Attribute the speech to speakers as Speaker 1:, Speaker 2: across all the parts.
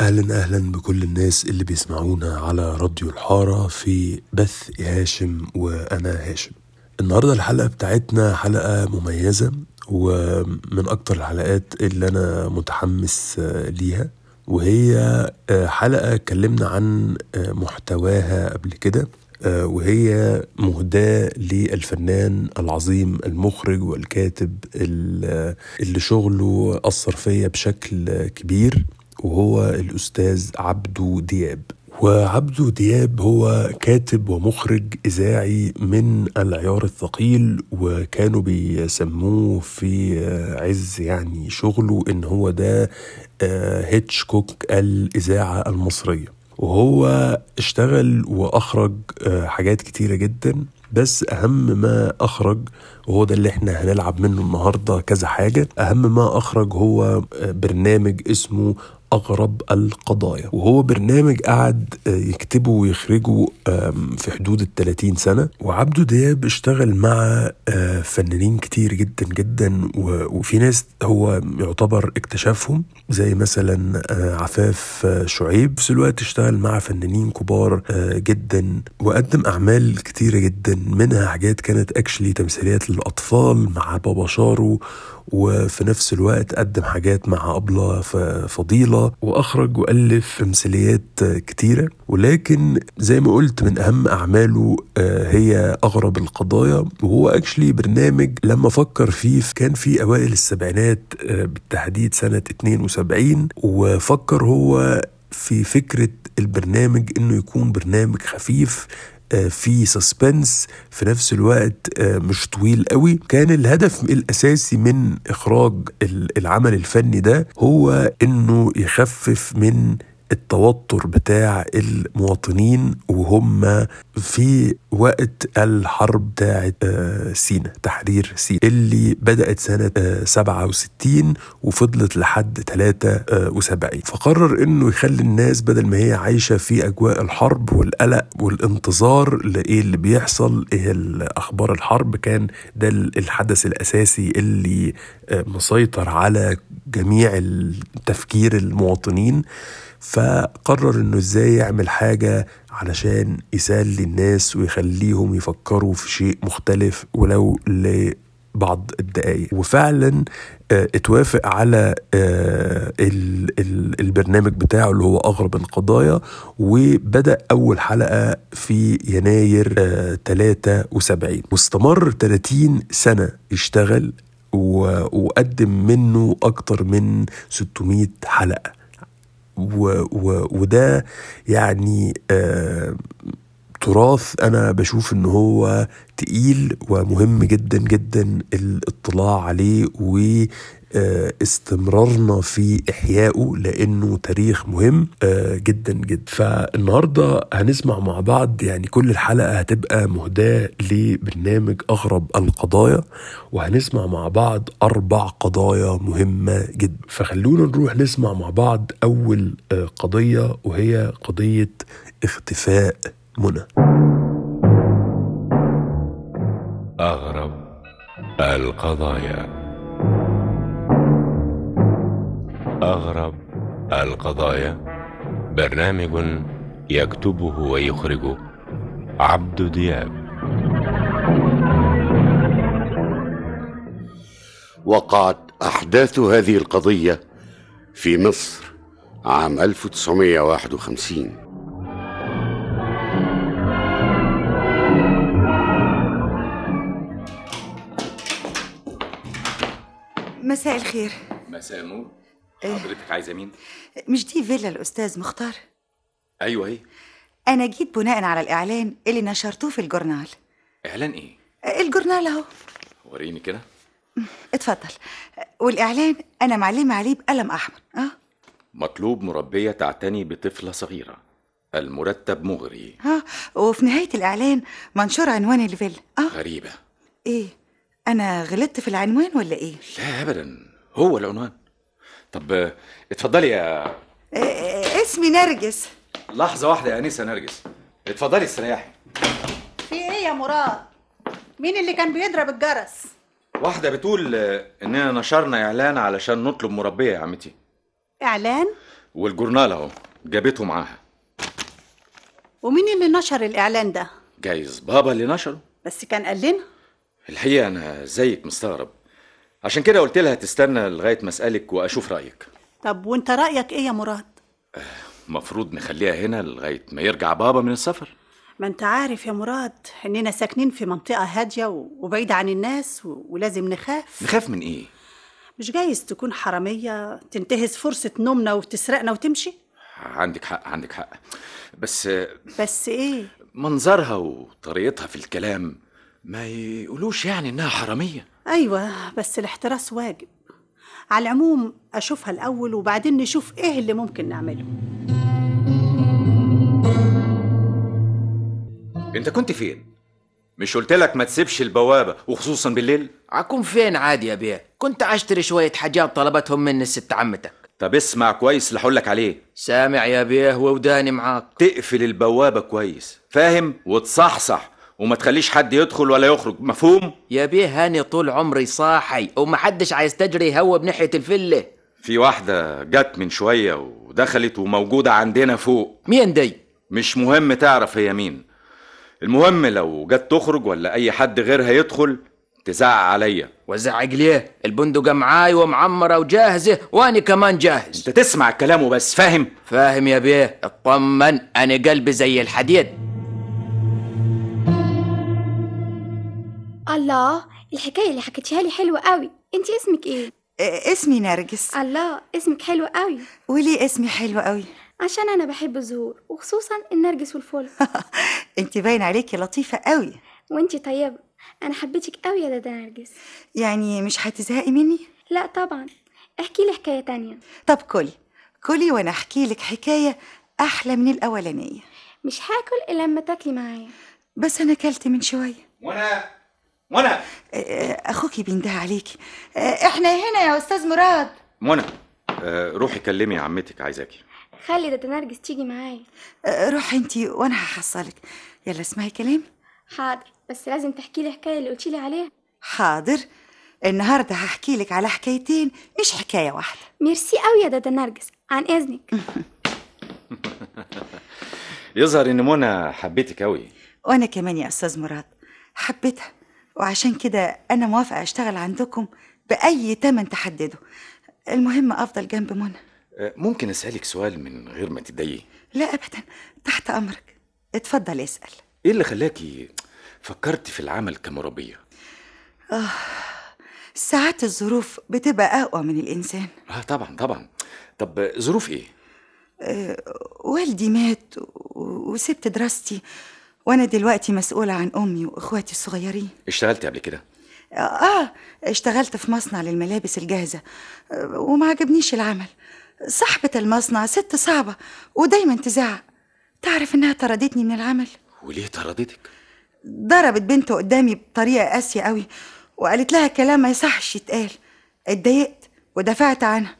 Speaker 1: أهلا أهلا بكل الناس اللي بيسمعونا على راديو الحارة في بث هاشم وأنا هاشم النهاردة الحلقة بتاعتنا حلقة مميزة ومن أكتر الحلقات اللي أنا متحمس آه، ليها وهي آه، حلقة اتكلمنا عن آه، محتواها قبل كده آه، وهي مهداة للفنان العظيم المخرج والكاتب ال- آه، اللي شغله أثر فيا بشكل كبير وهو الأستاذ عبدو دياب وعبدو دياب هو كاتب ومخرج إذاعي من العيار الثقيل وكانوا بيسموه في آه، عز يعني شغله إن هو ده آه، هيتشكوك الإذاعة المصرية وهو اشتغل واخرج آه، حاجات كتيره جدا بس اهم ما اخرج وهو ده اللي احنا هنلعب منه النهارده كذا حاجه اهم ما اخرج هو آه، برنامج اسمه اغرب القضايا وهو برنامج قعد آه، يكتبه ويخرجه آم، في حدود ال 30 سنه وعبده دياب اشتغل مع آه، فنانين كتير جدا جدا و- وفي ناس هو يعتبر اكتشفهم زي مثلا آه، عفاف آه، شعيب في الوقت اشتغل مع فنانين كبار آه، جدا وقدم اعمال كتيره جدا منها حاجات كانت اكشلي تمثيليات للاطفال مع بابا شارو وفي نفس الوقت قدم حاجات مع أبلة ف- فضيلة وأخرج وألف تمثيليات آه، كتيرة ولكن زي ما قلت من أهم أعماله آه، هي أغرب القضايا وهو أكشلي برنامج لما فكر فيه كان في أوائل السبعينات آه، بالتحديد سنة 72 وفكر هو في فكرة البرنامج إنه يكون برنامج خفيف آه، في سسبنس في نفس الوقت آه، مش طويل قوي كان الهدف الاساسي من اخراج ال- العمل الفني ده هو انه يخفف من التوتر بتاع المواطنين وهم في وقت الحرب بتاعت آه، سينا تحرير سينا اللي بدأت سنة آه، 67 وفضلت لحد 73 فقرر انه يخلي الناس بدل ما هي عايشة في أجواء الحرب والقلق والانتظار لإيه اللي بيحصل إيه الأخبار الحرب كان ده ال- الحدث الأساسي اللي آه، مسيطر على جميع تفكير المواطنين فقرر انه ازاي يعمل حاجة علشان يسلي الناس ويخليهم يفكروا في شيء مختلف ولو لبعض الدقايق وفعلا آه، اتوافق على آه، ال- ال- البرنامج بتاعه اللي هو أغرب القضايا وبدأ أول حلقة في يناير آه، 73 واستمر 30 سنة يشتغل و- وقدم منه أكتر من 600 حلقة و و وده يعني آه تراث انا بشوف ان هو تقيل ومهم جدا جدا الاطلاع عليه و آه، استمرارنا في احيائه لانه تاريخ مهم آه، جدا جدا فالنهارده هنسمع مع بعض يعني كل الحلقه هتبقى مهداه لبرنامج اغرب القضايا وهنسمع مع بعض اربع قضايا مهمه جدا فخلونا نروح نسمع مع بعض اول آه، قضيه وهي قضيه اختفاء منى
Speaker 2: أغرب القضايا أغرب القضايا برنامج يكتبه ويخرجه عبد دياب
Speaker 3: وقعت أحداث هذه القضية في مصر عام 1951
Speaker 4: مساء الخير
Speaker 5: مساء النور
Speaker 4: إيه؟
Speaker 5: حضرتك عايزه مين؟
Speaker 4: مش دي فيلا الأستاذ مختار
Speaker 5: ايوه هي
Speaker 4: أنا جيت بناء على الإعلان اللي نشرتوه في الجورنال
Speaker 5: اعلان ايه؟
Speaker 4: الجورنال أهو
Speaker 5: وريني كده
Speaker 4: اتفضل والإعلان أنا معلمة عليه بقلم أحمر أه
Speaker 5: مطلوب مربيه تعتني بطفله صغيره المرتب مغري
Speaker 4: ها وفي نهاية الإعلان منشور عنوان الفيلا أه
Speaker 5: غريبه
Speaker 4: إيه أنا غلطت في العنوان ولا إيه؟
Speaker 5: لا ابدا هو العنوان طب آه، اتفضلي يا
Speaker 4: آه، آه، اسمي نرجس
Speaker 5: لحظه واحده يا انسه نرجس اتفضلي استريحي
Speaker 6: في ايه يا مراد؟ مين اللي كان بيضرب الجرس؟
Speaker 5: واحده بتقول آه، اننا نشرنا اعلان علشان نطلب مربيه يا عمتي
Speaker 6: اعلان؟
Speaker 5: والجورنال اهو جابته معاها
Speaker 7: ومين اللي نشر الاعلان ده
Speaker 5: جايز بابا اللي نشره
Speaker 7: بس كان قال لنا
Speaker 5: الحقيقه انا زيك مستغرب عشان كده قلت لها تستنى لغايه ما اسالك واشوف رايك
Speaker 7: طب وانت رايك ايه يا مراد
Speaker 5: المفروض نخليها هنا لغايه ما يرجع بابا من السفر
Speaker 7: ما انت عارف يا مراد اننا ساكنين في منطقه هاديه و- وبعيده عن الناس و- ولازم نخاف
Speaker 5: نخاف من ايه
Speaker 7: مش جايز تكون حراميه تنتهز فرصه نومنا وتسرقنا وتمشي
Speaker 5: عندك حق عندك حق بس
Speaker 7: بس ايه
Speaker 5: منظرها وطريقتها في الكلام ما يقولوش يعني انها حراميه
Speaker 7: ايوه بس الاحتراس واجب على العموم اشوفها الاول وبعدين نشوف ايه اللي ممكن نعمله
Speaker 5: انت كنت فين مش قلت لك ما تسيبش البوابه وخصوصا بالليل
Speaker 8: اكون فين عادي يا بيه كنت اشتري شويه حاجات طلبتهم مني ست عمتك
Speaker 5: طب اسمع كويس اللي هقول لك عليه
Speaker 8: سامع يا بيه ووداني معاك
Speaker 5: تقفل البوابه كويس فاهم وتصحصح وما تخليش حد يدخل ولا يخرج مفهوم
Speaker 8: يا بيه هاني طول عمري صاحي ومحدش عايز تجري هوا بناحيه الفله
Speaker 5: في واحده جت من شويه ودخلت وموجوده عندنا فوق
Speaker 8: مين دي
Speaker 5: مش مهم تعرف هي مين المهم لو جت تخرج ولا اي حد غيرها يدخل تزعق عليا
Speaker 8: وزعق ليه البندقة معاي ومعمرة وجاهزة وأنا كمان جاهز
Speaker 5: انت تسمع الكلام وبس فاهم
Speaker 8: فاهم يا بيه اطمن أنا قلبي زي الحديد
Speaker 9: الله الحكايه اللي حكيتيها لي حلوه قوي انت اسمك ايه
Speaker 4: آه، اسمي نرجس
Speaker 9: الله اسمك حلو قوي
Speaker 4: وليه اسمي حلو قوي
Speaker 9: عشان انا بحب الزهور وخصوصا النرجس والفل
Speaker 4: انت باين عليكي لطيفه قوي
Speaker 9: وانتي طيبه انا حبيتك قوي يا دادا نرجس
Speaker 4: يعني مش هتزهقي مني
Speaker 9: لا طبعا احكي لي حكايه تانية
Speaker 4: طب كلي كلي وانا احكي لك حكايه احلى من الاولانيه
Speaker 9: مش هاكل الا لما تاكلي معايا
Speaker 4: بس انا اكلت من شويه
Speaker 5: وانا وانا
Speaker 4: آه، اخوكي بينده عليكي آه، احنا هنا يا استاذ مراد
Speaker 5: منى آه، روحي كلمي عمتك عايزاكي
Speaker 9: خلي دادا نرجس تيجي معايا
Speaker 4: آه، روحي انتي وانا هحصلك يلا اسمعي كلام
Speaker 9: حاضر بس لازم تحكي لي الحكايه اللي قلتي لي عليها
Speaker 4: حاضر النهارده هحكي لك على حكايتين مش حكايه واحده
Speaker 9: ميرسي قوي يا دادا نرجس عن اذنك
Speaker 5: يظهر ان منى حبيتك قوي
Speaker 4: وانا كمان يا استاذ مراد حبيتها وعشان كده انا موافقه اشتغل عندكم باي تمن تحدده المهم افضل جنب منى
Speaker 5: آه، ممكن اسالك سؤال من غير ما تتضايقي
Speaker 4: لا ابدا تحت امرك اتفضل اسال
Speaker 5: ايه اللي خلاكي فكرت في العمل كمربيه
Speaker 4: آه، ساعات الظروف بتبقى اقوى من الانسان
Speaker 5: اه طبعا طبعا طب آه، ظروف ايه
Speaker 4: آه، والدي مات و- وسبت دراستي وانا دلوقتي مسؤوله عن امي واخواتي الصغيرين
Speaker 5: اشتغلتي قبل كده
Speaker 4: اه اشتغلت في مصنع للملابس الجاهزه آه، وما عجبنيش العمل صاحبه المصنع ست صعبه ودايما تزعق تعرف انها طردتني من العمل
Speaker 5: وليه طردتك
Speaker 4: ضربت بنته قدامي بطريقه قاسيه قوي وقالت لها كلام ما يصحش يتقال اتضايقت ودافعت عنها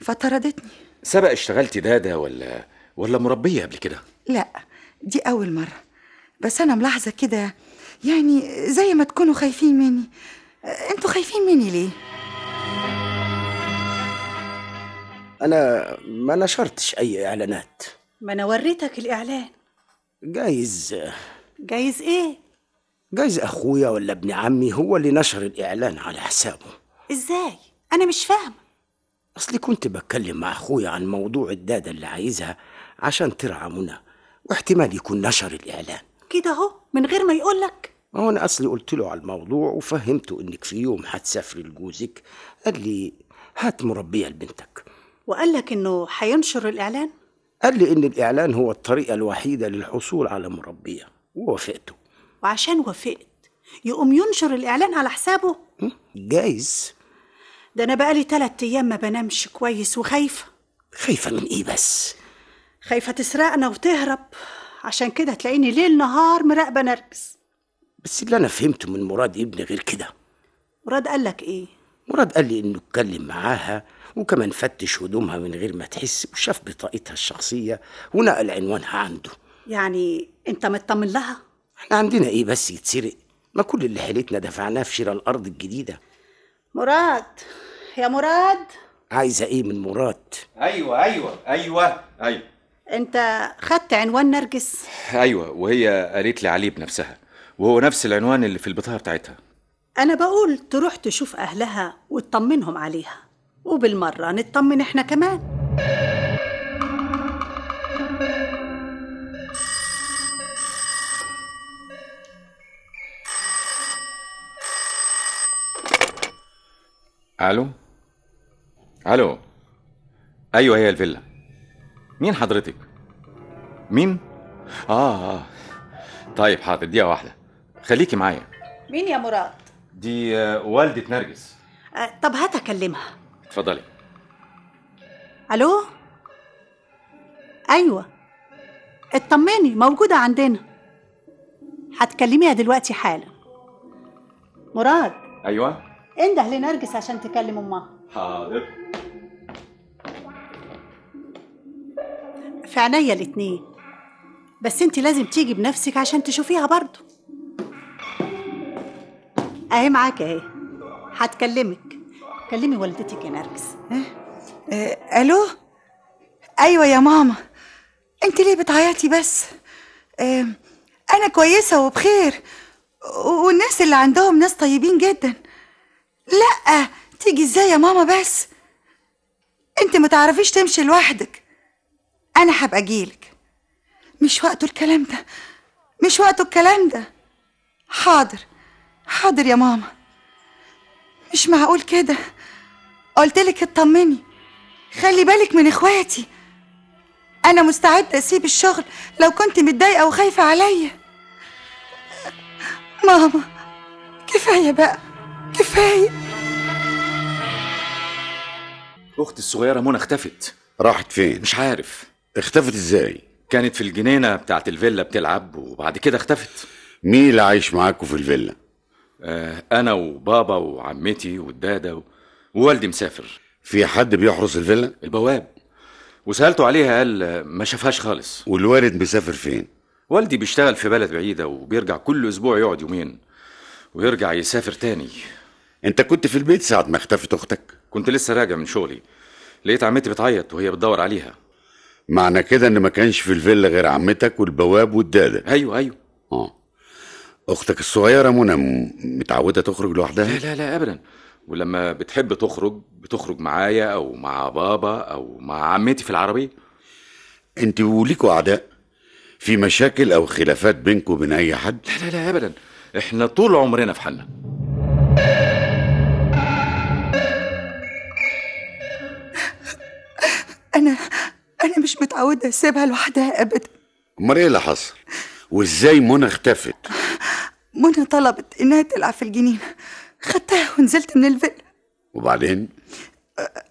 Speaker 4: فطردتني
Speaker 5: سبق اشتغلتي دادا ولا ولا مربيه قبل كده
Speaker 4: لا دي أول مرة بس أنا ملاحظة كده يعني زي ما تكونوا خايفين مني أنتوا خايفين مني ليه؟
Speaker 10: أنا ما نشرتش أي إعلانات
Speaker 7: ما انا وريتك الاعلان
Speaker 10: جايز
Speaker 7: جايز ايه
Speaker 10: جايز أخويا ولا ابن عمي هو اللي نشر الإعلان على حسابه
Speaker 7: ازاي انا مش فاهمه
Speaker 10: أصلي كنت بتكلم مع أخويا عن موضوع الدادة اللي عايزها عشان ترعى منى واحتمال يكون نشر الإعلان
Speaker 7: كده اهو من غير ما يقولك
Speaker 10: هو أنا أصلي قلت له على الموضوع وفهمته إنك في يوم هتسافري لجوزك قال لي هات مربية لبنتك
Speaker 7: وقالك انه هينشر الاعلان
Speaker 10: قال لي إن الإعلان هو الطريقة الوحيدة للحصول على مربية ووافقته
Speaker 7: وعشان وافقت يقوم ينشر الاعلان على حسابه
Speaker 10: م? جايز
Speaker 7: ده انا بقالي تلات ايام ما بنامش كويس وخايفه
Speaker 10: خايفة من إيه بس؟
Speaker 7: خايفه تسرقنا وتهرب عشان كده تلاقيني ليل نهار مراقبه نرجس
Speaker 10: بس اللي انا فهمته من مراد ابني غير كده
Speaker 7: مراد قالك ايه
Speaker 10: مراد قال لي انه اتكلم معاها وكمان فتش هدومها من غير ما تحس وشاف بطاقتها الشخصية ونقل عنوانها عنده
Speaker 7: يعني انت مطمن لها
Speaker 10: احنا عندنا ايه بس يتسرق ما كل اللي حيلتنا دفعناه في شراء الارض الجديدة
Speaker 7: مراد يا مراد
Speaker 10: عايزة إيه من مراد
Speaker 5: ايوه ايوه ايوه ايوه
Speaker 11: أيوة.
Speaker 7: انت خدت عنوان نرجس
Speaker 5: ايوه وهي قالت لي عليه بنفسها وهو نفس العنوان اللي في البطاقه بتاعتها
Speaker 7: انا بقول تروح تشوف اهلها وتطمنهم عليها وبالمره نطمن احنا كمان
Speaker 5: الو الو ايوه هي الفيلا مين حضرتك مين اه اه طيب حاضر دقيقه واحده خليكي معايا
Speaker 7: مين يا مراد
Speaker 5: دي آه، والده نرجس
Speaker 7: أه طب هات اكلمها
Speaker 5: اتفضلي
Speaker 7: الو ايوه اطمني موجوده عندنا هتكلميها دلوقتي حالا مراد
Speaker 5: ايوه
Speaker 7: انده لنرجس عشان تكلم امها
Speaker 5: حاضر
Speaker 7: في عينيا الاتنين بس انت لازم تيجي بنفسك عشان تشوفيها برضو اهي معاك اهي هتكلمك كلمي والدتك يا نرجس
Speaker 4: آه، الو ايوه يا ماما انت ليه بتعيطي بس آه، انا كويسه وبخير و- والناس اللي عندهم ناس طيبين جدا لا تيجي ازاي يا ماما بس انت ما تعرفيش تمشي لوحدك انا هبقى اجيلك مش وقته الكلام ده مش وقته الكلام ده حاضر حاضر يا ماما مش معقول كده قلتلك اطمني خلي بالك من اخواتي انا مستعده اسيب الشغل لو كنت متضايقه وخايفه عليا ماما كفايه بقى كفايه
Speaker 5: اختي الصغيره منى اختفت
Speaker 3: راحت فين
Speaker 5: مش عارف
Speaker 3: اختفت ازاي
Speaker 5: كانت في الجنينه بتاعت الفيلا بتلعب وبعد كده اختفت
Speaker 3: مين اللي عايش معاكم في الفيلا
Speaker 5: آه، انا وبابا وعمتي والداده و- ووالدي مسافر
Speaker 3: في حد بيحرس الفيلا
Speaker 5: البواب وسالته عليها قال آه، ما شافهاش خالص
Speaker 3: والوالد مسافر فين
Speaker 5: والدي بيشتغل في بلد بعيده وبيرجع كل اسبوع يقعد يومين ويرجع يسافر تاني
Speaker 3: انت كنت في البيت ساعة ما اختفت اختك
Speaker 5: كنت لسه راجع من شغلي لقيت عمتي بتعيط وهي بتدور عليها
Speaker 3: معنى كده ان ما كانش في الفيلا غير عمتك والبواب والدادة
Speaker 5: ايوه ايوه
Speaker 3: اه اختك الصغيرة منى م- متعودة تخرج
Speaker 5: لا
Speaker 3: لوحدها
Speaker 5: لا لا ابدا ولما بتحب تخرج بتخرج معايا او مع بابا او مع عمتي في العربيه
Speaker 3: انت وليكوا اعداء في مشاكل او خلافات بينكم وبين اي حد
Speaker 5: لا لا لا ابدا احنا طول عمرنا في حالنا
Speaker 4: انا انا مش متعوده اسيبها لوحدها ابدا
Speaker 3: امال ايه اللي حصل وازاي منى اختفت
Speaker 4: منى طلبت انها تلعب في الجنينه خدتها ونزلت من الفيلا
Speaker 3: وبعدين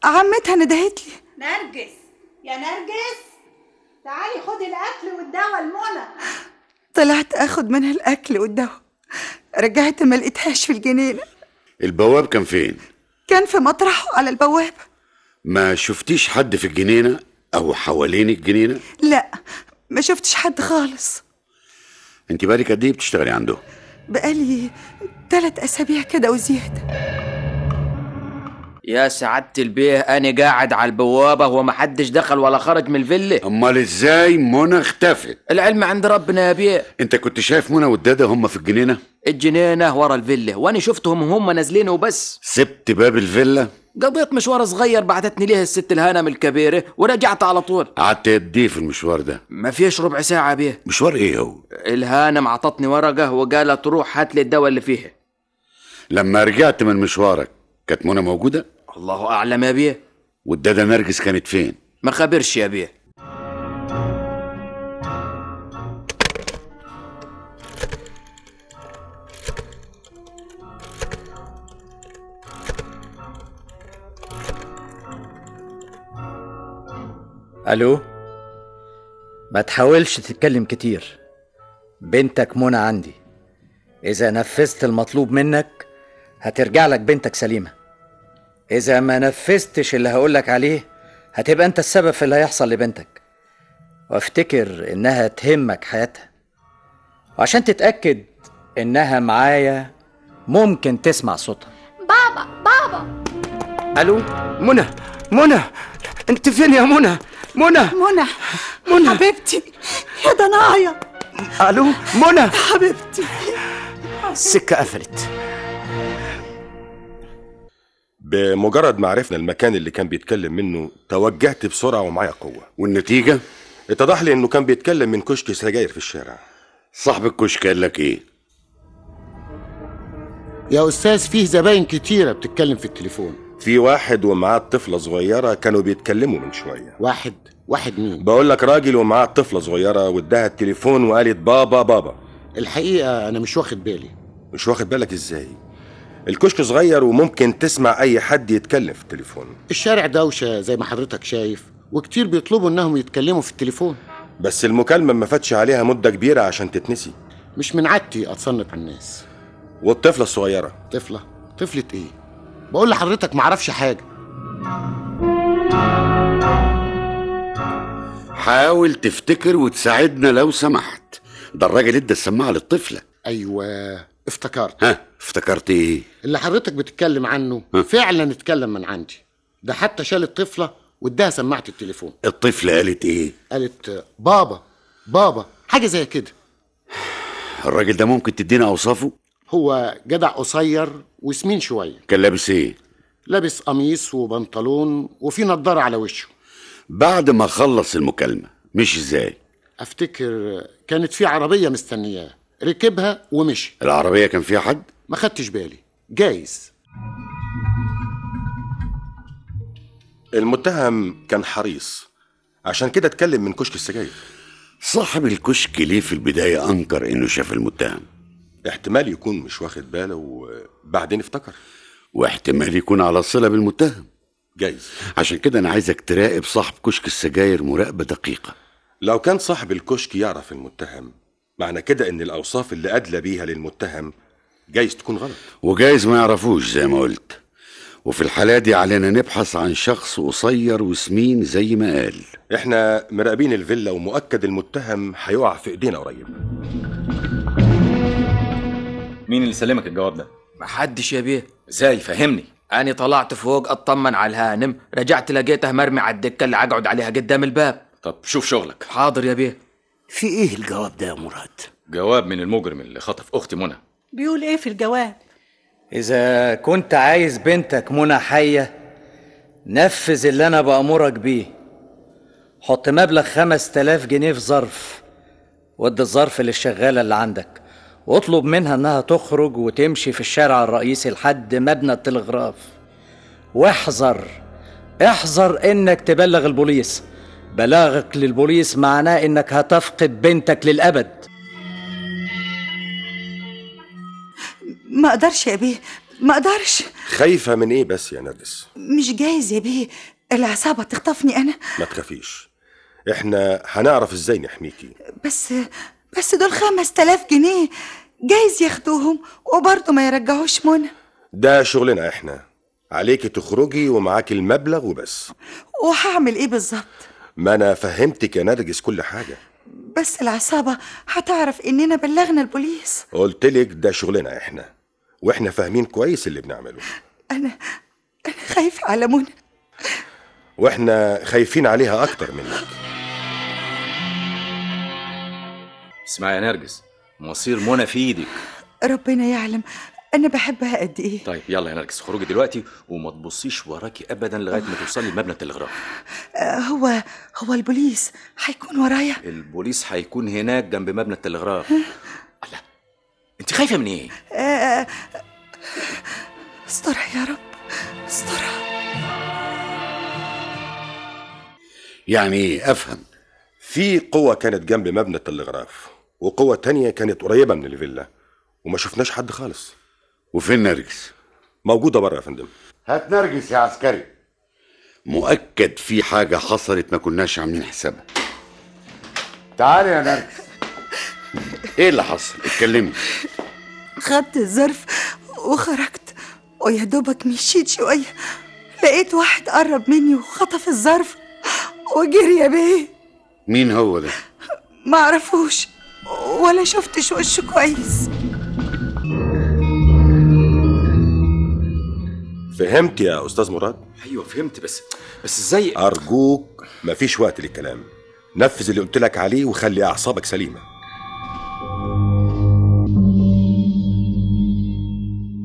Speaker 4: عمتها ندهت لي
Speaker 7: نرجس يا نرجس تعالي خدي الاكل والدواء لمنى
Speaker 4: طلعت اخد منها الاكل والدواء رجعت ما لقيتهاش في الجنينه
Speaker 3: البواب كان فين
Speaker 4: كان في مطرحه على البوابه
Speaker 3: ما شفتيش حد في الجنينة او حوالين الجنينة
Speaker 4: لا ما شفتش حد خالص
Speaker 3: انت بقالك قد ايه بتشتغلي عندهم
Speaker 4: بقالي ثلاث اسابيع كده وزياده
Speaker 8: يا سعادة البيه أنا قاعد على البوابة ومحدش دخل ولا خرج من الفيلا
Speaker 3: امال ازاي منى اختفت
Speaker 8: العلم عند ربنا يا بيه
Speaker 3: انت كنت شايف منى والداده هما في الجنينه
Speaker 8: الجنينة ورا الفيلا وأنا شفتهم هم نازلين وبس
Speaker 3: سبت باب الفيلا
Speaker 8: قضيت مشوار صغير بعتتني ليه الست الهانم الكبيرة ورجعت على طول
Speaker 3: قعدت قد ايه في المشوار ده
Speaker 8: ما فيش ربع ساعة بيه
Speaker 3: مشوار ايه هو
Speaker 8: الهانم عطتني ورقة وقالت روح هات لي الدواء اللي فيها
Speaker 3: لما رجعت من مشوارك كانت منى موجوده
Speaker 8: الله أعلم يا بيه
Speaker 3: والداده نرجس كانت فين
Speaker 8: ما خبرش يا بيه
Speaker 12: الو ما تحاولش تتكلم كتير بنتك منى عندي اذا نفذت المطلوب منك هترجع لك بنتك سليمه اذا ما نفذتش اللي هقولك عليه هتبقى انت السبب في اللي هيحصل لبنتك وافتكر انها تهمك حياتها وعشان تتاكد انها معايا ممكن تسمع صوتها
Speaker 9: بابا بابا
Speaker 12: الو منى
Speaker 10: منى انت فين يا منى منى
Speaker 7: منى منى حبيبتي آه يا ضنايا
Speaker 10: الو منى
Speaker 7: حبيبتي
Speaker 10: السكه قفلت
Speaker 13: بمجرد ما عرفنا المكان اللي كان بيتكلم منه توجهت بسرعة ومعايا قوة
Speaker 3: والنتيجة؟
Speaker 13: اتضح لي انه كان بيتكلم من كشك سجاير في الشارع
Speaker 3: صاحب الكشك قال لك
Speaker 14: إيه؟
Speaker 3: ايه؟
Speaker 14: يا استاذ فيه زباين كتيره بتتكلم في التليفون
Speaker 13: في واحد ومعاه طفلة صغيرة كانوا بيتكلموا من شوية
Speaker 14: واحد واحد مين
Speaker 13: بقول لك راجل ومعاه طفلة صغيرة واداها التليفون وقالت بابا بابا
Speaker 14: الحقيقه انا مش واخد بالي
Speaker 13: مش واخد بالك ازاي؟ الكشك صغير وممكن تسمع أي حد يتكلم في التليفون
Speaker 14: الشارع دوشه زي ما حضرتك شايف وكتير بيطلبوا انهم يتكلموا في التليفون
Speaker 13: بس المكالمة ما فاتش عليها مدة كبيرة عشان تتنسي
Speaker 14: مش من عادتي اتصنت على الناس
Speaker 13: والطفلة الصغيرة
Speaker 14: طفله طفله ايه بقول لحضرتك معرفش حاجه
Speaker 3: حاول تفتكر وتساعدنا لو سمحت ده الراجل ادى السماعة للطفلة
Speaker 14: ايوه افتكرت
Speaker 3: ها افتكرت ايه؟
Speaker 14: اللي حضرتك بتتكلم عنه فعلا اتكلم من عندي ده حتى شال الطفله واداها سماعه التليفون
Speaker 3: الطفلة قالت ايه؟
Speaker 14: قالت آه، بابا بابا حاجه زي كده
Speaker 3: الراجل ده ممكن تدينا أوصافه؟
Speaker 14: هو جدع قصير وسمين شويه
Speaker 3: كان لابس ايه؟
Speaker 14: لابس قميص وبنطلون وفي نضاره على وشه
Speaker 3: بعد ما خلص المكالمة مش ازاي؟
Speaker 14: افتكر كانت في عربيه مستنياه ركبها ومشي
Speaker 3: العربية كان فيها حد؟
Speaker 14: ما خدتش بالي جايز
Speaker 13: المتهم كان حريص عشان كده اتكلم من كشك السجاير
Speaker 3: صاحب الكشك ليه في البداية أنكر إنه شاف المتهم
Speaker 13: احتمال يكون مش واخد باله وبعدين افتكر
Speaker 3: واحتمال يكون على صلة بالمتهم
Speaker 13: جايز
Speaker 3: عشان كده أنا عايزك تراقب صاحب كشك السجاير مراقبة دقيقة
Speaker 13: لو كان صاحب الكشك يعرف المتهم معنى كده ان الاوصاف اللي ادلى بيها للمتهم جايز تكون غلط
Speaker 3: وجايز ما يعرفوش زي ما قلت وفي الحالة دي علينا نبحث عن شخص قصير وسمين زي ما قال
Speaker 13: احنا مراقبين الفيلا ومؤكد المتهم هيقع في ايدينا قريب
Speaker 5: مين اللي سلمك الجواب ده؟
Speaker 8: محدش يا بيه
Speaker 5: ازاي فهمني
Speaker 8: أنا طلعت فوق أطمن على الهانم رجعت لقيته مرمي على الدكة اللي أقعد عليها قدام الباب
Speaker 5: طب شوف شغلك
Speaker 8: حاضر يا بيه
Speaker 10: في ايه الجواب ده يا مراد
Speaker 5: جواب من المجرم اللي خطف اختي منى
Speaker 7: بيقول ايه في الجواب
Speaker 12: إذا كنت عايز بنتك منى حية نفذ اللي أنا بأمرك بيه حط مبلغ خمس تلاف جنيه في ظرف ودي الظرف للشغالة اللي عندك واطلب منها إنها تخرج وتمشي في الشارع الرئيسي لحد مبنى التلغراف واحذر احذر إنك تبلغ البوليس بلاغك للبوليس معناه إنك هتفقد بنتك للأبد
Speaker 4: ما اقدرش يا بيه ما اقدرش
Speaker 13: خايفة من ايه بس يا نرجس
Speaker 4: مش جايز يا بيه العصابه تخطفني انا
Speaker 13: ما تخافيش احنا هنعرف ازاي نحميكي
Speaker 4: بس بس دول خمس تلاف جنيه جايز ياخدوهم وبرضه ما يرجعوش منى
Speaker 13: ده شغلنا احنا عليكي تخرجي ومعاكي المبلغ وبس
Speaker 4: وهعمل ايه بالظبط
Speaker 13: ما انا فهمتك يا نرجس كل حاجة
Speaker 4: بس العصابه هتعرف اننا بلغنا البوليس
Speaker 13: قلت لك ده شغلنا احنا واحنا فاهمين كويس اللي بنعمله
Speaker 4: انا انا خايفه على منى
Speaker 13: واحنا خايفين عليها اكتر منك
Speaker 5: اسمعي يا نرجس مصير منى في ايدك
Speaker 4: ربنا يعلم انا بحبها قد ايه
Speaker 10: إيه؟
Speaker 5: طيب يلا يا نرجس خروجي دلوقتي وما تبصيش وراكي ابدا لغايه ما توصلي لمبنى التلغراف
Speaker 4: آه، هو هو البوليس هيكون ورايا
Speaker 5: البوليس هيكون هناك جنب مبنى التلغراف لا انت خايفه من ايه
Speaker 4: آه، استرها يا رب استرها
Speaker 3: يعني ايه افهم
Speaker 13: في قوة كانت جنب مبنى التلغراف وقوة تانية كانت قريبة من الفيلا وما شفناش حد خالص
Speaker 3: وفين نرجس
Speaker 13: موجودة بره يا فندم
Speaker 3: هات نرجس يا عسكري مؤكد في حاجة حصلت ما كناش عاملين حسابها تعالي يا نرجس ايه اللي حصل اتكلمي
Speaker 4: خدت الظرف وخرجت ويا دوبك مشيت شويه لقيت واحد قرب مني وخطف الظرف وجري يا بيه
Speaker 3: مين هو ده
Speaker 4: معرفوش ولا شفتش وشه كويس
Speaker 13: في فهمت يا استاذ مراد
Speaker 5: ايوه فهمت بس بس ازاي
Speaker 13: ارجوك مفيش وقت للكلام نفذ اللي قلت لك عليه وخلي اعصابك سليمه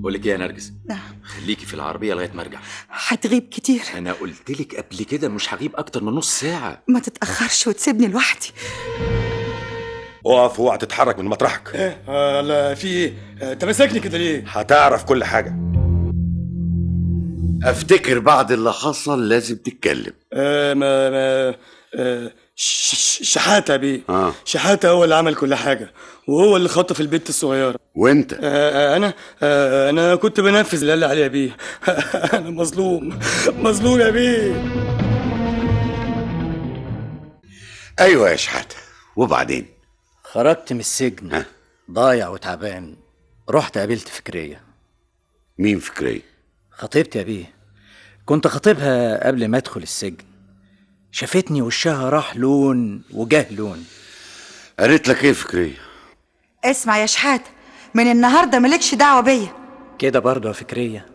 Speaker 5: بقول لك ايه يا نرجس
Speaker 4: نعم
Speaker 5: خليكي في العربيه لغايه ما ارجع
Speaker 4: هتغيب كتير
Speaker 5: انا قلت لك قبل كده مش هغيب اكتر من نص ساعه
Speaker 4: ما تتأخرش وتسيبني لوحدي
Speaker 13: اقف واوعى تتحرك من مطرحك
Speaker 15: ايه آه، لا في ايه آه، انت ماسكني كده ليه
Speaker 13: هتعرف كل حاجه
Speaker 3: افتكر بعد اللي حصل لازم تتكلم
Speaker 15: آه، ما ما آه، ش- ش- شحاته بيه
Speaker 3: اه
Speaker 15: شحاته هو اللي عمل كل حاجه وهو اللي خطف البت الصغيره
Speaker 3: وانت
Speaker 15: آه، آه، انا آه، انا كنت بنفذ اللي قال لي عليه يا بيه انا مظلوم مظلوم يا بيه
Speaker 3: ايوه يا شحاته وبعدين
Speaker 12: خرجت من السجن ضايع وتعبان رحت قابلت فكرية
Speaker 3: مين فكرية؟
Speaker 12: خطيبتي يا بيه كنت خطيبها قبل ما ادخل السجن شافتني وشها راح لون وجاه لون
Speaker 3: قالت لك ايه فكرية؟
Speaker 4: اسمع يا شحاتة من النهاردة مالكش دعوة بيا
Speaker 12: كده برضه يا فكرية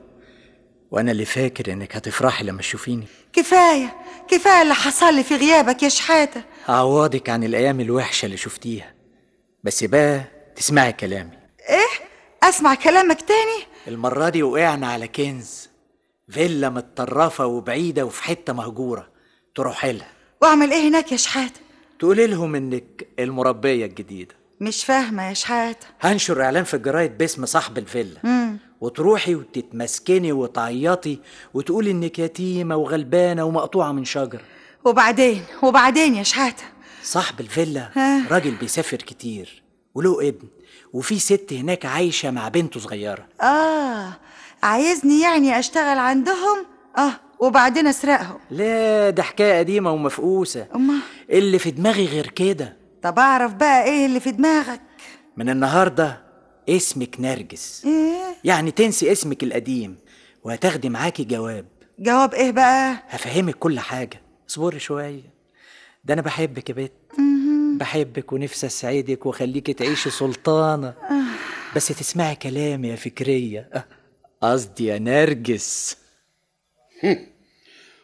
Speaker 12: وانا اللي فاكر انك هتفرحي لما تشوفيني
Speaker 4: كفاية كفاية اللي حصل لي في غيابك يا شحاتة
Speaker 12: اعوضك عن الايام الوحشة اللي شفتيها بس بقى تسمعي كلامي
Speaker 4: ايه اسمع كلامك تاني
Speaker 12: المرة دي وقعنا على كنز فيلا متطرفة وبعيدة وفي حتة مهجورة تروحي لها
Speaker 4: واعمل ايه هناك يا شحاتة
Speaker 12: تقولي لهم انك المربية الجديدة
Speaker 4: مش فاهمة يا شحاتة
Speaker 12: هنشر اعلان في الجرايد باسم صاحب الفيلا
Speaker 4: مم.
Speaker 12: وتروحي وتتمسكني وتعيطي وتقولي انك يتيمة وغلبانة ومقطوعة من شجرة
Speaker 4: وبعدين وبعدين يا شحاتة
Speaker 12: صاحب الفيلا
Speaker 4: آه.
Speaker 12: راجل بيسافر كتير وله ابن وفي ست هناك عايشة مع بنته صغيرة
Speaker 4: اه عايزني يعني اشتغل عندهم اه وبعدين اسرقهم
Speaker 12: لا ده حكاية قديمة ومفقوسة
Speaker 4: أما
Speaker 12: اللي في دماغي غير كده
Speaker 4: طب اعرف بقى ايه اللي في دماغك
Speaker 12: من النهاردة اسمك نرجس
Speaker 4: ايه
Speaker 12: يعني تنسي اسمك القديم وهتاخدي معاكي جواب
Speaker 4: جواب ايه بقى
Speaker 12: هفهمك كل حاجة اصبري شوية ده أنا بحبك يا بت بحبك ونفسي أسعدك وخليكي تعيشي سلطانة بس تسمعي كلامي يا فكرية أه، قصدي يا نرجس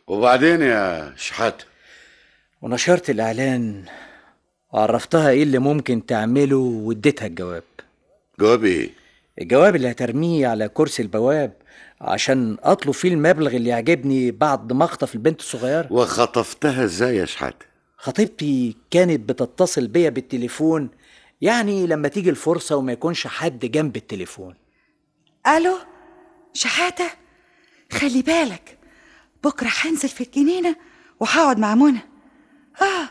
Speaker 3: وبعدين يا شحاته
Speaker 12: ونشرت الإعلان وعرفتها إيه اللي ممكن تعمله واديتها الجواب
Speaker 3: جواب ايه؟
Speaker 12: الجواب اللي هترميه على كرسي البواب عشان أطلب فيه المبلغ اللي يعجبني بعد ما أخطف البنت الصغيرة
Speaker 3: وخطفتها ازاي يا شحاته؟
Speaker 12: خطيبتي كانت بتتصل بيا بالتليفون يعني لما تيجي الفرصة وما يكونش حد جنب التليفون
Speaker 4: الو شحاتة خلي بالك بكرة هنزل في الجنينة وهقعد مع منى اه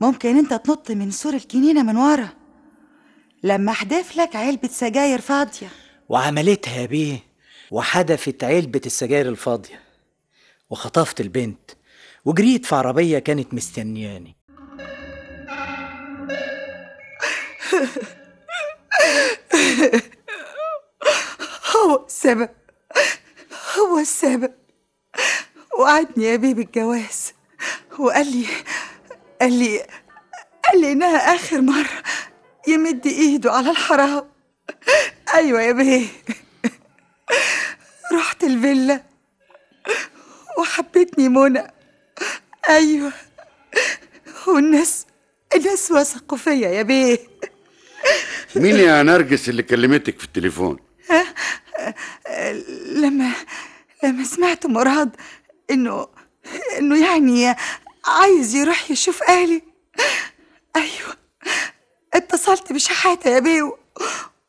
Speaker 4: ممكن انت تنط من سور الجنينة من ورا لما احدف لك علبة سجاير فاضية
Speaker 12: وعملتها يا بيه وحدفت علبة السجاير الفاضية وخطفت البنت وجريت في عربية كانت مستنياني
Speaker 4: هو السبب هو السبب وعدني يا بيه بالجواز وقال لي قال لي قال لي انها اخر مرة يمد ايده على الحرام ايوه يا بيه رحت الفيلا وحبتني منى ايوه والناس الناس وثقوا فيا يا بيه
Speaker 3: مين يا نرجس اللي كلمتك في التليفون؟
Speaker 4: ها؟ لما لما سمعت مراد انه انه يعني عايز يروح يشوف اهلي ايوه اتصلت بشحاته يا بيه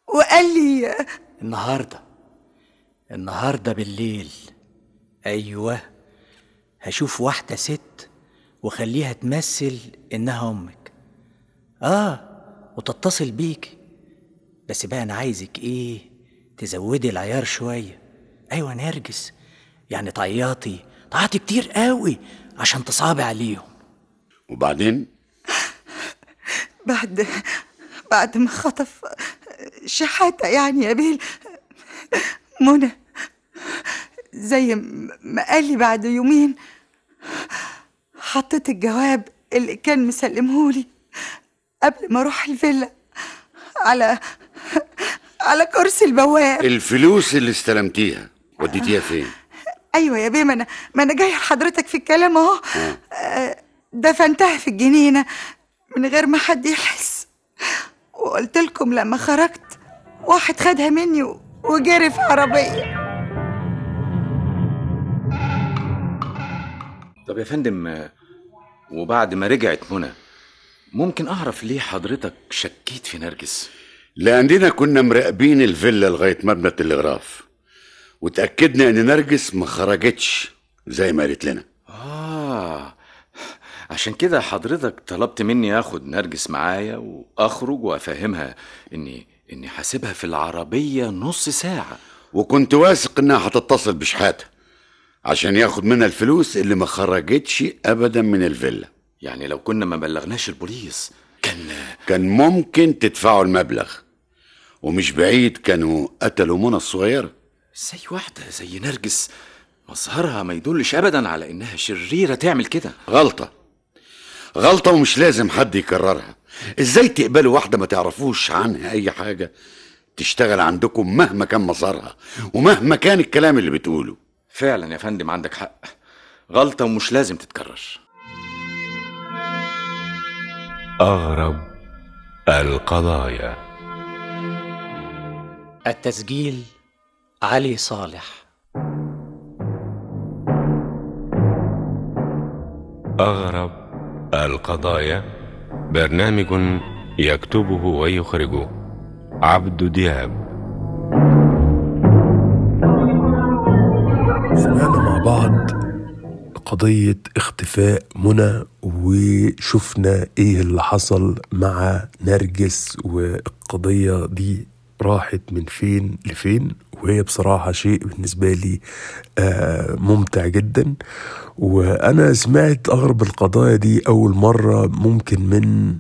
Speaker 4: وقال لي
Speaker 12: النهاردة النهاردة بالليل أيوة هشوف واحدة ست وخليها تمثل إنها أمك آه وتتصل بيكي بس بقى أنا عايزك إيه تزودي العيار شوية أيوة نرجس يعني تعيطي تعيطي كتير قوي عشان تصعبي عليهم
Speaker 3: وبعدين
Speaker 4: بعد بعد ما خطف شحاته يعني يا بيه منى زي ما قال لي بعد يومين حطيت الجواب اللي كان مسلمهولي قبل ما اروح الفيلا على على كرسي البواب
Speaker 3: الفلوس اللي استلمتيها وديتيها فين؟
Speaker 4: ايوه يا بيه ما انا ما انا جايه لحضرتك في الكلام اهو آه، دفنتها في الجنينه من غير ما حد يحس وقلت لكم لما خرجت واحد خدها مني و- وجري في عربيه
Speaker 5: طب يا فندم آه، وبعد ما رجعت منى ممكن اعرف ليه حضرتك شكيت في نرجس
Speaker 3: لأننا كنا مراقبين الفيلا لغاية مبنى التلغراف وتأكدنا إن نرجس ما خرجتش زي ما قالت لنا
Speaker 5: آه عشان كده حضرتك طلبت مني اخد نرجس معايا واخرج وافهمها اني اني حاسبها في العربيه نص ساعه
Speaker 3: وكنت واثق إنها هتتصل بشحاتة عشان ياخد منها الفلوس اللي ما خرجتش أبدا من الفيلا
Speaker 5: يعني لو كنا ما بلغناش البوليس
Speaker 3: كان ممكن تدفعوا المبلغ ومش بعيد كانوا قتلوا منى الصغيرة
Speaker 5: زي واحده زي نرجس مظهرها ما يدلش ابدا على انها شريره تعمل كده
Speaker 3: غلطة غلطة ومش لازم حد يكررها ازاي تقبلوا واحدة ما تعرفوش عنها اي حاجة تشتغل عندكم مهما كان مسارها ومهما كان الكلام اللي بتقوله
Speaker 5: فعلا يا فندم عندك حق غلطه ومش لازم تتكرر
Speaker 2: أغرب القضايا
Speaker 9: التسجيل علي صالح
Speaker 2: أغرب القضايا برنامج يكتبه ويخرجه عبد دياب
Speaker 1: سمعنا مع بعض قضية اختفاء منى وشفنا ايه اللي حصل مع نرجس والقضية دي راحت من فين لفين وهي بصراحة شيء بالنسبة لي آه، ممتع جدا وأنا سمعت أغرب القضايا دي أول مرة ممكن من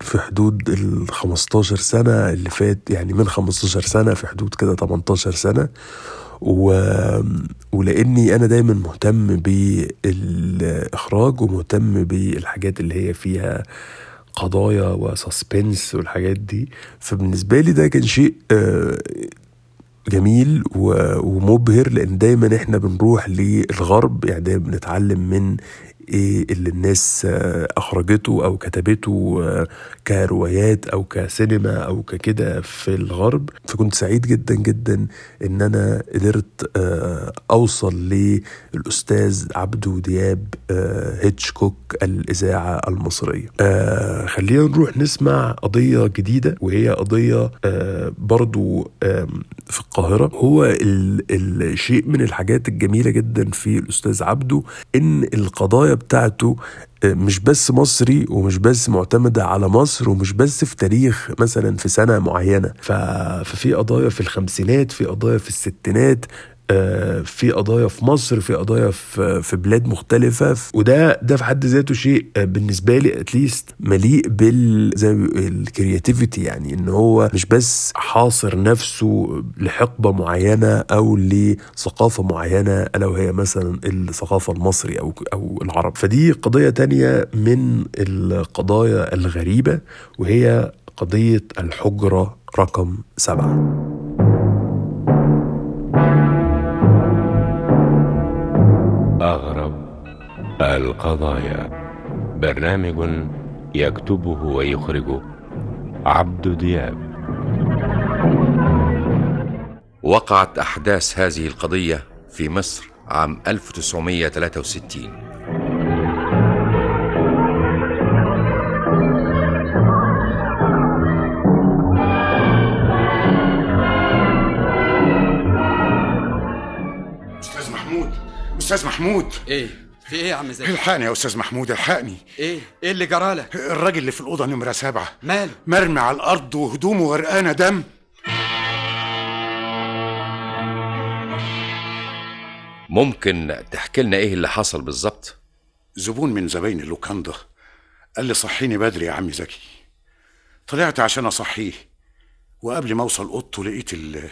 Speaker 1: في حدود ال 15 سنة اللي فات يعني من 15 سنة في حدود كده 18 سنة و... ولاني انا دايما مهتم بالاخراج ومهتم بالحاجات اللي هي فيها قضايا وسسبنس والحاجات دي فبالنسبه لي ده كان شيء آه، جميل و- ومبهر لان دايما احنا بنروح للغرب يعني دايما بنتعلم من ايه اللي الناس آه، اخرجته او كتبته آه، كروايات او كسينما او ككده في الغرب فكنت سعيد جدا جدا ان انا قدرت آه، اوصل للاستاذ عبدو دياب آه، هيتشكوك الاذاعه المصريه آه، خلينا نروح نسمع قضيه جديده وهي قضيه آه، برضو آم، في القاهره هو ال- الشيء من الحاجات الجميله جدا في الاستاذ عبده ان القضايا بتاعته آه، مش بس مصري ومش بس معتمدة على مصر ومش بس في تاريخ مثلا في سنة معينة ف- ففي قضايا في الخمسينات في قضايا في الستينات آه، في قضايا في مصر في قضايا في في بلاد مختلفة ف- وده ده في حد ذاته شيء آه، بالنسبة لي اتليست مليء بال زي ما بيقول- الكرياتيفيتي يعني ان هو مش بس حاصر نفسه لحقبة معينة او لثقافة معينة الا وهي مثلا الثقافة المصري او او العرب فدي قضية تانية من القضايا الغريبة وهي قضية الحجرة رقم سبعة
Speaker 2: أغرب القضايا برنامج يكتبه ويخرجه عبد دياب
Speaker 16: وقعت أحداث هذه القضية في مصر عام 1963
Speaker 11: استاذ محمود استاذ محمود
Speaker 17: إيه،
Speaker 11: ايه في
Speaker 18: إيه
Speaker 11: ايه يا عم زكي الحقني يا استاذ محمود الحقني
Speaker 17: ايه ايه اللي جرالك
Speaker 11: الراجل اللي في الاوضه نمره سبعه
Speaker 17: ماله
Speaker 11: مرمي على الارض وهدومه غرقانه دم
Speaker 16: ممكن تحكي لنا إيه اللي حصل بالظبط؟
Speaker 11: زبون من زباين اللوكاندا قال لي صحيني بدري يا عم زكي طلعت عشان اصحيه وقبل ما اوصل اوضته لقيت ال-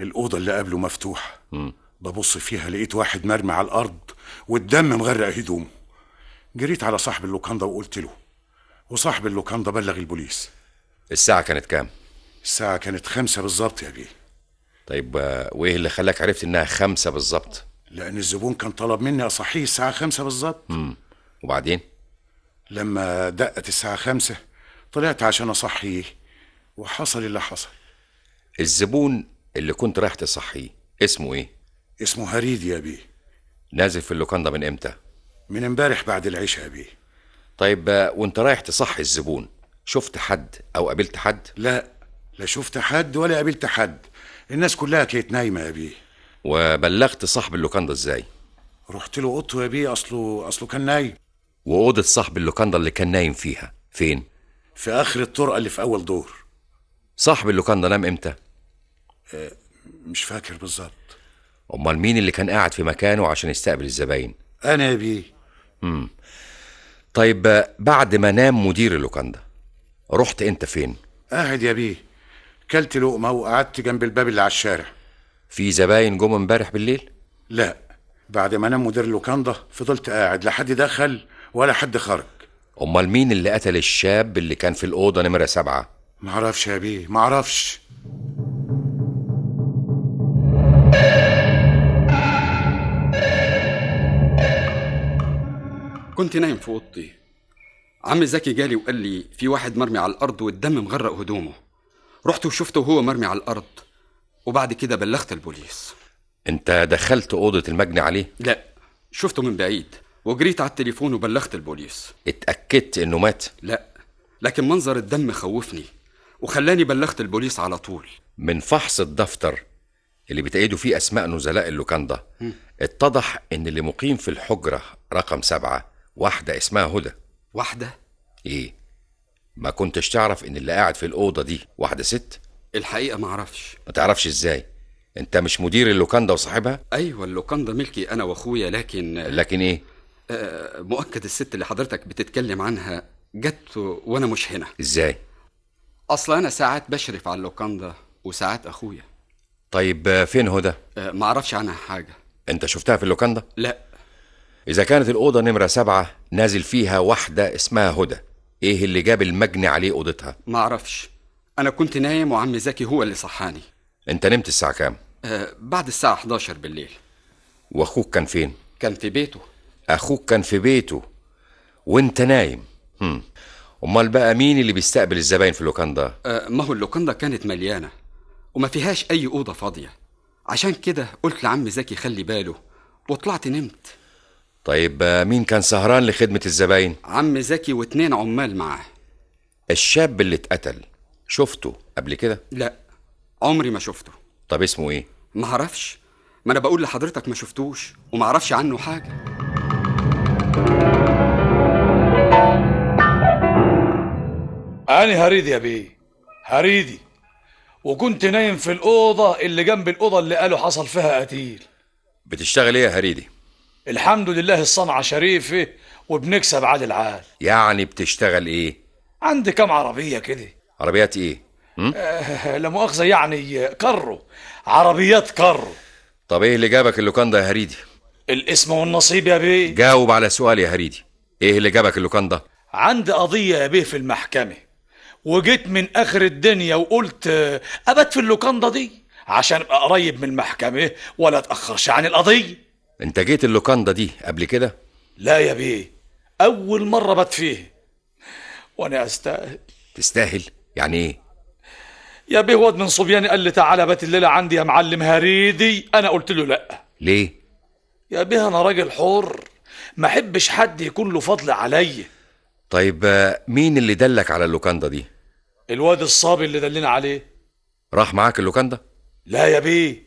Speaker 11: الاوضه اللي قبله مفتوحه ببص فيها لقيت واحد مرمي على الارض والدم مغرق هدومه جريت على صاحب اللوكاندا وقلت له وصاحب اللوكاندا بلغ البوليس
Speaker 16: الساعة كانت كام؟
Speaker 11: الساعة كانت خمسة بالظبط يا بيه
Speaker 16: طيب آه، وإيه اللي خلاك عرفت إنها خمسة بالظبط؟
Speaker 11: لأن الزبون كان طلب مني أصحيه الساعة خمسة بالظبط
Speaker 19: مم. وبعدين
Speaker 11: لما دقت الساعة خمسة طلعت عشان أصحيه وحصل اللي حصل
Speaker 19: الزبون اللي كنت رايح تصحيه اسمه ايه؟
Speaker 11: اسمه هريد يا بيه
Speaker 19: نازل في اللوكاندا من امتى؟
Speaker 11: من امبارح بعد العشاء يا بيه
Speaker 19: طيب آه، وانت رايح تصحي الزبون شفت حد او قابلت حد؟
Speaker 11: لا لا شفت حد ولا قابلت حد الناس كلها كانت نايمة يا بيه
Speaker 19: وبلغت صاحب اللوكاندا ازاي؟
Speaker 11: رحت له أوضته يا بيه أصله أصله كان نايم
Speaker 19: واوضه صاحب اللوكاندا اللي كان نايم فيها فين؟
Speaker 11: في آخر الطرقة اللي في أول دور
Speaker 19: صاحب اللوكاندا نام امتى؟
Speaker 11: آه، مش فاكر بالظبط
Speaker 19: امال مين اللي كان قاعد في مكانه عشان يستقبل الزباين؟
Speaker 11: أنا يا بيه
Speaker 19: امم طيب آه، بعد ما نام مدير اللوكاندا رحت انت فين؟
Speaker 11: قاعد يا بيه كلت لقمة وقعدت جنب الباب اللي على الشارع
Speaker 19: في زباين جم امبارح بالليل؟
Speaker 11: لا بعد ما نام مدير اللوكاندا فضلت قاعد لا حد دخل ولا حد خرج
Speaker 19: امال مين اللي قتل الشاب اللي كان في الاوضه نمره سبعه؟
Speaker 11: معرفش يا بيه معرفش
Speaker 18: كنت نايم في اوضتي عم زكي جالي وقال لي في واحد مرمي على الارض والدم مغرق هدومه رحت وشفته وهو مرمي على الارض وبعد كده بلغت البوليس
Speaker 19: انت دخلت اوضه المجني عليه؟
Speaker 18: لا شفته من بعيد وجريت على التليفون وبلغت البوليس
Speaker 19: اتاكدت انه مات؟
Speaker 18: لا لكن منظر الدم خوفني وخلاني بلغت البوليس على طول
Speaker 19: من فحص الدفتر اللي بتأيدوا فيه أسماء نزلاء اللوكاندا
Speaker 18: مم.
Speaker 19: اتضح إن اللي مقيم في الحجرة رقم سبعة واحدة اسمها هدى
Speaker 18: واحدة
Speaker 19: إيه؟ ما كنتش تعرف إن اللي قاعد في الأوضة دي واحدة ست؟
Speaker 18: الحقيقة معرفش
Speaker 19: ما تعرفش إزاي؟ أنت مش مدير اللوكاندا وصاحبها؟
Speaker 18: أيوة اللوكاندا ملكي أنا وأخويا لكن
Speaker 19: لكن إيه؟
Speaker 18: آه، مؤكد الست اللي حضرتك بتتكلم عنها جت وأنا مش هنا
Speaker 19: إزاي؟
Speaker 18: أصلا أنا ساعات بشرف على اللوكاندا وساعات أخويا
Speaker 19: طيب آه، فين هدى؟
Speaker 18: آه، معرفش عنها حاجة
Speaker 19: أنت شفتها في اللوكاندا؟
Speaker 18: لا
Speaker 19: إذا كانت الأوضة نمرة سبعة نازل فيها واحدة اسمها هدى إيه اللي جاب المجني عليه أوضتها؟
Speaker 18: معرفش أنا كنت نايم وعم زكي هو اللي صحاني
Speaker 19: أنت نمت الساعة كام؟
Speaker 18: آه، بعد الساعة 11 بالليل
Speaker 19: وأخوك كان فين؟
Speaker 18: كان في بيته
Speaker 19: أخوك كان في بيته وأنت نايم هم. أمال بقى مين اللي بيستقبل الزباين في اللوكاندا؟
Speaker 18: آه، ما هو اللوكاندا كانت مليانة وما فيهاش أي أوضة فاضية عشان كده قلت لعم زكي خلي باله وطلعت نمت
Speaker 19: طيب آه، مين كان سهران لخدمة الزباين؟
Speaker 18: عم زكي واتنين عمال معاه
Speaker 19: الشاب اللي اتقتل شفته قبل كده؟
Speaker 18: لا عمري ما شفته
Speaker 19: طب اسمه إيه؟
Speaker 18: ما اعرفش ما انا بقول لحضرتك ما شفتوش وما اعرفش عنه حاجه
Speaker 20: أنا هريدي يا بيه هريدي وكنت نايم في الأوضة اللي جنب الأوضة اللي قالوا حصل فيها قتيل
Speaker 19: بتشتغل إيه يا هريدي؟
Speaker 20: الحمد لله الصنعة شريفة وبنكسب عادل عال
Speaker 19: يعني بتشتغل إيه؟
Speaker 20: عندي كام عربية كده
Speaker 19: عربيات إيه؟ هم؟
Speaker 20: آه، لا مؤاخذة يعني كرو عربيات كرو
Speaker 19: طب إيه اللي جابك اللوكاندا يا هريدي؟
Speaker 20: الاسم والنصيب يا بيه
Speaker 19: جاوب على سؤالي يا هريدي إيه اللي جابك اللوكاندا؟
Speaker 20: عندي قضية يا بيه في المحكمة وجيت من آخر الدنيا وقلت آه، أبات في اللوكاندا دي عشان أبقى قريب من المحكمة ولا أتأخرش عن القضية
Speaker 19: أنت جيت اللوكاندا دي قبل كده؟
Speaker 20: لا يا بيه أول مرة بات فيه وأنا أستاهل
Speaker 19: تستاهل؟ يعني إيه؟
Speaker 20: يا بيه واد من صبياني قال لي تعالى بات الليلة عندي يا معلم هريدي أنا قلت له لأ
Speaker 19: ليه؟
Speaker 20: يا بيه أنا راجل حر ما أحبش حد يكون له فضل عليا
Speaker 19: طيب آه، مين اللي دلك على اللوكاندا دي؟
Speaker 20: الواد الصبي اللي دلنا عليه
Speaker 19: راح معاك اللوكاندا؟
Speaker 20: لا يا بيه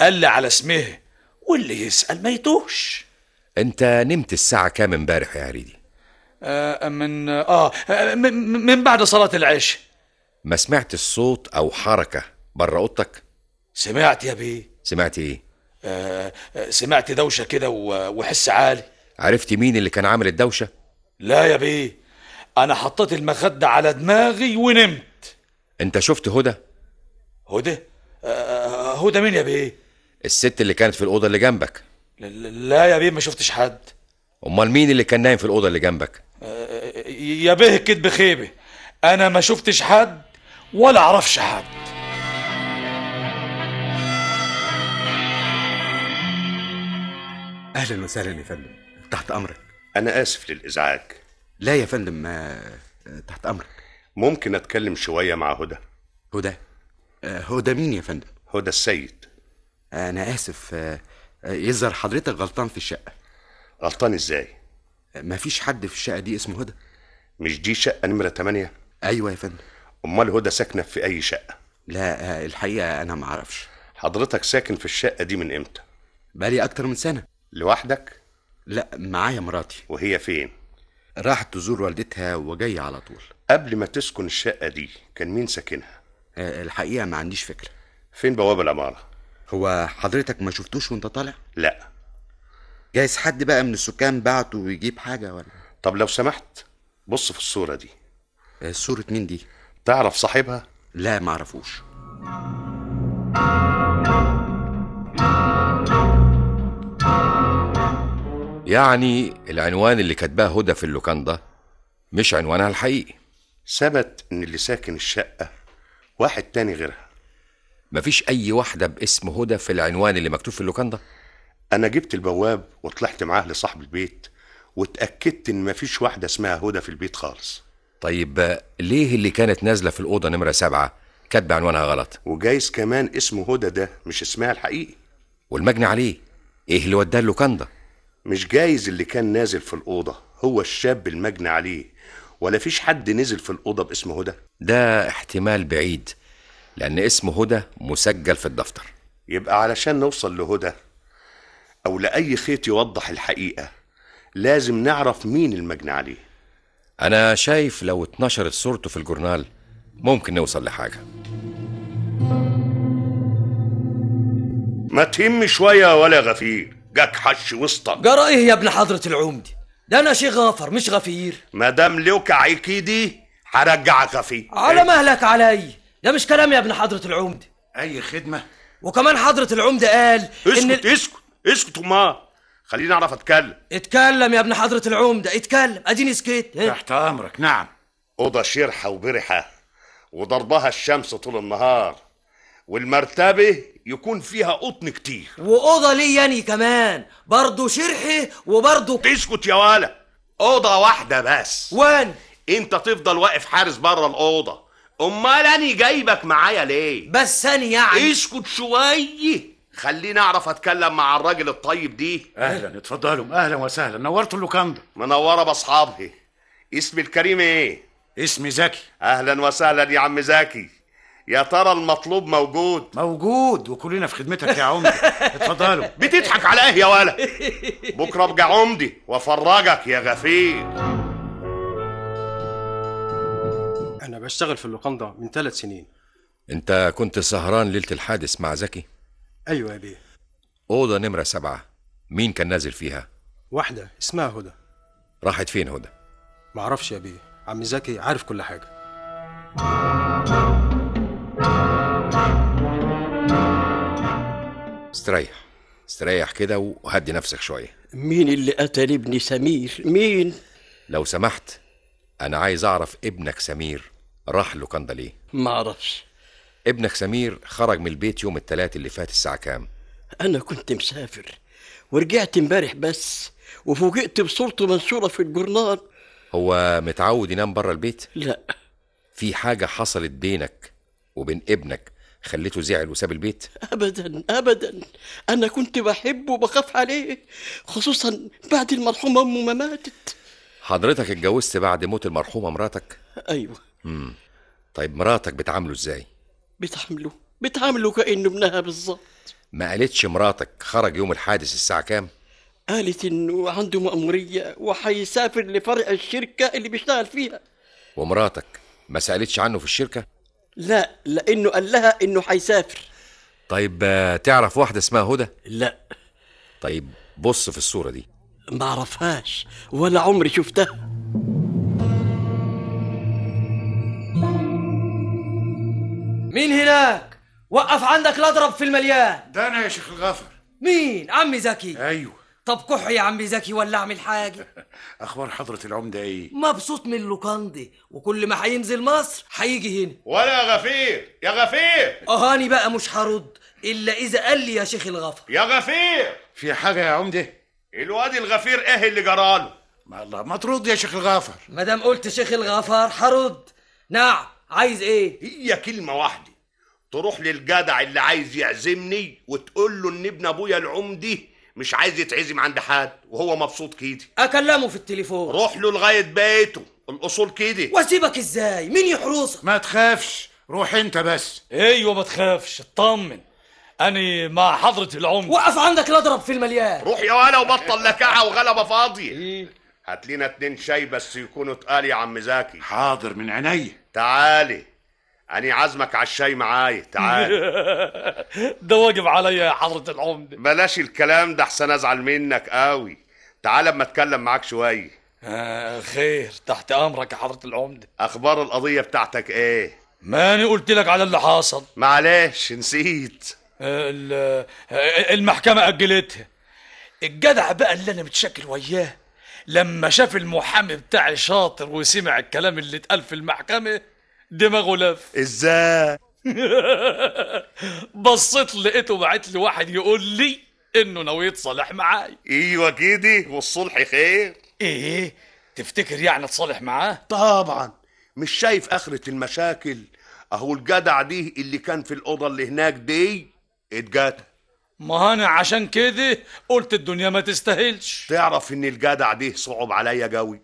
Speaker 20: قال لي على اسمه واللي يسأل ما يتوهش
Speaker 19: أنت نمت الساعة كام امبارح يا هريدي؟
Speaker 20: آه، من آه آه، من- من من بعد صلاة العشاء
Speaker 19: ما سمعت صوت أو حركة بره أوضتك؟
Speaker 20: سمعت يا بيه
Speaker 19: سمعت إيه؟
Speaker 20: آه، آه، سمعت دوشة كده و- وحس عالي
Speaker 19: عرفت مين اللي كان عامل الدوشة؟
Speaker 20: لا يا بيه أنا حطيت المخدة على دماغي ونمت
Speaker 19: أنت شفت هدى؟
Speaker 20: هدى آه، هدى مين يا بيه؟
Speaker 19: الست اللي كانت في الأوضة اللي جنبك
Speaker 20: ل- لا يا بيه ما شفتش حد
Speaker 19: أمال مين اللي كان نايم في الأوضة اللي جنبك؟
Speaker 20: آه، يا بيه الكدب خيبة أنا ما شفتش حد ولا أعرفش حد
Speaker 21: اهلا وسهلا يا فندم تحت امرك انا اسف للازعاج لا يا فندم آه، تحت امرك
Speaker 22: ممكن اتكلم شويه مع هدى
Speaker 21: هدى آه، هدى مين يا فندم
Speaker 22: هدى السيد
Speaker 21: انا اسف آه، آه، يظهر حضرتك غلطان في الشقه
Speaker 22: غلطان ازاي
Speaker 21: مفيش حد في الشقه دي اسمه هدى
Speaker 22: مش دي شقه نمره 8
Speaker 21: ايوه يا فندم
Speaker 22: امال هدى ساكنه في اي شقه
Speaker 21: لا آه، الحقيقه انا ما اعرفش
Speaker 22: حضرتك ساكن في الشقه دي من امتى
Speaker 21: بقالي اكتر من سنه
Speaker 22: لوحدك
Speaker 21: لا معايا مراتي
Speaker 22: وهي فين
Speaker 21: راحت تزور والدتها وجايه على طول
Speaker 22: قبل ما تسكن الشقه دي كان مين ساكنها
Speaker 21: آه، الحقيقه ما عنديش فكره
Speaker 22: فين بوابه العماره
Speaker 21: هو حضرتك ما شفتوش وانت طالع
Speaker 22: لا
Speaker 21: جايز حد بقى من السكان بعته ويجيب حاجه ولا
Speaker 22: طب لو سمحت بص في الصوره دي
Speaker 21: آه، صوره مين دي
Speaker 22: تعرف صاحبها
Speaker 21: لا معرفوش
Speaker 19: يعني العنوان اللي كاتباه هدى في اللوكاندا مش عنوانها الحقيقي
Speaker 22: ثبت ان اللي ساكن الشقه واحد تاني غيرها
Speaker 19: مفيش أي واحدة باسم هدى في العنوان اللي مكتوب في اللوكاندا
Speaker 22: انا جبت البواب وطلعت معاه لصاحب البيت واتاكدت ان مفيش واحده اسمها هدى في البيت خالص
Speaker 19: طيب آه، ليه اللي كانت نازلة في الأوضة نمرة سبعة كاتبة عنوانها غلط
Speaker 22: وجايز كمان اسمه هدى ده مش اسمها الحقيقي
Speaker 19: والمجني عليه إيه اللي وداه اللوكاندا
Speaker 22: مش جايز اللي كان نازل في الأوضة هو الشاب المجني عليه ولا فيش حد نزل في الأوضة باسم هدى
Speaker 19: ده احتمال بعيد لأن اسم هدى مسجل في الدفتر
Speaker 22: يبقى علشان نوصل لهدى أو لأي خيط يوضح الحقيقة لازم نعرف مين المجني عليه
Speaker 19: أنا شايف لو اتنشرت صورته في الجورنال ممكن نوصل لحاجة
Speaker 22: ما تهم شوية ولا غفير جاك حش وسطك
Speaker 23: جرى ايه يا ابن حضرة العمدة ده انا شيخ غافر مش غفير
Speaker 22: مادام لوك عيكي دي هرجعك غفير
Speaker 23: على مهلك علي ده مش كلام يا ابن حضرة العمدة
Speaker 22: اي خدمة
Speaker 23: وكمان حضرة العمدة قال ان
Speaker 22: اسكت اسكت اسكت امال خليني اعرف اتكلم
Speaker 23: اتكلم يا ابن حضرة العمدة اتكلم اديني سكت اه.
Speaker 22: تحت امرك نعم اوضه شرحه وبرحه وضربها الشمس طول النهار والمرتبه يكون فيها قطن كتير
Speaker 23: واوضة ليا انا يعني كمان برضه شرحي وبرضه
Speaker 22: اسكت يا ولا اوضه واحده بس
Speaker 23: وين
Speaker 22: انت تفضل واقف حارس بره الاوضه امال اني جايبك معايا ليه
Speaker 23: بس انا يعني
Speaker 22: اسكت شويه خليني اعرف اتكلم مع الراجل الطيب دي
Speaker 24: اهلا اتفضلوا اهلا وسهلا نورتوا اللوكاندا
Speaker 22: منوره باصحابها اسمي الكريم ايه
Speaker 24: اسمي زكي
Speaker 22: اهلا وسهلا يا عم زكي يا ترى المطلوب موجود
Speaker 24: موجود وكلنا في خدمتك يا عمدة اتفضلوا
Speaker 22: بتضحك على ايه يا ولا بكره ابقى عمدي وافرجك يا غفير
Speaker 13: أنا بشتغل في اللوكاندا من ثلاث سنين
Speaker 19: أنت كنت سهران ليلة الحادث مع زكي
Speaker 13: أيوة يا بيه
Speaker 19: أوضة نمرة سبعة مين كان نازل فيها
Speaker 13: واحدة اسمها هدى
Speaker 19: راحت فين هدى
Speaker 13: معرفش يا بيه عم زكي عارف كل حاجة
Speaker 19: استريح استريح كده وهدي نفسك شوية
Speaker 25: مين اللي قتل ابن سمير مين
Speaker 19: لو سمحت أنا عايز أعرف ابنك سمير راح لوكاندا ليه
Speaker 25: ما اعرفش
Speaker 19: ابنك سمير خرج من البيت يوم التلات اللي فات الساعة كام
Speaker 25: انا كنت مسافر ورجعت امبارح بس وفوجئت بصورته منشوره في الجورنال
Speaker 19: هو متعود ينام بره البيت
Speaker 25: لا
Speaker 19: في حاجة حصلت بينك وبين ابنك خليته زعل وساب البيت
Speaker 25: ابدا ابدا انا كنت بحبه وبخاف عليه خصوصا بعد المرحومه امه ما ماتت
Speaker 19: حضرتك اتجوزت بعد موت المرحومة مراتك
Speaker 25: ايوه
Speaker 19: مم. طيب مراتك بتعامله ازاي
Speaker 25: بتعامله بتعامله كانه ابنها بالظبط
Speaker 19: ما قالتش مراتك خرج يوم الحادث الساعة كام
Speaker 25: قالت انه عنده مأمورية وهيسافر لفرع الشركة اللي بيشتغل فيها
Speaker 19: ومراتك ما سألتش عنه في الشركة
Speaker 25: لا لانه قال لها انه هيسافر
Speaker 19: طيب آه، تعرف واحدة اسمها هدى
Speaker 25: لا
Speaker 19: طيب بص في الصورة دي
Speaker 25: ما اعرفهاش ولا عمري شفتها
Speaker 23: مين هناك وقف عندك لا اضرب في المليان
Speaker 24: ده انا يا شيخ الغفر
Speaker 23: مين عمي زكي
Speaker 22: أيوه.
Speaker 24: ايوه
Speaker 23: طب كح يا عمي زكي ولا اعمل حاجه
Speaker 24: اخبار حضرة العمدة
Speaker 11: إيه؟
Speaker 24: ايه
Speaker 23: مبسوط من اللوكاندي وكل ما هينزل مصر هيجي هنا
Speaker 22: ولا يا غفير يا غفير
Speaker 23: اهاني بقى مش هرد الا اذا قال لي يا شيخ الغفر
Speaker 22: يا غفير
Speaker 24: في حاجة يا عمدة
Speaker 22: الواد الغفير ايه اللي جراله
Speaker 11: ما الله ما ترد يا شيخ الغافر
Speaker 23: ما دام قلت شيخ الغفار هرد نعم عايز ايه
Speaker 22: هي كلمه واحده تروح للجدع اللي عايز يعزمني وتقول له ان ابن ابويا العمدي مش عايز يتعزم عند حد وهو مبسوط كده
Speaker 23: اكلمه في التليفون
Speaker 22: روح له لغايه بيته الاصول كده
Speaker 23: واسيبك ازاي مين يحرسك
Speaker 11: ما تخافش روح انت بس
Speaker 20: ايوه ما تخافش اطمن اني مع حضره العمر
Speaker 23: وقف عندك لا اضرب في المليان
Speaker 22: روح يا ولا وبطل لكعه وغلبه
Speaker 20: إيه.
Speaker 22: فاضيه هات لنا اتنين شاي بس يكونوا تقال يا عم زكي
Speaker 11: حاضر من عينيا
Speaker 22: تعالي أنا عازمك على الشاي معايا تعالي
Speaker 20: ده واجب عليا يا حضرة العمدة
Speaker 22: بلاش الكلام ده أحسن أزعل منك قوي تعال أما أتكلم معاك شوية
Speaker 20: آه خير تحت أمرك يا حضرة العمدة
Speaker 22: أخبار القضية بتاعتك إيه؟
Speaker 20: ماني قلت لك على اللي حصل
Speaker 22: معلش نسيت
Speaker 20: آه، ال- آه، المحكمة أجلتها الجدع بقى اللي أنا متشكل وياه لما شاف المحامي بتاعي شاطر وسمع الكلام اللي اتقال في المحكمة دماغه لف
Speaker 22: ازاي
Speaker 20: بصيت لقيته بعت لي واحد يقول لي انه ناوي يتصالح معاي
Speaker 22: ايوه كده والصلح خير
Speaker 20: ايه تفتكر يعني تصالح معاه
Speaker 22: طبعا مش شايف اخرة المشاكل اهو الجدع دي اللي كان في الأوضة اللي هناك دي اتجدع
Speaker 20: ما انا عشان كده قلت الدنيا ما تستاهلش
Speaker 22: تعرف ان الجدع ده صعب عليا جوي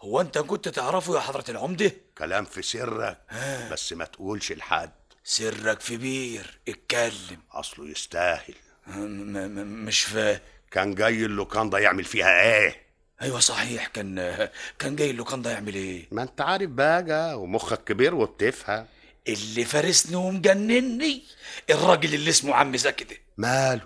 Speaker 20: هو انت كنت تعرفه يا حضرة العمدة آه.
Speaker 22: كلام في سرك بس ما تقولش لحد
Speaker 20: سرك في بير اتكلم
Speaker 22: اصله يستاهل
Speaker 20: مش فاهم
Speaker 22: كان جاي اللوكاندا يعمل فيها ايه
Speaker 20: ايوه صحيح كان كان جاي اللوكاندا يعمل ايه
Speaker 22: ما انت عارف بقى ومخك كبير وبتفهم
Speaker 20: اللي فارسني ومجنني الراجل اللي اسمه عم زكي ده
Speaker 22: ماله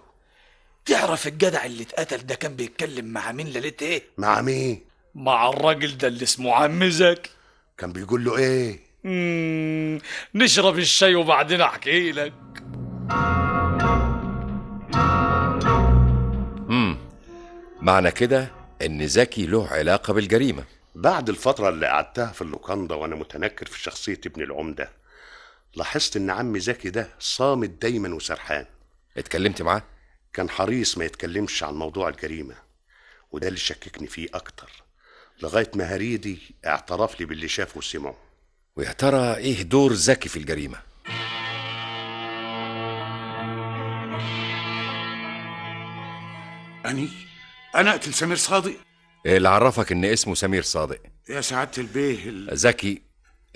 Speaker 20: تعرف الجدع اللي اتقتل ده كان بيتكلم مع مين ليله ايه
Speaker 22: مع مين
Speaker 20: مع الراجل ده اللي اسمه عم زكي
Speaker 22: كان بيقول له ايه
Speaker 20: مم، نشرب الشاي وبعدين احكي لك
Speaker 19: امم معنى كده ان زكي له علاقه بالجريمه
Speaker 22: بعد الفترة اللي قعدتها في اللوكاندا وأنا متنكر في شخصية ابن العمدة لاحظت إن عم زكي ده صامت دايما وسرحان
Speaker 19: اتكلمت معاه؟
Speaker 22: كان حريص ما يتكلمش عن موضوع الجريمة وده اللي شككني فيه أكتر لغاية ما هريدي اعترف لي باللي شافه وسمعه
Speaker 19: ويا ترى ايه دور زكي في الجريمه
Speaker 11: أني أنا أقتل سمير صادق
Speaker 19: إيه اللي عرفك ان اسمه سمير صادق
Speaker 11: يا سعادة البيه ال...
Speaker 19: زكي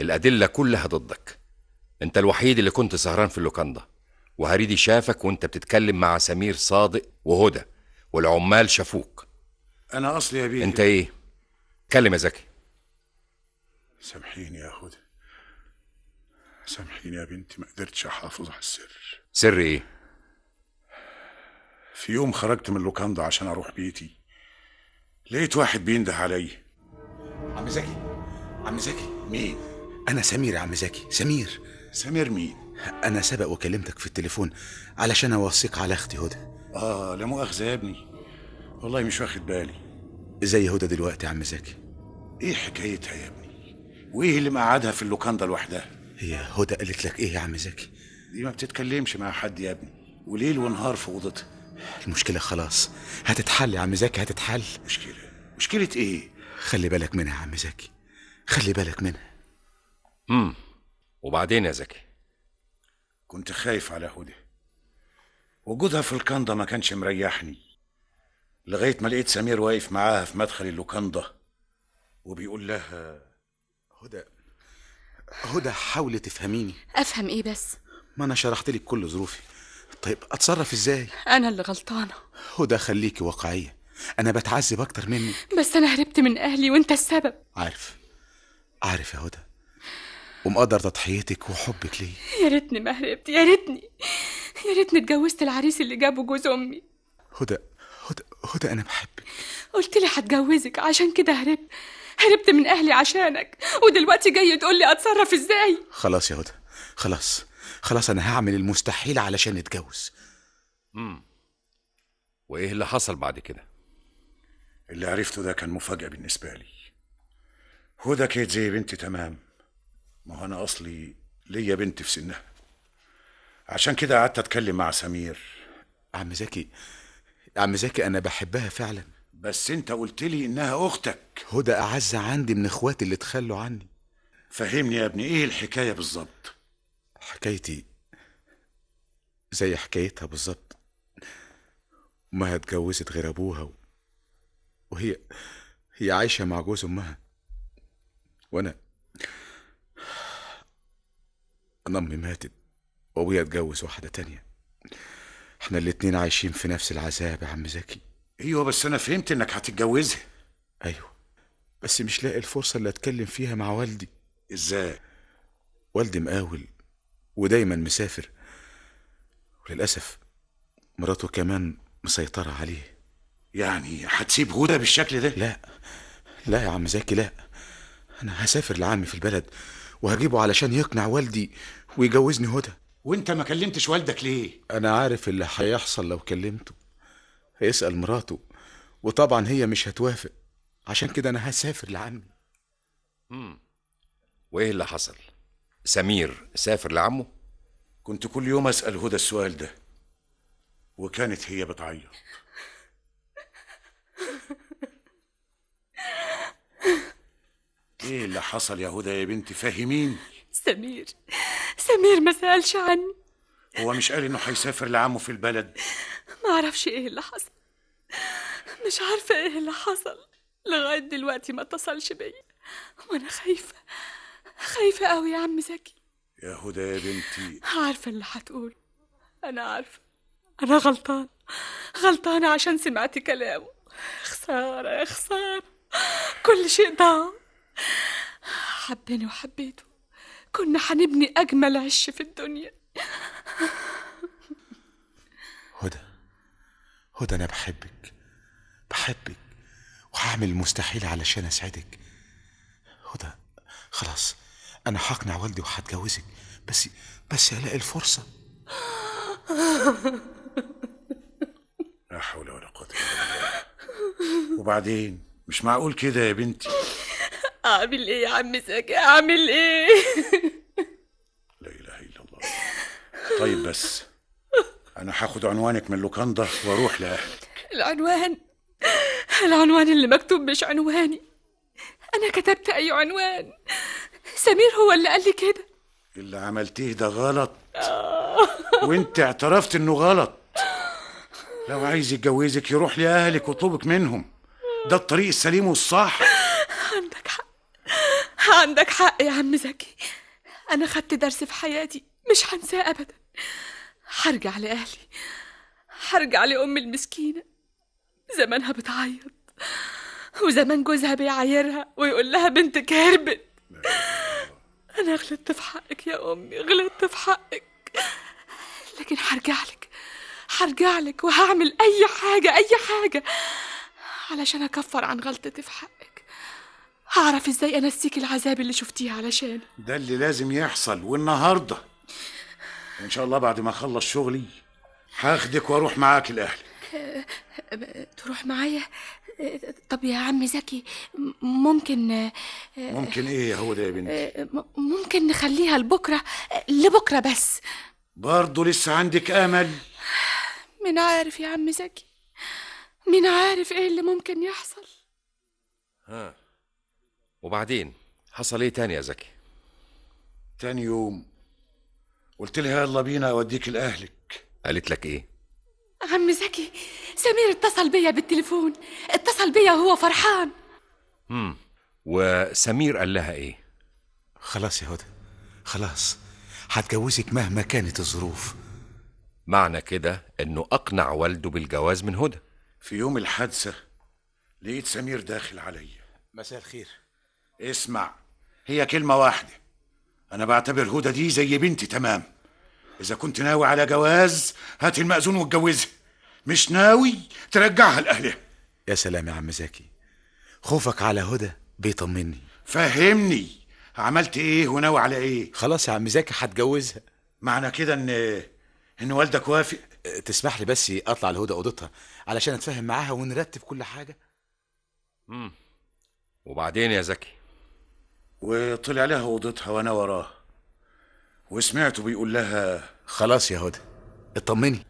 Speaker 19: الادله كلها ضدك انت الوحيد اللي كنت سهران في اللوكاندا وهريدي شافك وانت بتتكلم مع سمير صادق وهدى والعمال شافوك
Speaker 11: أنا أصلي يا بيه
Speaker 19: انت ايه كلم يا زكي
Speaker 11: سامحيني يا هدى سامحيني يا بنتي ما قدرتش أحافظ على السر
Speaker 19: سر ايه
Speaker 11: في يوم خرجت من اللوكاندا عشان أروح بيتي لقيت واحد بينده عليا
Speaker 26: عم زكي عم زكي
Speaker 11: مين؟
Speaker 27: أنا سمير يا عم زكي سمير
Speaker 11: سمير مين؟
Speaker 27: أنا سبق وكلمتك في التليفون علشان أوصيك على أختي هدى
Speaker 11: آه لا مؤاخذة يا ابني والله مش واخد بالي
Speaker 27: زي هدى دلوقتي يا عم زكي
Speaker 11: إيه حكايتها يا ابني؟ وإيه اللي مقعدها في اللوكاندا لوحدها؟
Speaker 27: هي هدى قالت لك إيه يا عم زكي
Speaker 11: دي ما بتتكلمش مع حد يا ابني وليل ونهار في أوضتها
Speaker 27: المشكلة خلاص هتتحل يا عم زكي هتتحل
Speaker 11: مشكلة مشكلة إيه؟
Speaker 27: خلي بالك منها يا عم زكي خلي بالك منها
Speaker 19: امم وبعدين يا زكي
Speaker 11: كنت خايف على هدى وجودها في الكندا ما كانش مريحني لغاية ما لقيت سمير واقف معاها في مدخل اللوكاندا وبيقول لها
Speaker 27: هدى هدى حاولي تفهميني
Speaker 28: افهم ايه بس
Speaker 27: ما أنا شرحت لك كل ظروفي طيب أتصرف إزاي
Speaker 28: انا اللي غلطانه
Speaker 27: هدى خليكي واقعية أنا بتعذب أكتر منك
Speaker 28: بس انا هربت من اهلي وانت السبب
Speaker 27: عارف عارف يا هدى ومقدر تضحيتك وحبك ليا
Speaker 28: يا ريتني ما هربت يا ريتني يا ريتني اتجوزت العريس اللي جابه جوز امي
Speaker 27: هدى هدى هدى أنا بحبك
Speaker 28: قلت لي هتجوزك عشان كده هربت هربت من اهلي عشانك ودلوقتي جاي تقول لي اتصرف ازاي
Speaker 27: خلاص يا هدى خلاص خلاص أنا هعمل المستحيل علشان نتجوز
Speaker 19: امم وايه اللي حصل بعد كده
Speaker 11: اللي عرفته ده كان مفاجأة بالنسبة لي هدى كانت زي بنتي تمام ما هو أنا أصلي ليا بنت في سنها عشان كده قعدت أتكلم مع سمير
Speaker 27: عم زكي يا عم زكي أنا بحبها فعلا
Speaker 11: بس انت قلت لي انها اختك
Speaker 27: هدى أعز عندي من إخواتي اللي تخلوا عني
Speaker 11: فهمني يا ابني ايه الحكايه بالظبط
Speaker 27: حكايتي زي حكايتها بالظبط أمها اتجوزت غير أبوها و... وهي هي عايشة مع جوز أمها وأنا أنا أمي ماتت وأبويا اتجوز واحدة تانية احنا الاتنين عايشين في نفس العذاب يا عم زكي
Speaker 11: ايوه بس انا فهمت انك هتتجوزها
Speaker 27: أيوه بس مش لاقي الفرصة اللي أتكلم فيها مع والدي
Speaker 11: ازاي
Speaker 27: والدي مقاول ودايما مسافر وللأسف مراته كمان مسيطرة عليه
Speaker 11: يعني هتسيب هدى بالشكل ده
Speaker 27: لا لا يا عم زكي لا أنا هسافر لعمي في البلد وهجيبه علشان يقنع والدي ويجوزني هدى
Speaker 11: وانت ما كلمتش والدك ليه
Speaker 27: أنا عارف اللي هيحصل لو كلمته هيسأل مراته وطبعا هي مش هتوافق عشان كده أنا هسافر لعمي
Speaker 19: مم. وايه اللي حصل سمير سافر لعمه
Speaker 11: كنت كل يوم اسال هدى السؤال ده وكانت هي بتعيط ايه اللي حصل يا هدى يا بنتي فاهمين
Speaker 28: سمير سمير ما سألش عني
Speaker 11: هو مش قال انه هيسافر لعمه في البلد
Speaker 28: ما أعرفش إيه اللي حصل مش عارفة إيه اللي حصل لغاية دلوقتي ما اتصلش بيا وأنا خايفة خايفة أوي يا عم زكي
Speaker 11: يا هدى يا بنتي
Speaker 28: عارفة اللي هتقوله أنا عارفة أنا غلطانة غلطانة عشان سمعت كلامه خسارة يا خسارة كل شيء ضاع حبني وحبيته كنا هنبني أجمل عش في الدنيا
Speaker 27: هدى هدى أنا بحبك بحبك وهعمل المستحيل علشان أسعدك هدى خلاص أنا هقنع والدي وهتجوزك بس بس ألاقي الفرصة
Speaker 11: لا حول ولا قوه الا بالله وبعدين مش معقول كده يا بنتي
Speaker 28: أعمل إيه يا عم زكي أعمل إيه
Speaker 11: طيب بس انا هاخد عنوانك من لوكاندا واروح لاهلك
Speaker 28: العنوان العنوان اللي مكتوب مش عنواني أنا كتبت أي عنوان سمير هو اللي قال لي كده
Speaker 11: اللي عملتيه ده غلط وانت اعترفت انه غلط لو عايز يتجوزك يروح لاهلك واطلبك منهم ده الطريق السليم والصح
Speaker 28: عندك حق عندك حق يا عم زكي أنا خدت درس في حياتي مش هنساه أبدا هرجع لأهلي هرجع لأم المسكينة زمانها بتعيط وزمان جوزها بيعايرها ويقول لها بنتك هربت أنا غلطت في حقك يا أمي غلطت في حقك لكن هرجعلك هرجعلك وهعمل أي حاجة أي حاجة علشان أكفر عن غلطتي في حقك هعرف إزاي أنسيك العذاب اللي شفتيه علشان
Speaker 11: ده اللي لازم يحصل والنهارده ان شاء الله بعد ما اخلص شغلي هاخدك واروح معاك لاهلك
Speaker 28: آه، آه، تروح معايا آه، طب يا عم زكي م- ممكن آه، آه،
Speaker 11: ممكن ايه يا هدى يا بنتي
Speaker 28: آه، م- ممكن نخليها لبكرة آه، لبكرة بس
Speaker 11: برضه لسه عندك امل
Speaker 28: مين عارف يا عم زكي مين عارف ايه اللي ممكن يحصل
Speaker 19: ها وبعدين حصل ايه تاني يا زكي
Speaker 11: تاني يوم قلت لها يلا بينا اوديك لاهلك
Speaker 19: قالت لك ايه
Speaker 28: عم زكي سمير اتصل بيا بالتليفون اتصل بيا وهو فرحان
Speaker 19: امم وسمير قال لها ايه
Speaker 27: خلاص يا هدى خلاص هتجوزك مهما كانت الظروف
Speaker 19: معنى كده انه اقنع والده بالجواز من هدى
Speaker 11: في يوم الحادثه لقيت سمير داخل عليا
Speaker 27: مساء الخير
Speaker 11: اسمع هي كلمه واحده انا بعتبر هدى دي زي بنتي تمام اذا كنت ناوي على جواز هات المأذون واتجوزها مش ناوي ترجعها لاهلها
Speaker 27: يا سلام يا عم زكي خوفك على هدى بيطمني
Speaker 11: فهمني عملت ايه وناوي على ايه
Speaker 27: خلاص يا عم زكي هتجوزها
Speaker 11: معنى كده ان ان والدك وافق
Speaker 27: أه، تسمح لي بس اطلع لهدى اوضتها علشان اتفاهم معاها ونرتب كل حاجه
Speaker 19: امم وبعدين يا زكي
Speaker 11: وطلع لها اوضتها وانا وراه وسمعته بيقول لها
Speaker 27: خلاص يا هدى اطمني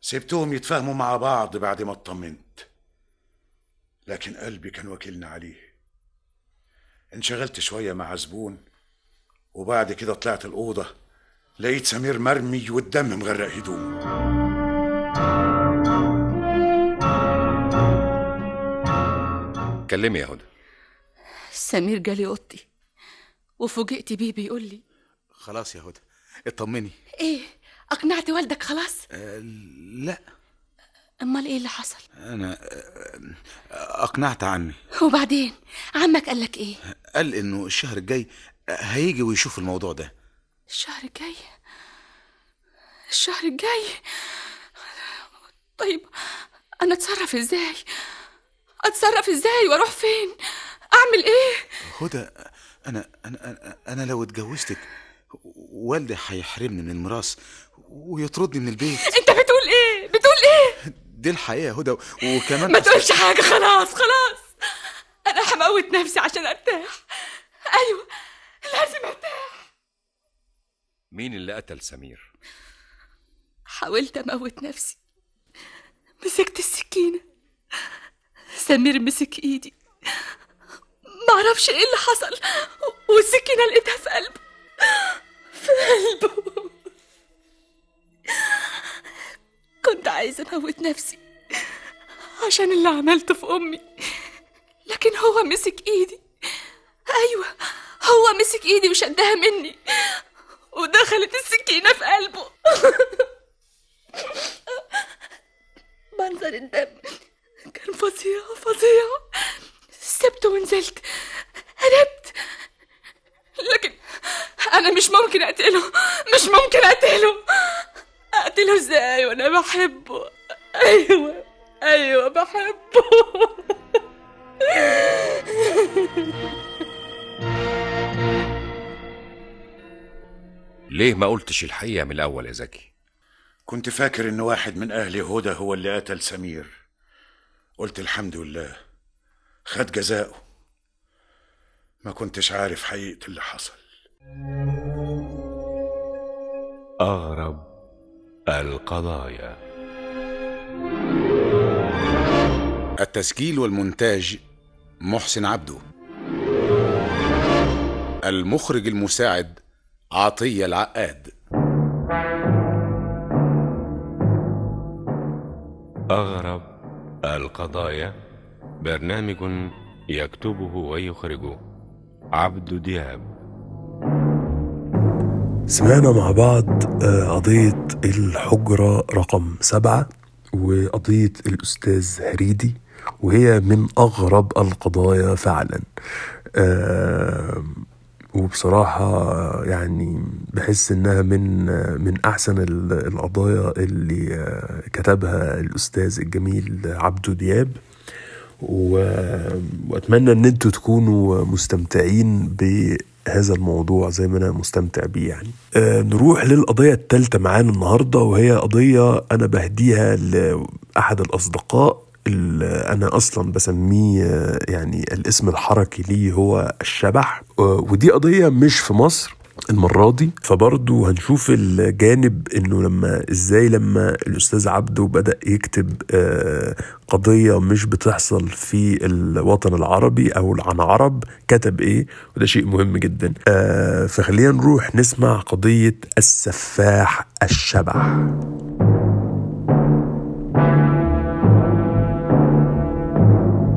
Speaker 11: سبتهم يتفاهموا مع بعض بعد ما اطمنت لكن قلبي كان واكلني عليه انشغلت شوية مع زبون وبعد كده طلعت الأوضة لقيت سمير مرمي والدم مغرق هدومه
Speaker 19: اتكلمي يا هدى
Speaker 28: سمير جالي اوضتي وفوجئت بيه بيقول لي
Speaker 27: خلاص يا هدى اطمني
Speaker 28: ايه اقنعت والدك خلاص
Speaker 27: أه لا
Speaker 28: امال ايه اللي حصل
Speaker 27: انا آه، آه، اقنعت عمي
Speaker 28: وبعدين عمك قال لك ايه
Speaker 27: قال انه الشهر الجاي آه، هيجي ويشوف الموضوع ده
Speaker 28: الشهر الجاي الشهر الجاي طيب انا اتصرف ازاي اتصرف ازاي واروح فين اعمل ايه
Speaker 27: هدى انا انا انا, أنا لو اتجوزتك والدي هيحرمني من الميراث ويطردني من البيت
Speaker 28: انت بتقول ايه بتقول ايه
Speaker 27: دي الحقيقه يا هدى وكمان
Speaker 28: ما تقولش حاجه خلاص خلاص انا هموت نفسي عشان ارتاح ايوه لازم ارتاح
Speaker 19: مين اللي قتل سمير
Speaker 28: حاولت اموت نفسي مسكت السكينه سمير مسك ايدي معرفش ايه اللي حصل والسكينه لقيتها في قلبه في قلبه كنت عايزه اموت نفسي عشان اللي عملته في امي لكن هو مسك ايدي ايوه هو مسك ايدي وشدها مني ودخلت السكينه في قلبه منظر الدم كان فظيع فظيع سبت ونزلت هربت لكن انا مش ممكن اقتله مش ممكن اقتله اقتله ازاي وانا بحبه ايوه ايوه بحبه
Speaker 19: ليه ما قلتش الحقيقه من الاول يا زكي
Speaker 11: كنت فاكر إن واحد من أهل هدى هو اللي قتل سمير قلت الحمد لله خد جزاؤه ما كنتش عارف حقيقة اللي حصل
Speaker 2: أغرب القضايا
Speaker 27: التسجيل والمونتاج محسن عبده المخرج المساعد عطية العقاد
Speaker 2: أغرب القضايا برنامج يكتبه ويخرجه عبد دياب
Speaker 1: سمعنا مع بعض آه، قضية الحجرة رقم سبعة وقضية الأستاذ هريدي وهي من أغرب القضايا فعلا آه، وبصراحة يعني بحس إنها من آه، من أحسن ال- القضايا اللي آه، كتبها الأستاذ الجميل عبده دياب و- واتمنى ان انتوا تكونوا مستمتعين بهذا الموضوع زي ما انا مستمتع بيه يعني آه نروح للقضيه الثالثه معانا النهارده وهي قضيه انا بهديها لاحد الاصدقاء ال- انا اصلا بسميه آه، يعني الاسم الحركي ليه هو الشبح آه ودي قضيه مش في مصر المرة دي فبرضه هنشوف الجانب انه لما ازاي لما الاستاذ عبده بدأ يكتب آه، قضية مش بتحصل في الوطن العربي او العنعرب كتب ايه وده شيء مهم جدا آه، فخلينا نروح نسمع قضية السفاح الشبح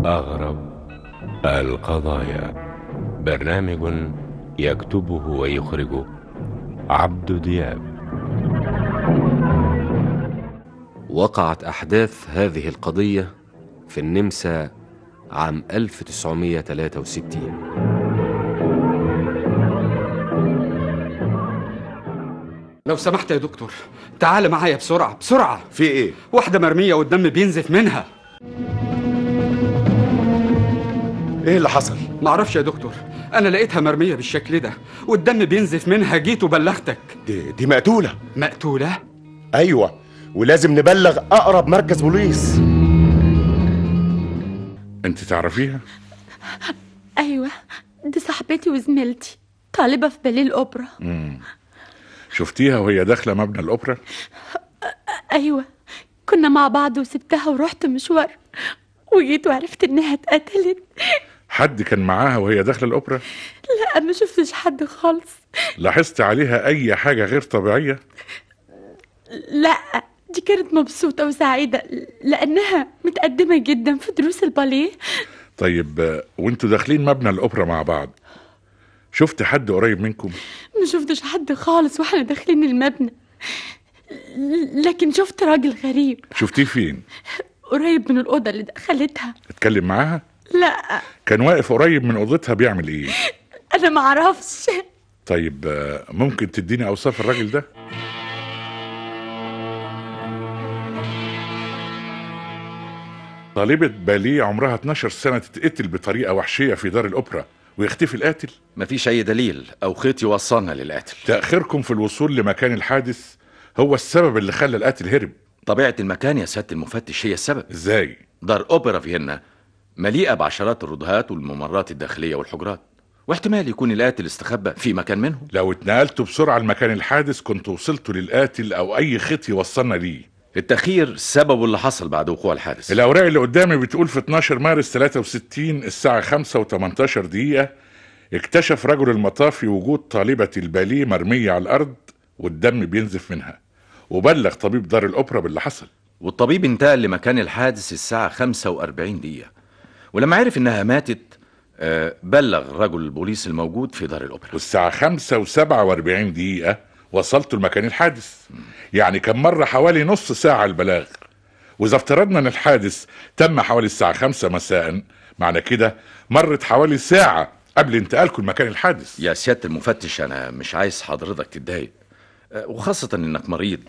Speaker 2: أغرب القضايا برنامج يكتبه ويخرجه عبد دياب
Speaker 29: وقعت أحداث هذه القضية في النمسا عام 1963
Speaker 18: لو سمحت يا دكتور تعال معايا بسرعة بسرعة في ايه؟ واحدة مرمية والدم بينزف منها ايه اللي حصل؟ معرفش يا دكتور انا لقيتها مرمية بالشكل ده والدم بينزف منها جيت وبلغتك
Speaker 22: دي, دي مقتولة
Speaker 18: مقتولة؟
Speaker 22: أيوة ولازم نبلغ أقرب مركز بوليس
Speaker 11: أنت تعرفيها؟
Speaker 9: أيوة دي صاحبتي وزميلتي طالبة في باليه الأوبرا
Speaker 6: شفتيها وهي داخلة مبنى الأوبرا؟
Speaker 9: أيوة
Speaker 10: كنا مع بعض وسبتها ورحت مشوار وجيت وعرفت انها اتقتلت
Speaker 6: حد كان معاها وهي داخله الاوبرا
Speaker 10: لا ما شفتش حد خالص
Speaker 6: لاحظت عليها اي حاجه غير طبيعيه
Speaker 10: لا دي كانت مبسوطة وسعيدة لأنها متقدمة جدا في دروس الباليه
Speaker 6: طيب آه، وانتوا داخلين مبنى الاوبرا مع بعض شفت حد قريب منكم
Speaker 10: ما شفتش حد خالص واحنا داخلين المبنى لكن شفت راجل غريب
Speaker 6: شفتيه فين
Speaker 10: قريب من الأوضة اللي دخلتها
Speaker 6: اتكلم معاها
Speaker 10: لا
Speaker 6: كان واقف قريب من اوضتها بيعمل ايه
Speaker 10: أنا معرفش
Speaker 6: طيب آه، ممكن تديني اوصاف الراجل ده طالبة باليه عمرها 12 سنة تتقتل بطريقة وحشية في دار الأوبرا ويختفي القاتل
Speaker 5: مفيش أي دليل أو خيط يوصلنا للقاتل
Speaker 6: تأخيركم في الوصول لمكان الحادث هو السبب اللي خلى القاتل هرب
Speaker 5: طبيعة المكان يا سيادة المفتش هي السبب
Speaker 6: ازاي؟
Speaker 5: دار أوبرا فيينا مليئة بعشرات الردهات والممرات الداخلية والحجرات واحتمال يكون القاتل استخبى في مكان منهم
Speaker 6: لو اتنقلتوا بسرعة لمكان الحادث كنت وصلتوا للقاتل أو أي خيط يوصلنا ليه
Speaker 5: التأخير سببه اللي حصل بعد وقوع الحادث
Speaker 6: الأوراق اللي قدامي بتقول في 12 مارس 63 الساعة 5 و18 دقيقة اكتشف رجل المطافي وجود طالبة الباليه مرمية على الأرض والدم بينزف منها وبلغ طبيب دار الأوبرا باللي حصل
Speaker 5: والطبيب انتقل لمكان الحادث الساعة 45 دقيقة ولما عرف إنها ماتت آه، بلغ رجل البوليس الموجود في دار الأوبرا
Speaker 6: والساعة 5 و47 دقيقة وصلت لمكان الحادث يعني كان مر حوالي نص ساعة البلاغ وإذا افترضنا أن الحادث تم حوالي الساعة خمسة مساء معنى كده مرت حوالي ساعة قبل انتقالكم لمكان الحادث
Speaker 5: يا سيادة المفتش أنا مش عايز حضرتك تتضايق آه، وخاصة إنك مريض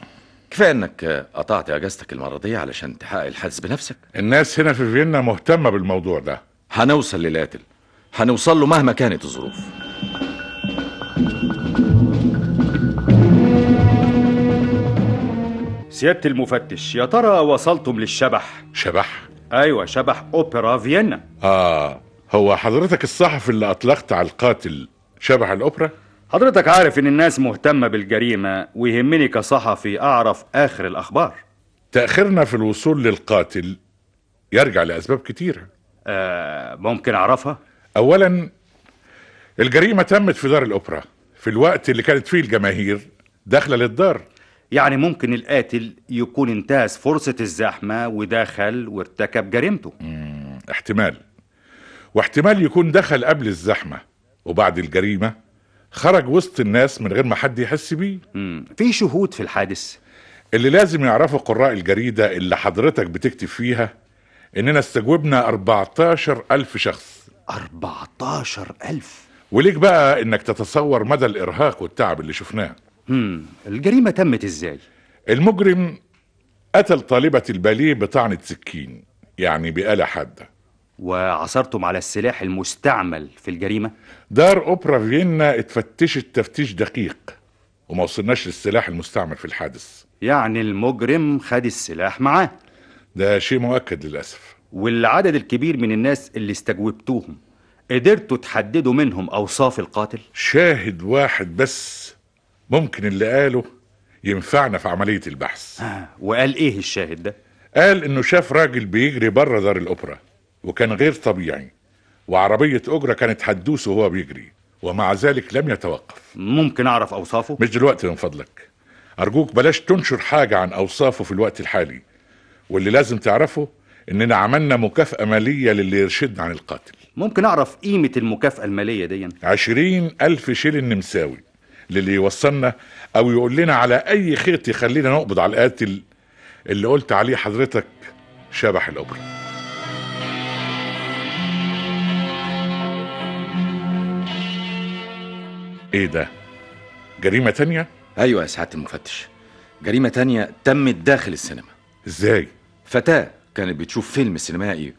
Speaker 5: كفاية إنك آه، قطعت أجازتك المرضية علشان تحقق الحادث بنفسك
Speaker 6: الناس هنا في فيينا مهتمة بالموضوع ده
Speaker 5: هنوصل للقاتل هنوصل له مهما كانت الظروف
Speaker 15: سيادة المفتش يا ترى وصلتم للشبح
Speaker 6: شبح
Speaker 15: أيوة شبح أوبرا فيينا
Speaker 6: آه هو حضرتك الصحفي اللي أطلقت على القاتل شبح الأوبرا
Speaker 15: حضرتك عارف إن الناس مهتمة بالجريمة ويهمني كصحفي أعرف آخر الأخبار
Speaker 6: تأخيرنا في الوصول للقاتل يرجع لأسباب كتيرة
Speaker 15: آه ممكن أعرفها
Speaker 6: أولا الجريمة تمت في دار الأوبرا في الوقت اللي كانت فيه الجماهير داخلة للدار
Speaker 15: يعني ممكن القاتل يكون انتهز فرصة الزحمة ودخل وارتكب جريمته
Speaker 6: احتمال واحتمال يكون دخل قبل الزحمة وبعد الجريمة خرج وسط الناس من غير ما حد يحس بيه
Speaker 15: في شهود في الحادث
Speaker 6: اللي لازم يعرفه قراء الجريدة اللي حضرتك بتكتب فيها إننا استجوبنا 14 ألف شخص
Speaker 15: 14 ألف
Speaker 6: وليك بقى إنك تتصور مدى الإرهاق والتعب اللي شفناه
Speaker 15: الجريمة تمت إزاي؟
Speaker 6: المجرم قتل طالبة الباليه بطعنة سكين يعني بآلة حادة
Speaker 15: وعثرتم على السلاح المستعمل في الجريمة
Speaker 6: دار أوبرا فيينا اتفتشت تفتيش دقيق وما وصلناش للسلاح المستعمل في الحادث
Speaker 15: يعني المجرم خد السلاح معاه
Speaker 6: ده شيء مؤكد للأسف
Speaker 15: والعدد الكبير من الناس اللي استجوبتوهم قدرتوا تحددوا منهم أوصاف القاتل
Speaker 6: شاهد واحد بس ممكن اللي قاله ينفعنا في عملية البحث
Speaker 15: وقال إيه الشاهد ده؟
Speaker 6: قال إنه شاف راجل بيجري بره دار الأوبرا وكان غير طبيعي وعربية أجرة كانت هتدوسه وهو بيجري ومع ذلك لم يتوقف
Speaker 15: ممكن أعرف أوصافه؟
Speaker 6: مش دلوقتي من فضلك أرجوك بلاش تنشر حاجة عن أوصافه في الوقت الحالي واللي لازم تعرفه إننا عملنا مكافأة مالية للي يرشدنا عن القاتل
Speaker 15: ممكن أعرف قيمة المكافأة المالية دي
Speaker 6: عشرين ألف شيل نمساوي للي يوصلنا أو يقول لنا على أي خيط يخلينا نقبض على القاتل اللي قلت عليه حضرتك شبح الأوبرا إيه ده؟ جريمة تانية؟
Speaker 5: أيوة يا سعادة المفتش جريمة تانية تمت داخل السينما
Speaker 6: إزاي؟
Speaker 5: فتاة كانت بتشوف فيلم سينمائي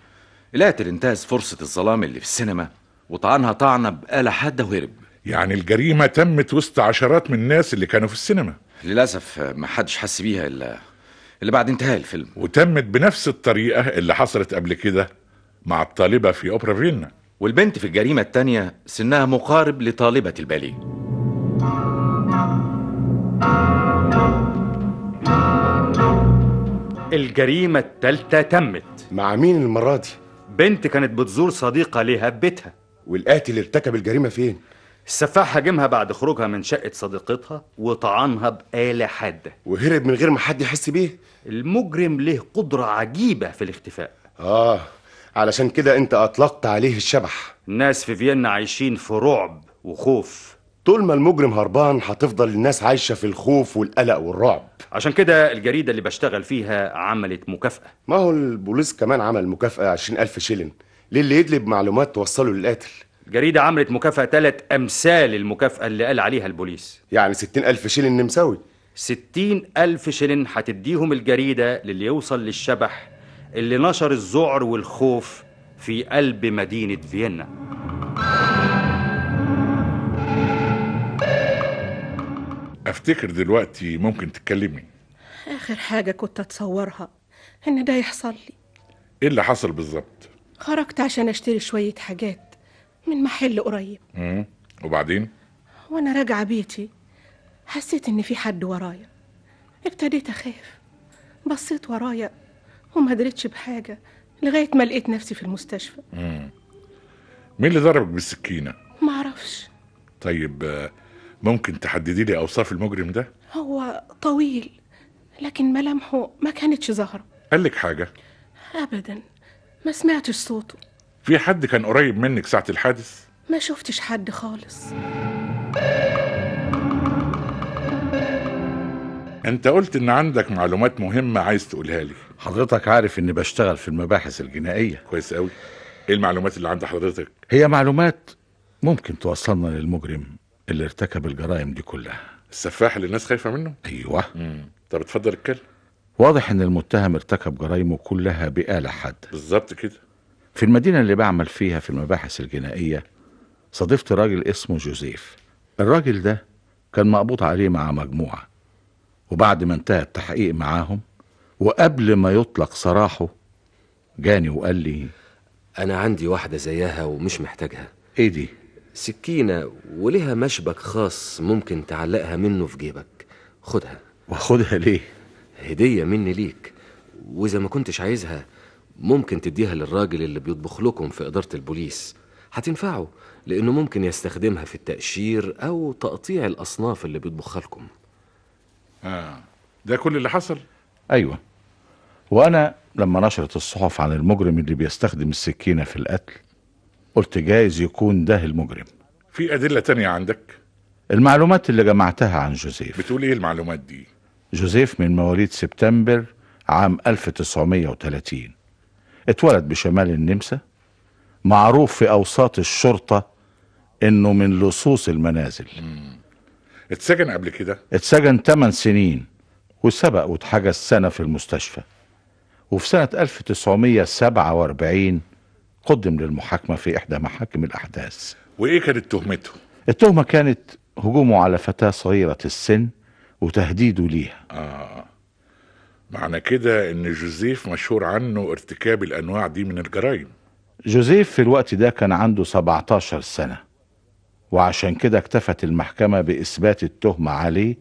Speaker 5: القاتل انتهز فرصة الظلام اللي في السينما وطعنها طعنة بآلة حادة وهرب
Speaker 6: يعني الجريمة تمت وسط عشرات من الناس اللي كانوا في السينما
Speaker 5: للأسف ما حدش حس بيها إلا اللي بعد انتهاء الفيلم
Speaker 6: وتمت بنفس الطريقة اللي حصلت قبل كده مع الطالبة في أوبرا فيينا
Speaker 5: والبنت في الجريمة التانية سنها مقارب لطالبة الباليه
Speaker 15: الجريمة التالتة تمت
Speaker 4: مع مين المرة دي؟
Speaker 15: بنت كانت بتزور صديقة ليها ببيتها
Speaker 4: والقاتل ارتكب الجريمة فين؟
Speaker 15: السفاح هاجمها بعد خروجها من شقة صديقتها وطعنها بآلة حادة
Speaker 4: وهرب من غير ما حد يحس بيه؟
Speaker 15: المجرم له قدرة عجيبة في الاختفاء
Speaker 4: آه علشان كده أنت أطلقت عليه الشبح
Speaker 15: الناس في فيينا عايشين في رعب وخوف
Speaker 4: طول ما المجرم هربان هتفضل الناس عايشة في الخوف والقلق والرعب
Speaker 15: عشان كده الجريدة اللي بشتغل فيها عملت مكافأة
Speaker 4: ما هو البوليس كمان عمل مكافأة 20000 شيلن للي يدلب معلومات توصله للقاتل
Speaker 15: الجريدة عملت مكافأة تلات أمثال المكافأة اللي قال عليها البوليس
Speaker 4: يعني 60000 شيلن نمساوي
Speaker 15: ستين ألف شيلين هتديهم الجريدة للي يوصل للشبح اللي نشر الذعر والخوف في قلب مدينة فيينا
Speaker 6: افتكر دلوقتي ممكن تتكلمي
Speaker 12: آخر حاجة كنت أتصورها إن ده يحصل لي
Speaker 6: ايه اللي حصل بالظبط
Speaker 12: خرجت عشان أشتري شوية حاجات من محل قريب
Speaker 6: مم. وبعدين
Speaker 12: وأنا راجعة بيتي حسيت إن في حد ورايا ابتديت أخاف بصيت ورايا وما دريتش بحاجة لغاية ما لقيت نفسي في المستشفى
Speaker 6: مم. مين اللي ضربك بالسكينه
Speaker 12: معرفش
Speaker 6: طيب آه، ممكن تحددي لي اوصاف المجرم ده
Speaker 12: هو طويل لكن ملامحه ما كانتش ظاهرة
Speaker 6: قال لك حاجه
Speaker 12: أبدا ما سمعتش صوته
Speaker 6: في حد كان قريب منك ساعه الحادث
Speaker 12: ما شفتش حد خالص
Speaker 6: انت قلت ان عندك معلومات مهمه عايز تقولها لي
Speaker 30: حضرتك عارف اني بشتغل في المباحث الجنائيه
Speaker 6: كويس قوي ايه المعلومات اللي عند حضرتك
Speaker 30: هي معلومات ممكن توصلنا للمجرم اللي ارتكب الجرائم دي كلها
Speaker 6: السفاح اللي الناس خايفه منه
Speaker 30: ايوه
Speaker 6: طب اتفضل اتكلم
Speaker 30: واضح ان المتهم ارتكب جرائمه كلها بآلة حادة
Speaker 6: بالظبط كده
Speaker 30: في المدينة اللي بعمل فيها في المباحث الجنائية صادفت راجل اسمه جوزيف الراجل ده كان مقبوض عليه مع مجموعة وبعد ما انتهى التحقيق معاهم وقبل ما يطلق سراحه جاني وقال لي
Speaker 29: أنا عندي واحدة زيها ومش محتاجها
Speaker 30: ايه دي
Speaker 29: سكينة ولها مشبك خاص ممكن تعلقها منه في جيبك خدها
Speaker 30: واخدها ليه
Speaker 29: هدية مني ليك وإذا ما كنتش عايزها ممكن تديها للراجل اللي بيطبخ لكم في إدارة البوليس هتنفعه لأنه ممكن يستخدمها في التقشير أو تقطيع الأصناف اللي بيطبخها لكم
Speaker 6: اه ده كل اللي حصل
Speaker 30: ايوه وانا لما نشرت الصحف عن المجرم اللي بيستخدم السكينه في القتل قلت جايز يكون ده المجرم
Speaker 6: في ادله تانية عندك
Speaker 30: المعلومات اللي جمعتها عن جوزيف
Speaker 6: بتقول ايه المعلومات دي
Speaker 30: جوزيف من مواليد سبتمبر عام 1930 اتولد بشمال النمسا معروف في اوساط الشرطه انه من لصوص المنازل
Speaker 6: اتسجن قبل كده
Speaker 30: اتسجن 8 سنين وسبق واتحجز سنة في المستشفى وفي سنة 1947 قدم للمحاكمة في إحدى محاكم الأحداث
Speaker 6: وايه كانت تهمته
Speaker 30: التهمة كانت هجومه على فتاة صغيرة السن وتهديده ليها
Speaker 6: اه معنى كده ان جوزيف مشهور عنه ارتكاب الانواع دي من الجرائم
Speaker 30: جوزيف في الوقت ده كان عنده 17 سنة وعشان كده اكتفت المحكمة بإثبات التهمة عليه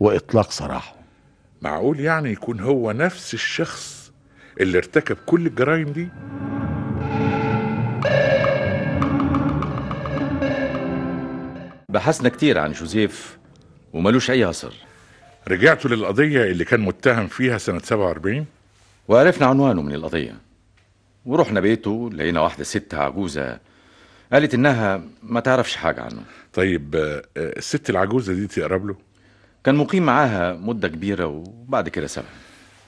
Speaker 30: وإطلاق سراحه
Speaker 6: معقول يعني يكون هو نفس الشخص اللي ارتكب كل الجرائم دي
Speaker 5: بحثنا كتير عن جوزيف وملوش أي أثر
Speaker 6: رجعتوا للقضيه اللي كان متهم فيها سنه 47
Speaker 5: وعرفنا عنوانه من القضية ورحنا بيته لقينا واحدة ست عجوزة قالت إنها ما تعرفش حاجة عنه
Speaker 6: طيب آه، آه، الست العجوزه دي تقرب له
Speaker 5: كان مقيم معاها مدة كبيرة وبعد كده سابها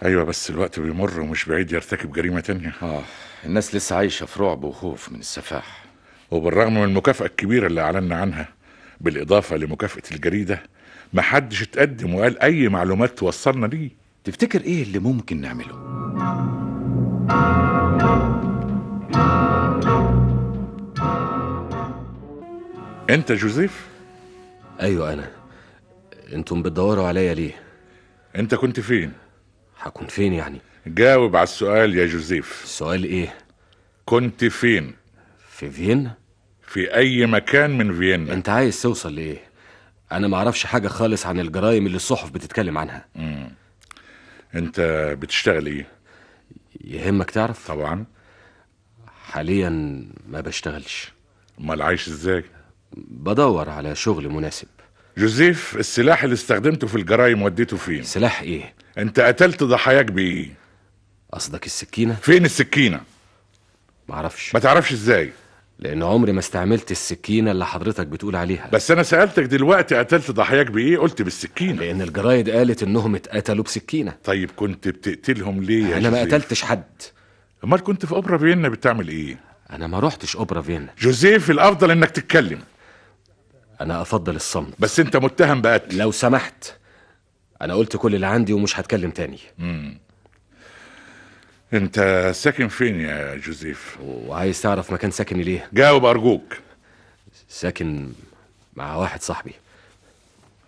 Speaker 6: ايوه بس الوقت بيمر ومش بعيد يرتكب جريمه تانية
Speaker 5: اه الناس لسه عايشة في رعب وخوف من السفاح
Speaker 6: وبالرغم من المكافأة الكبيرة اللي أعلنا عنها بالإضافة لمكافأة الجريدة محدش اتقدم وقال أي معلومات توصلنا ليه
Speaker 5: تفتكر إيه اللي ممكن نعمله؟
Speaker 6: أنت جوزيف
Speaker 29: أيوة أنا أنتم بتدوروا عليا ليه؟
Speaker 6: أنت كنت فين؟
Speaker 29: هكون فين يعني؟
Speaker 6: جاوب على السؤال يا جوزيف
Speaker 29: السؤال إيه؟
Speaker 6: كنت فين؟
Speaker 29: في فيينا؟
Speaker 6: في أي مكان من فيينا
Speaker 29: أنت عايز توصل لإيه؟ أنا معرفش حاجة خالص عن الجرائم اللي الصحف بتتكلم عنها
Speaker 6: مم. انت بتشتغل ايه
Speaker 29: يهمك تعرف
Speaker 6: طبعا
Speaker 29: حاليا ما بشتغلش
Speaker 6: امال عايش ازاي
Speaker 29: بدور على شغل مناسب
Speaker 6: جوزيف السلاح اللي استخدمته في الجرايم وديته فين
Speaker 29: سلاح ايه
Speaker 6: انت قتلت ضحاياك بايه
Speaker 29: قصدك السكينه
Speaker 6: فين السكينه
Speaker 29: معرفش
Speaker 6: ما تعرفش ازاي
Speaker 29: لان عمري ما استعملت السكينه اللي حضرتك بتقول عليها
Speaker 6: بس انا سالتك دلوقتي قتلت ضحاياك بايه قلت بالسكينه
Speaker 29: لان الجرايد قالت انهم اتقتلوا بسكينه
Speaker 6: طيب كنت بتقتلهم ليه يا
Speaker 29: انا ما
Speaker 6: جوزيف؟
Speaker 29: قتلتش حد
Speaker 6: امال كنت في اوبرا فيينا بتعمل ايه
Speaker 29: انا ما رحتش اوبرا فيينا
Speaker 6: جوزيف الافضل انك تتكلم
Speaker 29: انا افضل الصمت
Speaker 6: بس انت متهم بقتل
Speaker 29: لو سمحت انا قلت كل اللي عندي ومش هتكلم تاني
Speaker 6: مم. انت ساكن فين يا جوزيف
Speaker 29: وعايز تعرف مكان ساكني ليه
Speaker 6: جاوب ارجوك
Speaker 29: ساكن مع واحد صاحبي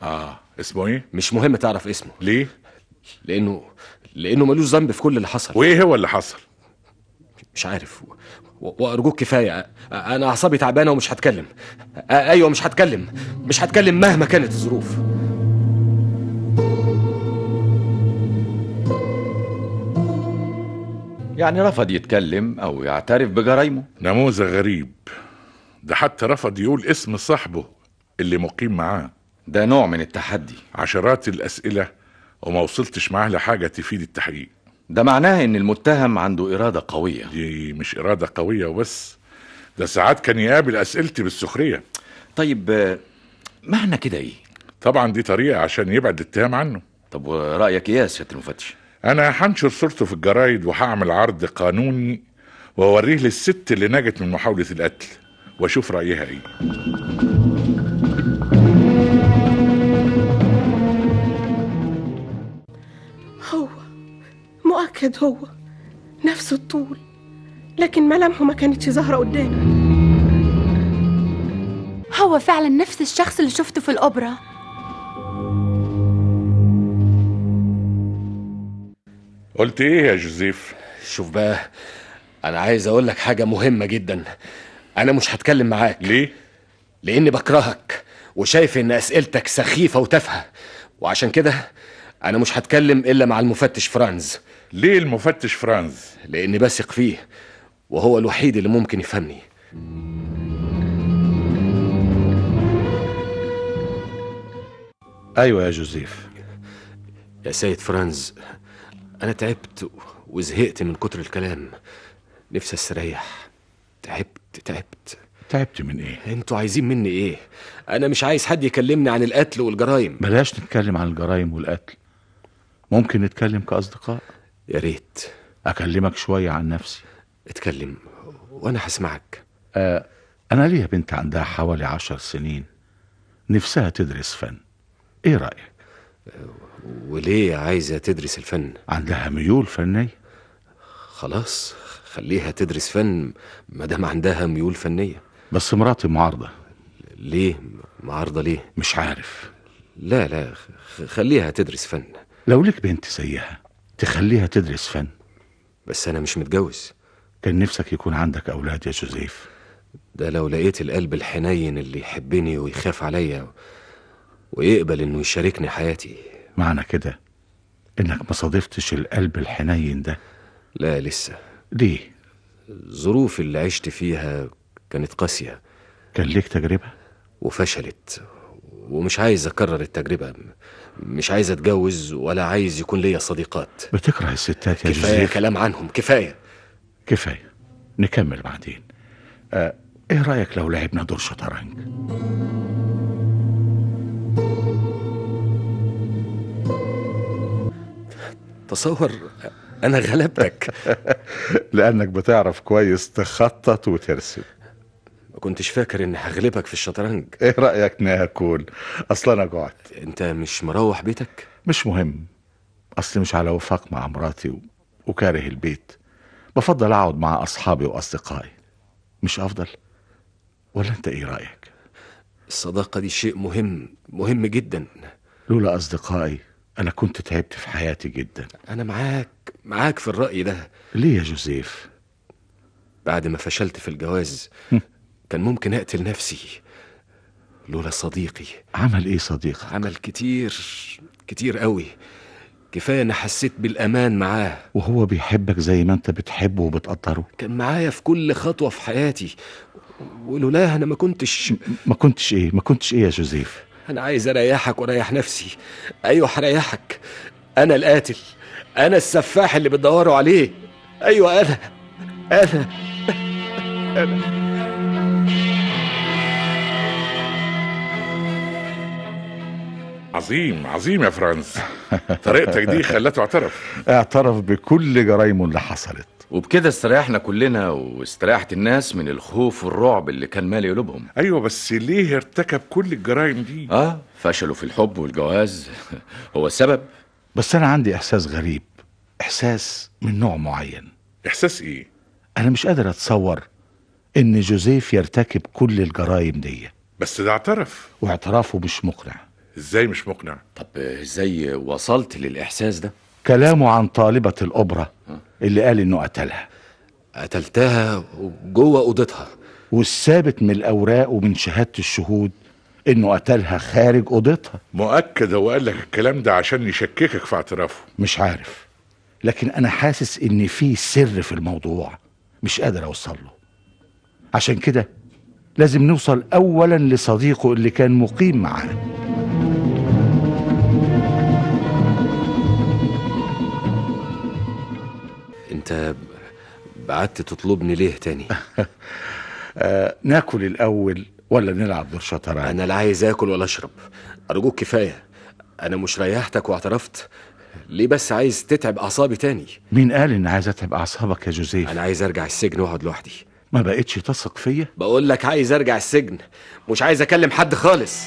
Speaker 6: اه اسمه ايه
Speaker 29: مش مهم تعرف اسمه
Speaker 6: ليه
Speaker 29: لانه لانه ملوش ذنب في كل اللي حصل
Speaker 6: وايه هو اللي حصل
Speaker 29: مش عارف و... وارجوك كفايه أ- انا اعصابي تعبانه ومش هتكلم أ- ايوه مش هتكلم مش هتكلم مهما كانت الظروف
Speaker 3: يعني رفض يتكلم أو يعترف بجرايمه
Speaker 6: نموذج غريب ده حتى رفض يقول اسم صاحبه اللي مقيم معاه
Speaker 3: ده نوع من التحدي
Speaker 6: عشرات الأسئلة وما وصلتش معاه لحاجة تفيد التحقيق
Speaker 3: ده معناه إن المتهم عنده إرادة قوية
Speaker 6: دي مش إرادة قوية وبس ده ساعات كان يقابل أسئلتي بالسخرية
Speaker 3: طيب آه، معنى كده إيه؟
Speaker 6: طبعا دي طريقة عشان يبعد الاتهام عنه
Speaker 3: طب ورأيك إيه يا سيادة المفتش؟
Speaker 6: أنا هنشر صورته في الجرايد وهعمل عرض قانوني وأوريه للست اللي نجت من محاولة القتل وأشوف رأيها إيه
Speaker 12: هو مؤكد هو نفس الطول لكن ملامحه ما كانتش ظاهرة قدامي
Speaker 9: هو فعلا نفس الشخص اللي شفته في الأوبرا
Speaker 6: قلت إيه يا جوزيف
Speaker 29: شوف بقى انا عايز اقول لك حاجه مهمه جدا انا مش هتكلم معاك
Speaker 6: ليه
Speaker 29: لاني بكرهك وشايف ان اسئلتك سخيفه وتافهه وعشان كده انا مش هتكلم الا مع المفتش فرانز
Speaker 6: ليه المفتش فرانز
Speaker 29: لاني بثق فيه وهو الوحيد اللي ممكن يفهمني
Speaker 30: ايوه يا جوزيف
Speaker 29: يا سيد فرانز انا تعبت و- وزهقت من كتر الكلام نفسي استريح تعبت تعبت
Speaker 30: تعبت من ايه
Speaker 29: انتوا عايزين مني ايه انا مش عايز حد يكلمني عن القتل والجرايم
Speaker 30: بلاش نتكلم عن الجرايم والقتل ممكن نتكلم كأصدقاء
Speaker 29: يا ريت
Speaker 30: أكلمك شوية عن نفسي
Speaker 29: اتكلم وأنا هسمعك
Speaker 30: آه أنا ليا بنت عندها حوالي عشر سنين نفسها تدرس فن إيه رأيك؟
Speaker 29: وليه عايزة تدرس الفن
Speaker 30: عندها ميول فنية
Speaker 29: خلاص خليها تدرس فن ما دام عندها ميول فنية
Speaker 30: بس مراتي معارضة
Speaker 29: ليه معارضة ليه
Speaker 30: مش عارف
Speaker 29: لا لا خ- خليها تدرس فن
Speaker 30: لو لك بنت زيها تخليها تدرس فن
Speaker 29: بس أنا مش متجوز
Speaker 30: كان نفسك يكون عندك أولاد يا جوزيف
Speaker 29: ده لو لقيت القلب الحنين اللي يحبني ويخاف عليا ويقبل إنه يشاركني حياتي
Speaker 30: معنى كده إنك ما صادفتش القلب الحنين ده
Speaker 29: لا لسه
Speaker 30: ليه؟
Speaker 29: الظروف اللي عشت فيها كانت قاسية
Speaker 30: كان ليك تجربة؟
Speaker 29: وفشلت ومش عايز أكرر التجربة مش عايز أتجوز ولا عايز يكون ليا صديقات
Speaker 30: بتكره الستات يا
Speaker 29: كفاية
Speaker 30: جوزيف
Speaker 29: كلام عنهم كفاية
Speaker 30: كفاية نكمل بعدين آه، ايه رأيك لو لعبنا دور شطرنج
Speaker 29: تصور أنا غلبتك
Speaker 30: لأنك بتعرف كويس تخطط وترسم
Speaker 29: ما كنتش فاكر إني هغلبك في الشطرنج
Speaker 30: ايه رأيك ناكل اصل انا جعت
Speaker 29: أنت مش مروح بيتك
Speaker 30: مش مهم اصلي مش على وفاق مع مراتي و... وكاره البيت بفضل اقعد مع اصحابي واصدقائي مش افضل ولا انت ايه رأيك
Speaker 29: الصداقة دي شيء مهم مهم جدا
Speaker 30: لولا اصدقائي انا كنت تعبت في حياتي جدا
Speaker 29: أنا معاك معاك في الرأي ده
Speaker 30: ليه يا جوزيف
Speaker 29: بعد ما فشلت في الجواز كان ممكن أقتل نفسي لولا صديقي
Speaker 30: عمل ايه صديقك
Speaker 29: عمل كتير كتير قوي كفاية أنا حسيت بالأمان معاه
Speaker 30: وهو بيحبك زي ما انت بتحبه وبتقدره
Speaker 29: كان معايا في كل خطوة في حياتي ولولاها أنا ما كنتش
Speaker 30: ما كنتش ايه ما كنتش ايه يا جوزيف
Speaker 29: أنا عايز أريحك وأريح نفسي أيوة هريحك أنا القاتل أنا السفاح اللي بتدوروا عليه أيوة أنا أنا أنا
Speaker 6: عظيم عظيم يا فرانس طريقتك دي خلته اعترف
Speaker 30: اعترف بكل جرايمه اللي حصلت
Speaker 5: وبكده استريحنا كلنا واستريحت الناس من الخوف والرعب اللي كان مالي قلوبهم
Speaker 6: ايوه بس ليه ارتكب كل الجرائم دي
Speaker 5: اه فشلوا في الحب والجواز هو السبب
Speaker 30: بس انا عندي احساس غريب احساس من نوع معين
Speaker 6: احساس ايه
Speaker 30: انا مش قادر اتصور ان جوزيف يرتكب كل الجرايم دي
Speaker 6: بس ده اعترف
Speaker 30: واعترافه مش مقنع
Speaker 6: ازاي مش مقنع
Speaker 5: طب ازاي وصلت للاحساس ده
Speaker 30: كلامه عن طالبة الأوبرا اللي قال إنه قتلها
Speaker 29: آه. قتلتها جوه أوضتها
Speaker 30: والثابت من الأوراق ومن شهادة الشهود إنه قتلها خارج أوضتها
Speaker 6: مؤكد هو قال لك الكلام ده عشان يشككك في اعترافه
Speaker 30: مش عارف لكن أنا حاسس إن في سر في الموضوع مش قادر أوصل له عشان كده لازم نوصل أولا لصديقه اللي كان مقيم معاه
Speaker 29: أنت قعدت تطلبني ليه تاني
Speaker 30: آه ناكل الأول ولا نلعب دور شطرنج
Speaker 29: أنا لا عايز آكل ولا أشرب أرجوك كفاية أنا مش ريحتك واعترفت ليه بس عايز تتعب أعصابي تاني
Speaker 30: مين قال إن عايز أتعب أعصابك يا جوزيف
Speaker 29: أنا عايز أرجع السجن وأقعد لوحدي
Speaker 30: ما بقتش تثق فيا
Speaker 29: بقول لك عايز أرجع السجن مش عايز أكلم حد خالص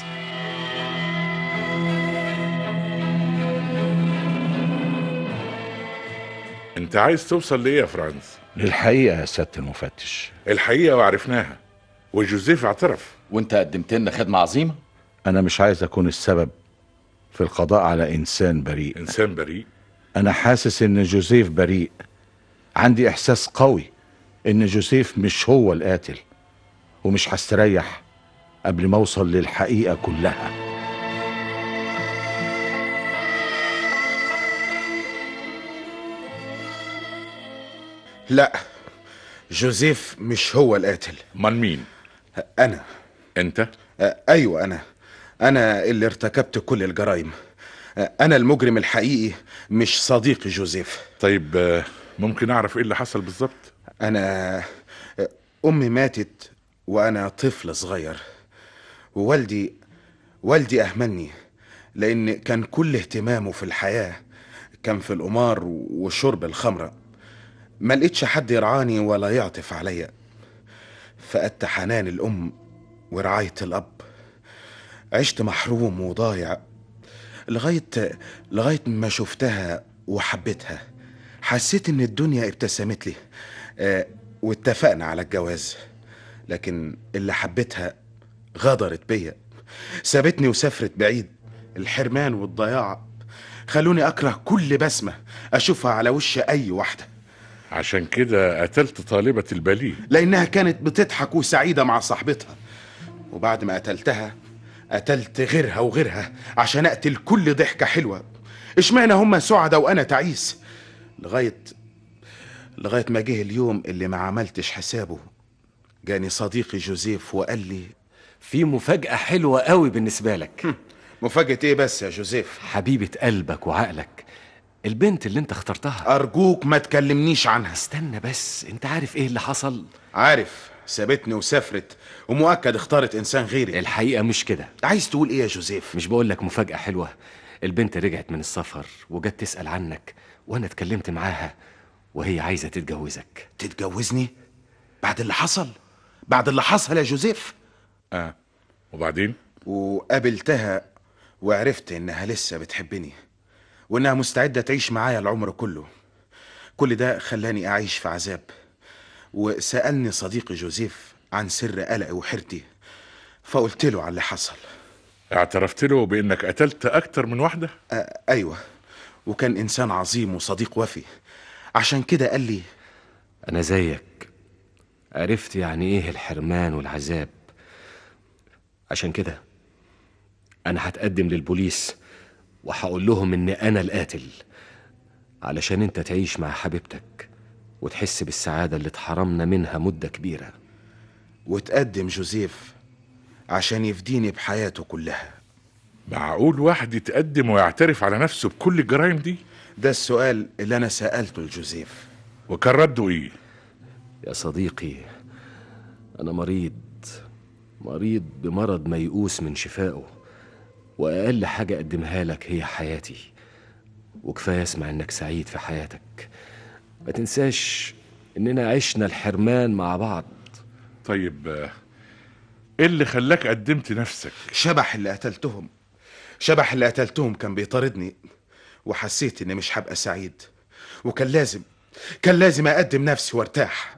Speaker 6: انت عايز توصل ليه يا فرانس
Speaker 30: للحقيقة يا سيادة المفتش
Speaker 6: الحقيقه وعرفناها وجوزيف اعترف
Speaker 5: وانت قدمت لنا خدمه عظيمه
Speaker 30: أنا مش عايز أكون السبب في القضاء على إنسان بريء
Speaker 6: انسان بريء
Speaker 30: أنا حاسس إن جوزيف بريء عندي إحساس قوي إن جوزيف مش هو القاتل ومش هستريح قبل ما أوصل للحقيقة كلها
Speaker 31: لا جوزيف مش هو القاتل
Speaker 6: من مين
Speaker 31: أنا
Speaker 6: انت
Speaker 31: آه، أيوة أنا أنا اللي ارتكبت كل الجرائم آه، أنا المجرم الحقيقي مش صديقي جوزيف
Speaker 6: طيب آه، ممكن اعرف ايه اللي حصل بالظبط
Speaker 31: أنا آه، أمي ماتت وأنا طفل صغير ووالدي والدي أهملني لأن كان كل اهتمامه في الحياة كان في القمار وشرب الخمرة ما لقيتش حد يرعاني ولا يعطف عليا فقدت حنان الأم ورعاية الأب عشت محروم وضايع لغاية لغاية ما شفتها وحبيتها حسيت إن الدنيا ابتسمت لي آه واتفقنا على الجواز لكن اللي حبيتها غدرت بيا سابتني وسافرت بعيد الحرمان والضياع خلوني أكره كل بسمة أشوفها على وش أي واحدة
Speaker 6: عشان كده قتلت طالبة الباليه
Speaker 31: لأنها كانت بتضحك وسعيدة مع صاحبتها وبعد ما قتلتها قتلت غيرها وغيرها عشان أقتل كل ضحكة حلوة اشمعنى هما سعدة وأنا تعيس لغاية لغاية ما جه اليوم اللي ما عملتش حسابه جاني صديقي جوزيف وقال لي
Speaker 29: في مفاجأة حلوة قوي بالنسبة لك
Speaker 31: مفاجأة إيه بس يا جوزيف
Speaker 29: حبيبة قلبك وعقلك البنت اللي انت اخترتها
Speaker 31: أرجوك ما تكلمنيش عنها
Speaker 29: استنى بس انت عارف ايه اللي حصل
Speaker 31: عارف سابتني وسافرت ومؤكد اختارت إنسان غيري
Speaker 29: الحقيقة مش كده
Speaker 31: عايز تقول إيه يا جوزيف
Speaker 29: مش بقول لك مفاجأة حلوة البنت رجعت من السفر وجت تسأل عنك وانا اتكلمت معاها وهي عايزة تتجوزك
Speaker 31: تتجوزني بعد اللي حصل بعد اللي حصل يا جوزيف
Speaker 6: اه وبعدين
Speaker 31: وقابلتها وعرفت إنها لسه بتحبني وإنها مستعدة تعيش معايا العمر كله كل ده خلاني أعيش في عذاب وسألني صديقي جوزيف عن سر قلقي وحيرتي فقلت له عن اللي حصل
Speaker 6: اعترفت له بانك قتلت اكتر من واحدة
Speaker 31: آه أيوة وكان إنسان عظيم وصديق وفي عشان كده قال لي
Speaker 29: انا زيك عرفت يعني ايه الحرمان والعذاب عشان كده انا هتقدم للبوليس وهقول لهم ان انا القاتل علشان انت تعيش مع حبيبتك وتحس بالسعاده اللي اتحرمنا منها مده كبيره
Speaker 31: وتقدم جوزيف عشان يفديني بحياته كلها
Speaker 6: معقول واحد يتقدم ويعترف على نفسه بكل الجرائم دي
Speaker 31: ده السؤال اللي انا سالته لجوزيف
Speaker 6: وكان رده ايه
Speaker 29: يا صديقي انا مريض مريض بمرض ميؤوس من شفائه واقل حاجه اقدمها لك هي حياتي وكفايه اسمع انك سعيد في حياتك ما تنساش اننا عشنا الحرمان مع بعض
Speaker 6: طيب آه، ايه اللي خلاك قدمت نفسك
Speaker 31: شبح اللي قتلتهم شبح اللي قتلتهم كان بيطاردني وحسيت اني مش هبقى سعيد وكان لازم كان لازم اقدم نفسي وارتاح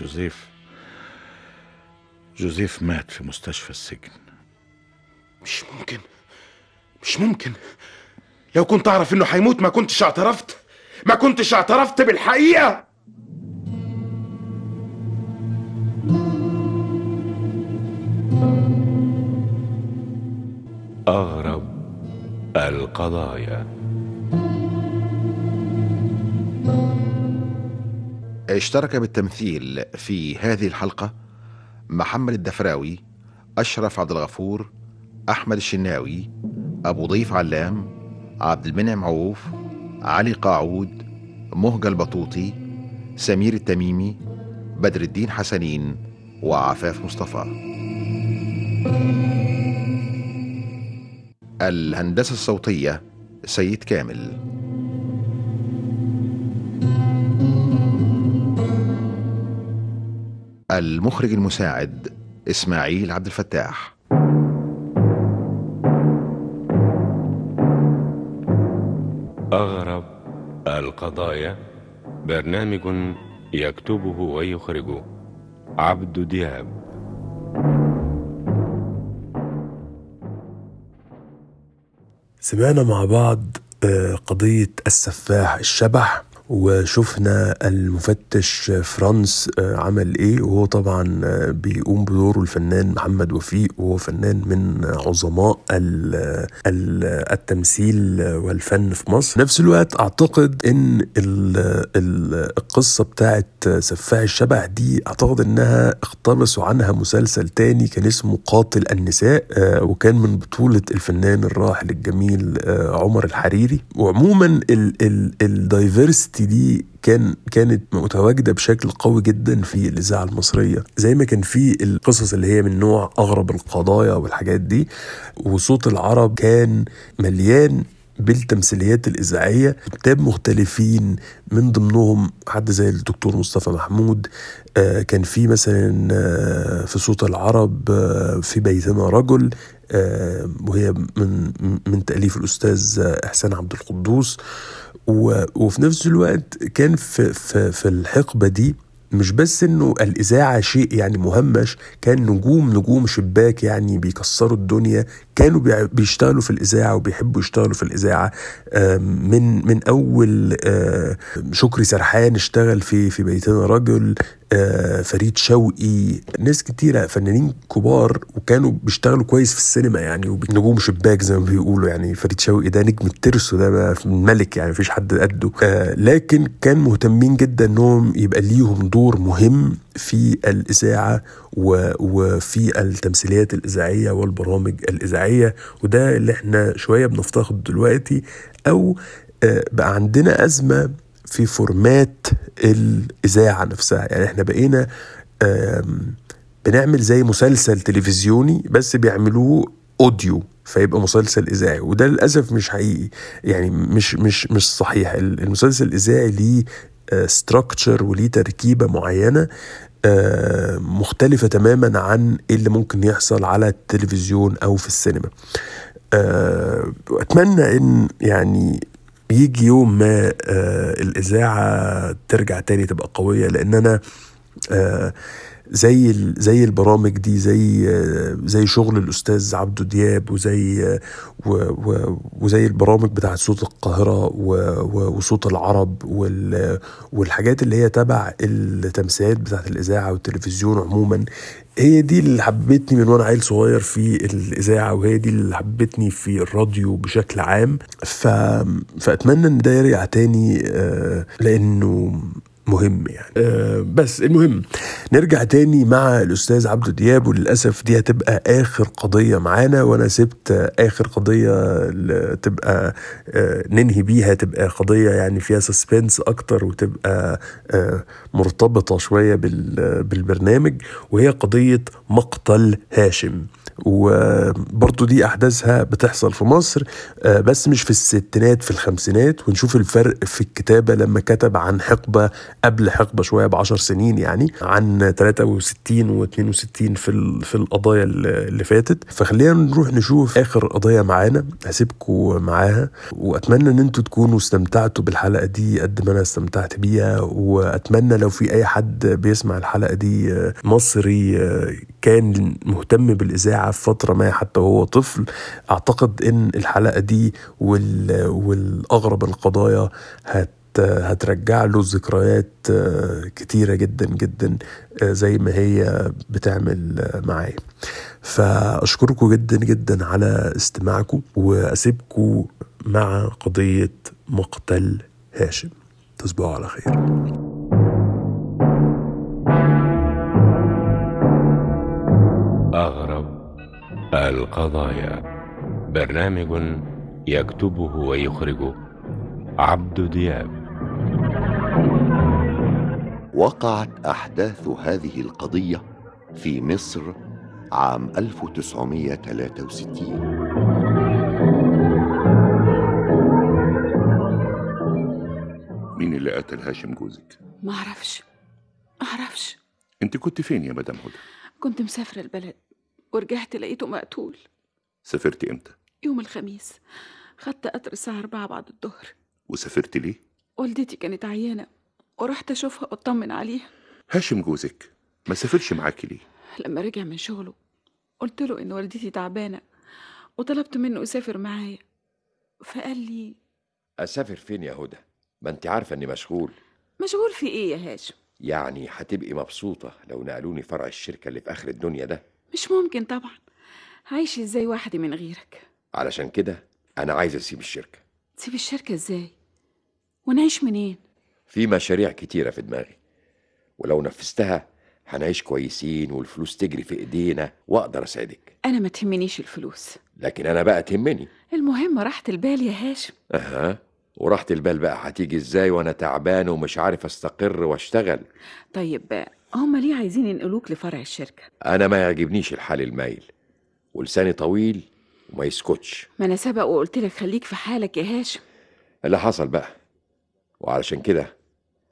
Speaker 30: جوزيف جوزيف مات في مستشفى السجن
Speaker 31: مش ممكن مش ممكن لو كنت اعرف انه هيموت ما كنتش اعترفت ما كنتش اعترفت بالحقيقه
Speaker 2: أغرب القضايا
Speaker 23: اشترك بالتمثيل في هذه الحلقة محمد الدفراوي أشرف عبد الغفور أحمد الشناوي أبو ضيف علام عبد المنعم عوف علي قاعود مهجة البطوطي سمير التميمي بدر الدين حسنين وعفاف مصطفى الهندسة الصوتية سيد كامل المخرج المساعد إسماعيل عبد الفتاح
Speaker 2: أغرب القضايا برنامج يكتبه ويخرجه عبد دياب
Speaker 1: سمعنا مع بعض آه، قضية السفاح الشبح وشفنا المفتش فرانس آه، عمل ايه وهو طبعا آه، بيقوم بدوره الفنان محمد وفيق وهو فنان من عظماء ال- ال- التمثيل والفن في مصر نفس الوقت اعتقد ان ال- ال- القصة بتاعت سفاح الشبح دي اعتقد انها اقتبسوا عنها مسلسل تاني كان اسمه قاتل النساء آه، وكان من بطولة الفنان الراحل الجميل آه، عمر الحريري وعموما الدايفرستي دي كان كانت متواجدة بشكل قوي جدا في الإذاعة المصرية زي ما كان في القصص اللي هي من نوع أغرب القضايا والحاجات دي وصوت العرب كان مليان بالتمثيليات الإذاعية كتاب مختلفين من ضمنهم حد زي الدكتور مصطفى محمود آه، كان في مثلا آه، في صوت العرب آه، في بيتنا رجل آه، وهي من من تأليف الأستاذ آه، إحسان عبد القدوس و- وفي نفس الوقت كان في في في الحقبة دي مش بس انه الاذاعه شيء يعني مهمش كان نجوم نجوم شباك يعني بيكسروا الدنيا كانوا بيع- بيشتغلوا في الاذاعه وبيحبوا يشتغلوا في الاذاعه آم، من من اول آه، شكري سرحان اشتغل في في بيتنا رجل آه، فريد شوقي ناس كتيره فنانين كبار وكانوا بيشتغلوا كويس في السينما يعني ونجوم شباك زي ما بيقولوا يعني فريد شوقي ده نجم الترس وده بقى ملك يعني مفيش حد قده آه، لكن كان مهتمين جدا انهم يبقى ليهم دور مهم في الاذاعه و- وفي التمثيليات الاذاعيه والبرامج الاذاعيه وده اللي احنا شويه بنفتقده دلوقتي او آه، بقى عندنا ازمه في فورمات الاذاعه نفسها يعني احنا بقينا آم، بنعمل زي مسلسل تلفزيوني بس بيعملوه اوديو فيبقى مسلسل اذاعي وده للاسف مش حقيقي يعني مش مش مش صحيح ال- المسلسل الاذاعي ليه ستراكتشر وليه تركيبه معينه آه، مختلفه تماما عن اللي ممكن يحصل على التلفزيون او في السينما آه، اتمنى ان يعني يجي يوم ما آه، الاذاعه ترجع تاني تبقى قويه لان انا آه، زي ال- زي البرامج دي زي آه، زي شغل الاستاذ عبده دياب وزي آه، و- و- وزي البرامج بتاعه صوت القاهره و- و- وصوت العرب وال- والحاجات اللي هي تبع التمثيلات بتاعه الاذاعه والتلفزيون عموما هي دي اللي حبتني من وانا عيل صغير في الاذاعه وهي دي اللي حبتني في الراديو بشكل عام ف... فاتمنى ان ده يرجع تاني آه، لانه مهم يعني أه بس المهم نرجع تاني مع الاستاذ عبده دياب وللاسف دي هتبقى اخر قضيه معانا وانا سبت آه، اخر قضيه ل- تبقى أه ننهي بيها تبقى قضيه يعني فيها سسبنس اكتر وتبقى أه مرتبطه شويه بال- بالبرنامج وهي قضيه مقتل هاشم وبرضو دي احداثها بتحصل في مصر آه، بس مش في الستينات في الخمسينات ونشوف الفرق في الكتابه لما كتب عن حقبه قبل حقبه شويه بعشر سنين يعني عن 63 و62 في ال- في القضايا ال- اللي فاتت فخلينا نروح نشوف اخر قضيه معانا هسيبكم معاها واتمنى ان انتوا تكونوا استمتعتوا بالحلقه دي قد ما انا استمتعت بيها واتمنى لو في اي حد بيسمع الحلقه دي آه، مصري آه، كان مهتم بالاذاعه في فتره ما حتى وهو طفل اعتقد ان الحلقه دي وال... والاغرب القضايا هت هترجع له ذكريات آه، كتيرة جدا جدا آه، زي ما هي بتعمل آه، معايا فأشكركم جدا جدا على استماعكم وأسيبكم مع قضية مقتل هاشم تصبحوا على خير
Speaker 2: أغرب القضايا برنامج يكتبه ويخرجه عبد دياب
Speaker 32: وقعت أحداث هذه القضية في مصر عام 1963
Speaker 33: مين اللي قتل هاشم جوزك؟
Speaker 16: ما اعرفش ما اعرفش
Speaker 33: انت كنت فين يا مدام هدى؟
Speaker 16: كنت مسافرة البلد ورجعت لقيته مقتول
Speaker 33: سافرت امتى؟
Speaker 16: يوم الخميس خدت قطر الساعة أربعة بعد الظهر
Speaker 33: وسافرت ليه؟
Speaker 16: والدتي كانت عيانة ورحت أشوفها وأطمن عليها
Speaker 33: هاشم جوزك ما سافرش معاكي ليه؟
Speaker 16: لما رجع من شغله قلت له إن والدتي تعبانة وطلبت منه يسافر معايا فقال لي
Speaker 19: أسافر فين يا هدى؟ ما أنت عارفة إني مشغول
Speaker 16: مشغول في إيه يا هاشم
Speaker 19: يعني هتبقي مبسوطة لو نقلوني فرع الشركة اللي في آخر الدنيا ده
Speaker 16: مش ممكن طبعا عايش إزاي وحدي من غيرك
Speaker 19: علشان كده أنا عايز أسيب الشركة
Speaker 16: تسيب الشركة إزاي ونعيش منين
Speaker 19: في مشاريع كتيرة في دماغي ولو نفذتها هنعيش كويسين والفلوس تجري في إيدينا وأقدر أساعدك
Speaker 16: أنا ما تهمنيش الفلوس
Speaker 19: لكن أنا بقى تهمني
Speaker 16: المهم راحت البال يا هاشم
Speaker 19: أها وراحة البال بقى هتيجي إزاي وأنا تعبان ومش عارف أستقر وأشتغل
Speaker 16: طيب بقى هما ليه عايزين ينقلوك لفرع الشركة
Speaker 19: أنا ما يعجبنيش الحال المايل ولساني طويل وما يسكتش
Speaker 16: ما أنا سبق وقلت لك خليك في حالك يا هاشم
Speaker 19: اللي حصل بقى وعلشان كده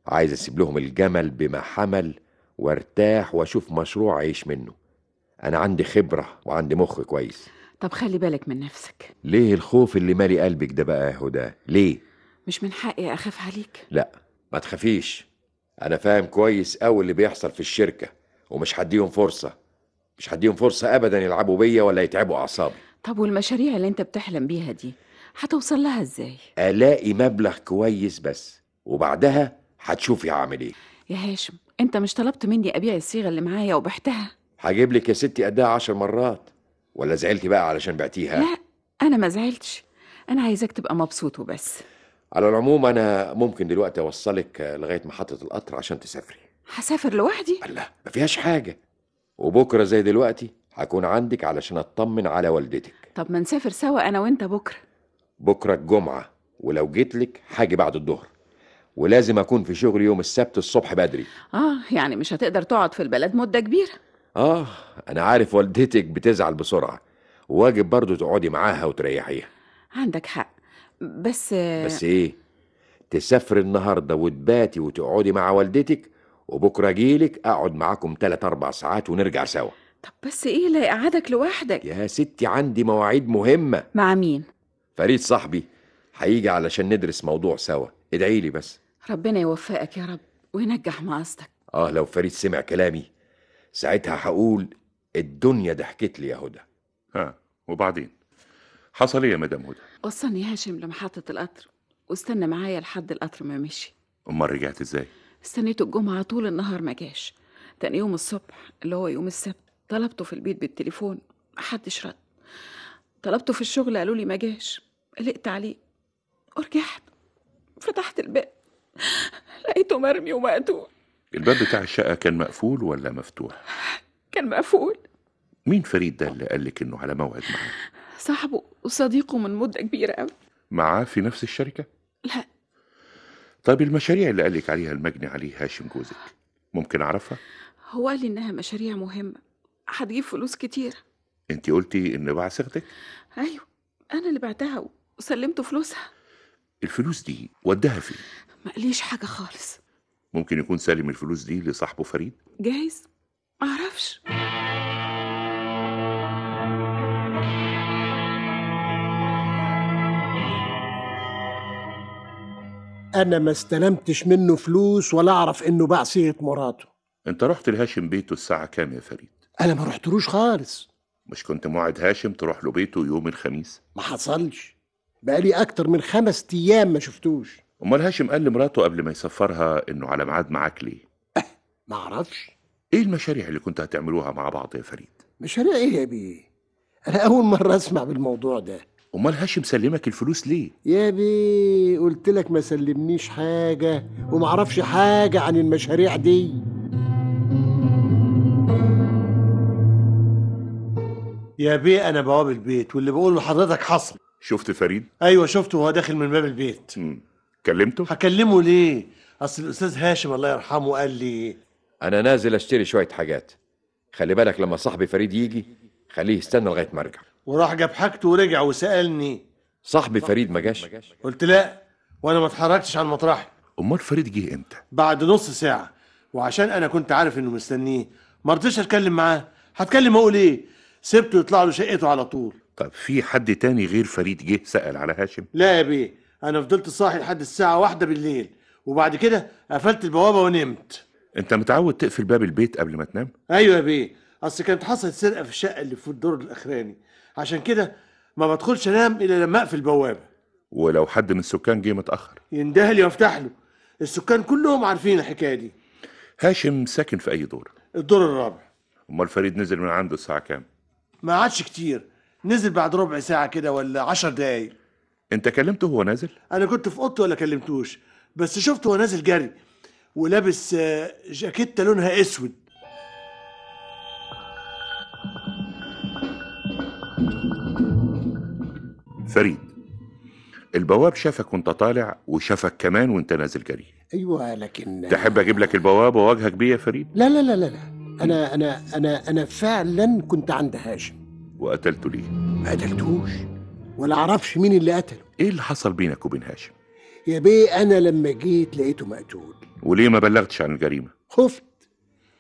Speaker 19: عايز اسيب لهم الجمل بما حمل وارتاح واشوف مشروع اعيش منه انا عندي خبره وعندي مخ كويس
Speaker 16: طب خلي بالك من نفسك
Speaker 19: ليه الخوف اللي مالي قلبك ده بقى يا هدى ليه
Speaker 16: مش من حقي أخاف عليك
Speaker 19: لا ما تخافيش انا فاهم كويس قوي اللي بيحصل في الشركه ومش هديهم فرصه مش هديهم فرصه ابدا يلعبوا بيا ولا يتعبوا اعصابي
Speaker 16: طب والمشاريع اللي أنت بتحلم بيها دي هتوصل لها إزاي
Speaker 19: الاقي مبلغ كويس بس وبعدها هتشوفي هعمل ايه
Speaker 16: يا هاشم أنت مش طلبت مني أبيع الصيغة اللي معايا وبعتها
Speaker 19: هجيب لك يا ستي قدها عشر مرات ولا زعلتي بقى علشان بعتيها
Speaker 16: لا أنا ما زعلتش أنا عايزاك تبقى مبسوط وبس
Speaker 19: على العموم انا ممكن دلوقتي اوصلك آه، لغايه محطه القطر عشان تسافري
Speaker 16: هسافر لوحدي
Speaker 19: الله ما فيهاش حاجه وبكره زي دلوقتي هكون عندك علشان اطمن على والدتك
Speaker 16: طب ما نسافر سوا أنا وأنت بكرة
Speaker 19: بكره الجمعه ولو جيت لك هاجي بعد الظهر ولازم اكون في شغل يوم السبت الصبح بدري
Speaker 16: آه يعني مش هتقدر تقعد في البلد مدة كبيرة
Speaker 19: اه انا عارف والدتك بتزعل بسرعه واجب برضو تقعدي معاها وتريحيها
Speaker 16: عندك حق بس
Speaker 19: بس ايه تسافري النهارده وتباتي وتقعدي مع والدتك وبكره اجيلك اقعد معاكم تلات اربع ساعات ونرجع سوا
Speaker 16: بس ايه اللي هيقعدك لوحدك
Speaker 19: يا ستي عندي مواعيد مهمه
Speaker 16: مع مين
Speaker 19: فريد صاحبي هيجي علشان ندرس موضوع سوا ادعيلي بس
Speaker 16: ربنا يوفقك يا رب وينجح ما قصدك
Speaker 19: اه لو فريد سمع كلامي ساعتها هقول الدنيا ضحكت لي يا هدى
Speaker 33: ها وبعدين حصل ايه يا مدام هدى
Speaker 16: وصلني هاشم لمحطة القطر واستنى معايا لحد القطر ما مشي
Speaker 33: امال رجعت ازاي
Speaker 16: استنيته الجمعة طول النهار ما جاش تاني يوم الصبح اللي هو يوم السبت طلبته في البيت بالتليفون محدش رد طلبته في الشغل قالوا لي ما جاش قلقت عليه ورجعت فتحت الباب لقيته مرمي ومقتول
Speaker 33: الباب بتاع الشقه كان مقفول ولا مفتوح
Speaker 16: كان مقفول
Speaker 33: مين فريد ده اللي قالك انه على موعد معاه
Speaker 16: صاحبه وصديقه من مدة كبيرة أوي
Speaker 33: معاه في نفس الشركه
Speaker 16: لا
Speaker 33: طيب المشاريع اللي قالك عليها المجني عليه هاشم جوزك ممكن اعرفها
Speaker 16: هو قال لي إنها مشاريع مهمة هتجيب فلوس كتير
Speaker 33: انت قلتي ان باع سيرتك
Speaker 34: أيوه،
Speaker 16: أيوة أنا اللي بعتها وسلمته فلوسها
Speaker 33: الفلوس دي وداها فين
Speaker 16: ما قاليش حاجة خالص
Speaker 33: ممكن يكون سالم الفلوس دي لصاحبه فريد
Speaker 16: جايز معرفش
Speaker 17: انا ما استلمتش منه فلوس ولا اعرف انه باع سيره مراته
Speaker 33: انت رحت لهاشم بيته الساعه كام يا فريد
Speaker 17: انا ما رحتلوش خالص
Speaker 33: مش كنت موعد هاشم تروح له بيته يوم الخميس
Speaker 17: ما حصلش بقالي اكتر من خمس ايام ما شفتوش
Speaker 33: امال هاشم قال لمراته قبل ما يسفرها انه على ميعاد معاك ليه
Speaker 17: أه، ما اعرفش
Speaker 33: ايه المشاريع اللي كنت هتعملوها مع بعض يا فريد
Speaker 17: مشاريع ايه يا بيه انا اول مره اسمع بالموضوع ده
Speaker 33: امال هاشم سلمك الفلوس ليه
Speaker 17: يا بيه قلت لك ما سلمنيش حاجه وما اعرفش حاجه عن المشاريع دي
Speaker 35: يا بيه انا بواب البيت واللي بقوله لحضرتك حصل
Speaker 33: شفت فريد
Speaker 35: ايوه شفته وهو داخل من باب البيت
Speaker 33: كلمته
Speaker 35: هكلمه ليه اصل الاستاذ هاشم الله يرحمه قال لي
Speaker 19: انا نازل اشتري شويه حاجات خلي بالك لما صاحبي فريد يجي خليه يستنى لغايه ما ارجع
Speaker 35: وراح جاب حاجته ورجع وسالني
Speaker 19: صاحبي فريد ما جاش
Speaker 35: قلت لا وانا ما اتحركتش عن مطرحي
Speaker 33: امال فريد جه امتى
Speaker 35: بعد نص ساعه وعشان انا كنت عارف انه مستنيه ما رضيتش اتكلم معاه هتكلم اقول ايه سبته يطلع له شقته على طول
Speaker 33: طب في حد تاني غير فريد جه سال على هاشم
Speaker 35: لا يا بيه انا فضلت صاحي لحد الساعه واحدة بالليل وبعد كده قفلت البوابه ونمت
Speaker 33: انت متعود تقفل باب البيت قبل ما تنام
Speaker 35: ايوه يا بيه اصل كانت حصلت سرقه في الشقه اللي في الدور الاخراني عشان كده ما بدخلش انام الا لما اقفل البوابه
Speaker 33: ولو حد من السكان جه متاخر
Speaker 35: يندهلي وافتح له السكان كلهم عارفين الحكايه دي
Speaker 33: هاشم ساكن في اي دور
Speaker 35: الدور الرابع
Speaker 33: امال فريد نزل من عنده الساعه كام
Speaker 35: ما عادش كتير نزل بعد ربع ساعه كده ولا عشر دقايق
Speaker 33: انت كلمته وهو نازل
Speaker 35: انا كنت في اوضتي ولا كلمتوش بس شفته وهو نازل جري ولابس آه، جاكيته لونها اسود
Speaker 33: فريد البواب شافك وانت طالع وشافك كمان وانت نازل جري
Speaker 17: ايوه لكن
Speaker 33: تحب اجيب لك البواب واواجهك بيه يا فريد
Speaker 17: لا لا لا لا لا انا انا انا انا فعلا كنت عند هاشم
Speaker 33: وقتلته ليه
Speaker 17: ما قتلتوش ولا اعرفش مين اللي قتله
Speaker 33: ايه اللي حصل بينك وبين هاشم
Speaker 17: يا بيه انا لما جيت لقيته مقتول
Speaker 33: وليه ما بلغتش عن الجريمه
Speaker 17: خفت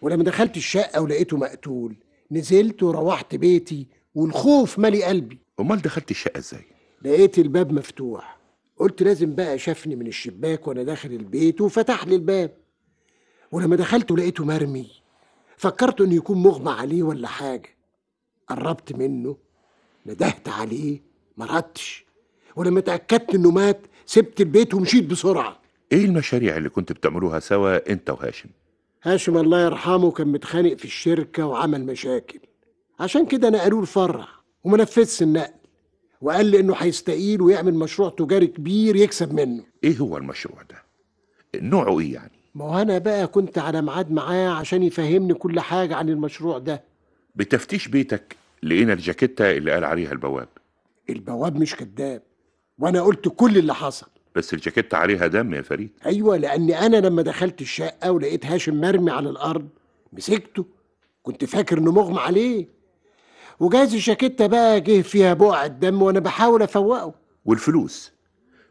Speaker 17: ولما دخلت الشقه ولقيته مقتول نزلت وروحت بيتي والخوف مالي قلبي
Speaker 33: امال دخلت الشقه ازاي
Speaker 17: لقيت الباب مفتوح قلت لازم بقى شافني من الشباك وانا داخل البيت وفتح لي الباب ولما دخلت لقيته مرمي فكرت انه يكون مغمى عليه ولا حاجه قربت منه ندهت عليه ما ردش ولما اتاكدت انه مات سبت البيت ومشيت بسرعه
Speaker 33: ايه المشاريع اللي كنت بتعملوها سوا انت وهاشم
Speaker 17: هاشم الله يرحمه كان متخانق في الشركه وعمل مشاكل عشان كده نقلوه الفرع وما نفذش النقل وقال لي انه هيستقيل ويعمل مشروع تجاري كبير يكسب منه
Speaker 33: ايه هو المشروع ده نوعه ايه يعني
Speaker 17: ما هو انا بقى كنت على ميعاد معاه عشان يفهمني كل حاجه عن المشروع ده
Speaker 33: بتفتيش بيتك لقينا الجاكيته اللي قال عليها البواب
Speaker 17: البواب مش كذاب وانا قلت كل اللي حصل
Speaker 33: بس الجاكيته عليها دم يا فريد
Speaker 17: ايوه لاني انا لما دخلت الشقه ولقيت هاشم مرمي على الارض مسكته كنت فاكر انه مغمى عليه وجايز الشاكيته بقى جه فيها بقع الدم وانا بحاول افوقه
Speaker 33: والفلوس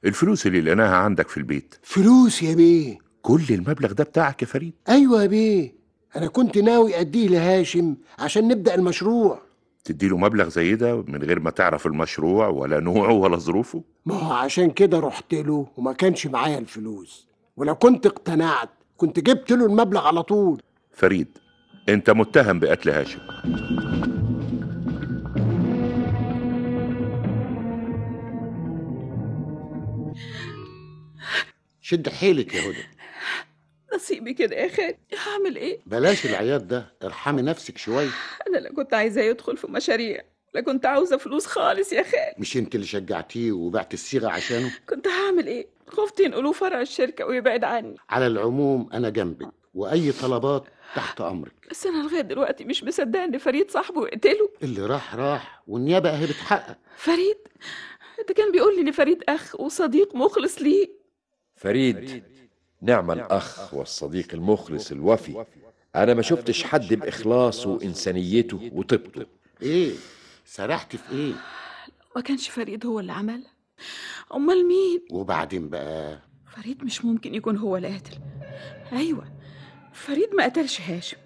Speaker 33: الفلوس اللي لقيناها عندك في البيت
Speaker 17: فلوس يا بيه
Speaker 33: كل المبلغ ده بتاعك يا فريد
Speaker 17: ايوه يا بيه انا كنت ناوي اديه لهاشم عشان نبدا المشروع
Speaker 33: تديله مبلغ زي ده من غير ما تعرف المشروع ولا نوعه ولا ظروفه
Speaker 17: ما هو عشان كده رحت له وما كانش معايا الفلوس ولو كنت اقتنعت كنت جبت له المبلغ على طول
Speaker 33: فريد انت متهم بقتل هاشم
Speaker 14: شد حيلك يا هدى
Speaker 34: نصيبي كده يا خالد هعمل ايه
Speaker 14: بلاش العياط ده ارحمي نفسك شويه
Speaker 34: انا لا كنت عايزاه يدخل في مشاريع لا كنت عاوزه فلوس خالص يا خالد
Speaker 14: مش انت اللي شجعتيه وبعت الصيغه عشانه
Speaker 34: كنت هعمل ايه خفت ينقلوه فرع الشركه ويبعد عني
Speaker 14: على العموم انا جنبك واي طلبات تحت امرك
Speaker 34: بس انا لغايه دلوقتي مش مصدقه ان فريد صاحبه يقتله
Speaker 14: اللي راح راح والنيابه اهي بتحقق
Speaker 34: فريد ده كان بيقول لي ان فريد اخ وصديق مخلص ليه
Speaker 36: فريد نعم الأخ والصديق المخلص الوفي أنا ما شفتش حد بإخلاصه وإنسانيته وطيبته
Speaker 14: ايه سرحت في ايه
Speaker 16: ما كانش فريد هو اللي عملها امال مين
Speaker 14: وبعدين بقى
Speaker 16: فريد مش ممكن يكون هو اللي قتل ايوه فريد ما قتلش هاشم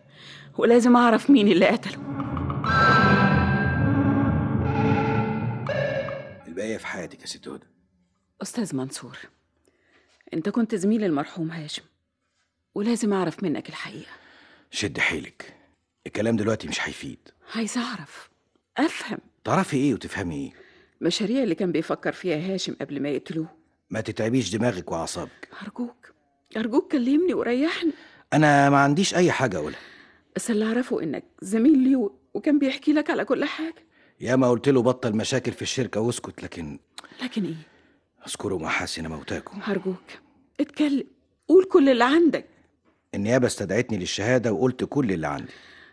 Speaker 16: ولازم اعرف مين اللي قتله
Speaker 37: الباقي في حياتك يا ست هدى
Speaker 16: استاذ منصور انت كنت زميل المرحوم هاشم ولازم اعرف منك الحقيقه
Speaker 37: شد حيلك الكلام دلوقتي مش هيفيد
Speaker 16: عايز اعرف افهم
Speaker 37: تعرفي ايه وتفهمي ايه
Speaker 16: المشاريع اللي كان بيفكر فيها هاشم قبل ما يقتلوه
Speaker 37: ما تتعبيش دماغك واعصابك
Speaker 16: ارجوك ارجوك كلمني وريحني
Speaker 37: انا ما عنديش اي حاجه اقولها
Speaker 16: بس اللي اعرفه انك زميل ليه و- وكان بيحكي لك على كل حاجه
Speaker 37: يا ما قلت له بطل مشاكل في الشركه واسكت لكن
Speaker 16: لكن ايه
Speaker 37: اذكروا محاسن موتاكم
Speaker 16: ارجوك اتكلم قول كل اللي عندك
Speaker 37: النيابه استدعتني للشهاده وقلت كل اللي عندي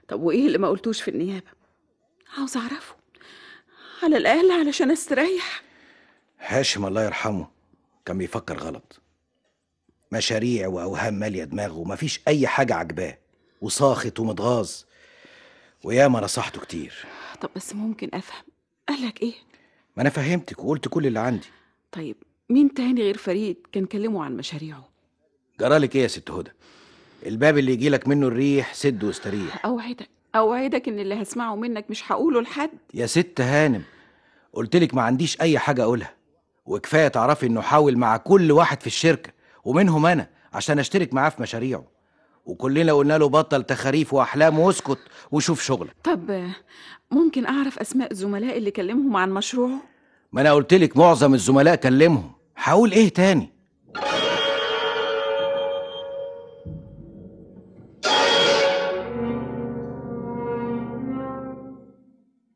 Speaker 16: طب وايه اللي ما قلتوش في النيابه عاوز اعرفه على الاقل علشان استريح
Speaker 37: هاشم الله يرحمه كان بيفكر غلط مشاريع واوهام ماليه دماغه ومفيش اي حاجه عجباه وساخط ومتغاظ وياما نصحته كتير
Speaker 16: طب بس ممكن افهم قالك ايه
Speaker 37: ما انا فهمتك وقلت كل اللي عندي
Speaker 16: طيب مين تاني غير فريد كان كلمه عن مشاريعه
Speaker 37: جرالك ايه يا ست هدى الباب اللي يجيلك منه الريح سد واستريح
Speaker 16: اوعدك اوعدك ان اللي هسمعه منك مش هقوله لحد
Speaker 37: يا ست هانم قلتلك ما عنديش اي حاجه اقولها وكفايه تعرفي انه حاول مع كل واحد في الشركه ومنهم انا عشان اشترك معاه في مشاريعه وكلنا قلنا له بطل تخاريف واحلام واسكت وشوف شغلك
Speaker 16: طب آه، ممكن اعرف اسماء الزملاء اللي كلمهم عن مشروعه
Speaker 37: ما انا قلتلك معظم الزملاء كلمهم هقول ايه تاني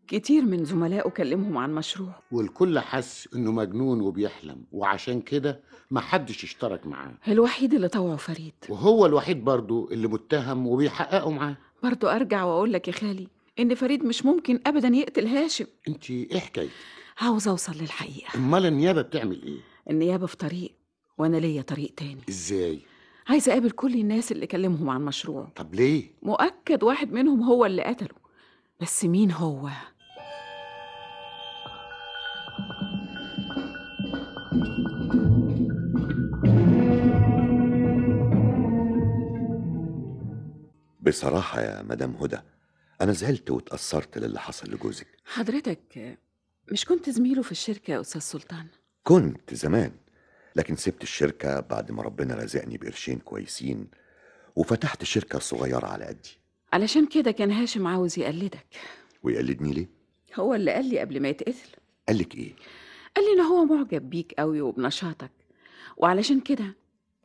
Speaker 16: كتير من زملائه كلمهم عن مشروعه
Speaker 14: والكل حس انه مجنون وبيحلم وعشان كده محدش اشترك معاه
Speaker 16: الوحيد اللي طوعه فريد
Speaker 14: وهو الوحيد برضه اللي متهم وبيحققوا معاه
Speaker 16: برضو ارجع واقول لك يا خالي ان فريد مش ممكن ابدا يقتل هاشم
Speaker 14: انت ايه حكايتك
Speaker 16: عاوز اوصل للحقيقه
Speaker 14: امال النيابه بتعمل ايه
Speaker 16: النيابه في طريق وانا ليا طريق تاني
Speaker 14: ازاي
Speaker 16: عايزه اقابل كل الناس اللي كلمهم عن مشروعه
Speaker 14: طب ليه
Speaker 16: مؤكد واحد منهم هو اللي قتله بس مين هو
Speaker 32: بصراحة يا مدام هدى أنا زعلت واتأثرت للي حصل لجوزك
Speaker 16: حضرتك مش كنت زميله في الشركه يا استاذ سلطان
Speaker 32: كنت زمان لكن سبت الشركة بعد ما ربنا رزقني بقرشين كويسين وفتحت شركة صغيرة على قدي
Speaker 16: علشان كده كان هاشم عاوز يقلدك
Speaker 32: ويقلدني ليه؟
Speaker 16: هو اللي قال لي قبل ما يتقتل
Speaker 32: قالك إيه؟
Speaker 16: قال لي ان هو معجب بيك قوي وبنشاطك وعلشان كده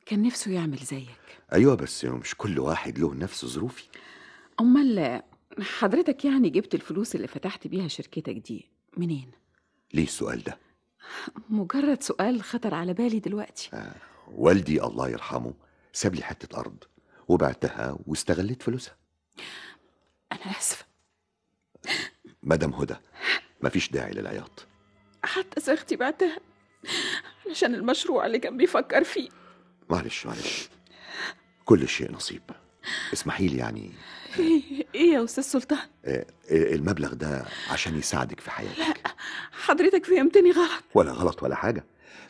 Speaker 16: كان نفسه يعمل زيك
Speaker 32: أيوة بس مش كل واحد له نفس ظروفي
Speaker 16: امال حضرتك يعني جبت الفلوس اللي فتحت بيها شركتك دي منين
Speaker 32: ليه السؤال ده؟
Speaker 16: مجرد سؤال خطر على بالي دلوقتي
Speaker 32: والدي الله يرحمه ساب لي حتة أرض وبعتها واستغليت فلوسها
Speaker 16: انا اسفه
Speaker 32: مدام هدى مفيش داعي للعياط
Speaker 34: حتى صاحبتي بعتها علشان المشروع اللي كان بيفكر فيه
Speaker 32: معلش معلش كل شيء نصيب اسمحي لي يعني
Speaker 34: ايه
Speaker 16: إيه
Speaker 34: ايه يا استاذ سلطان
Speaker 32: آه، آه، المبلغ ده عشان يساعدك في حياتك
Speaker 34: حضرتك فهمتني غلط
Speaker 32: ولا غلط ولا حاجة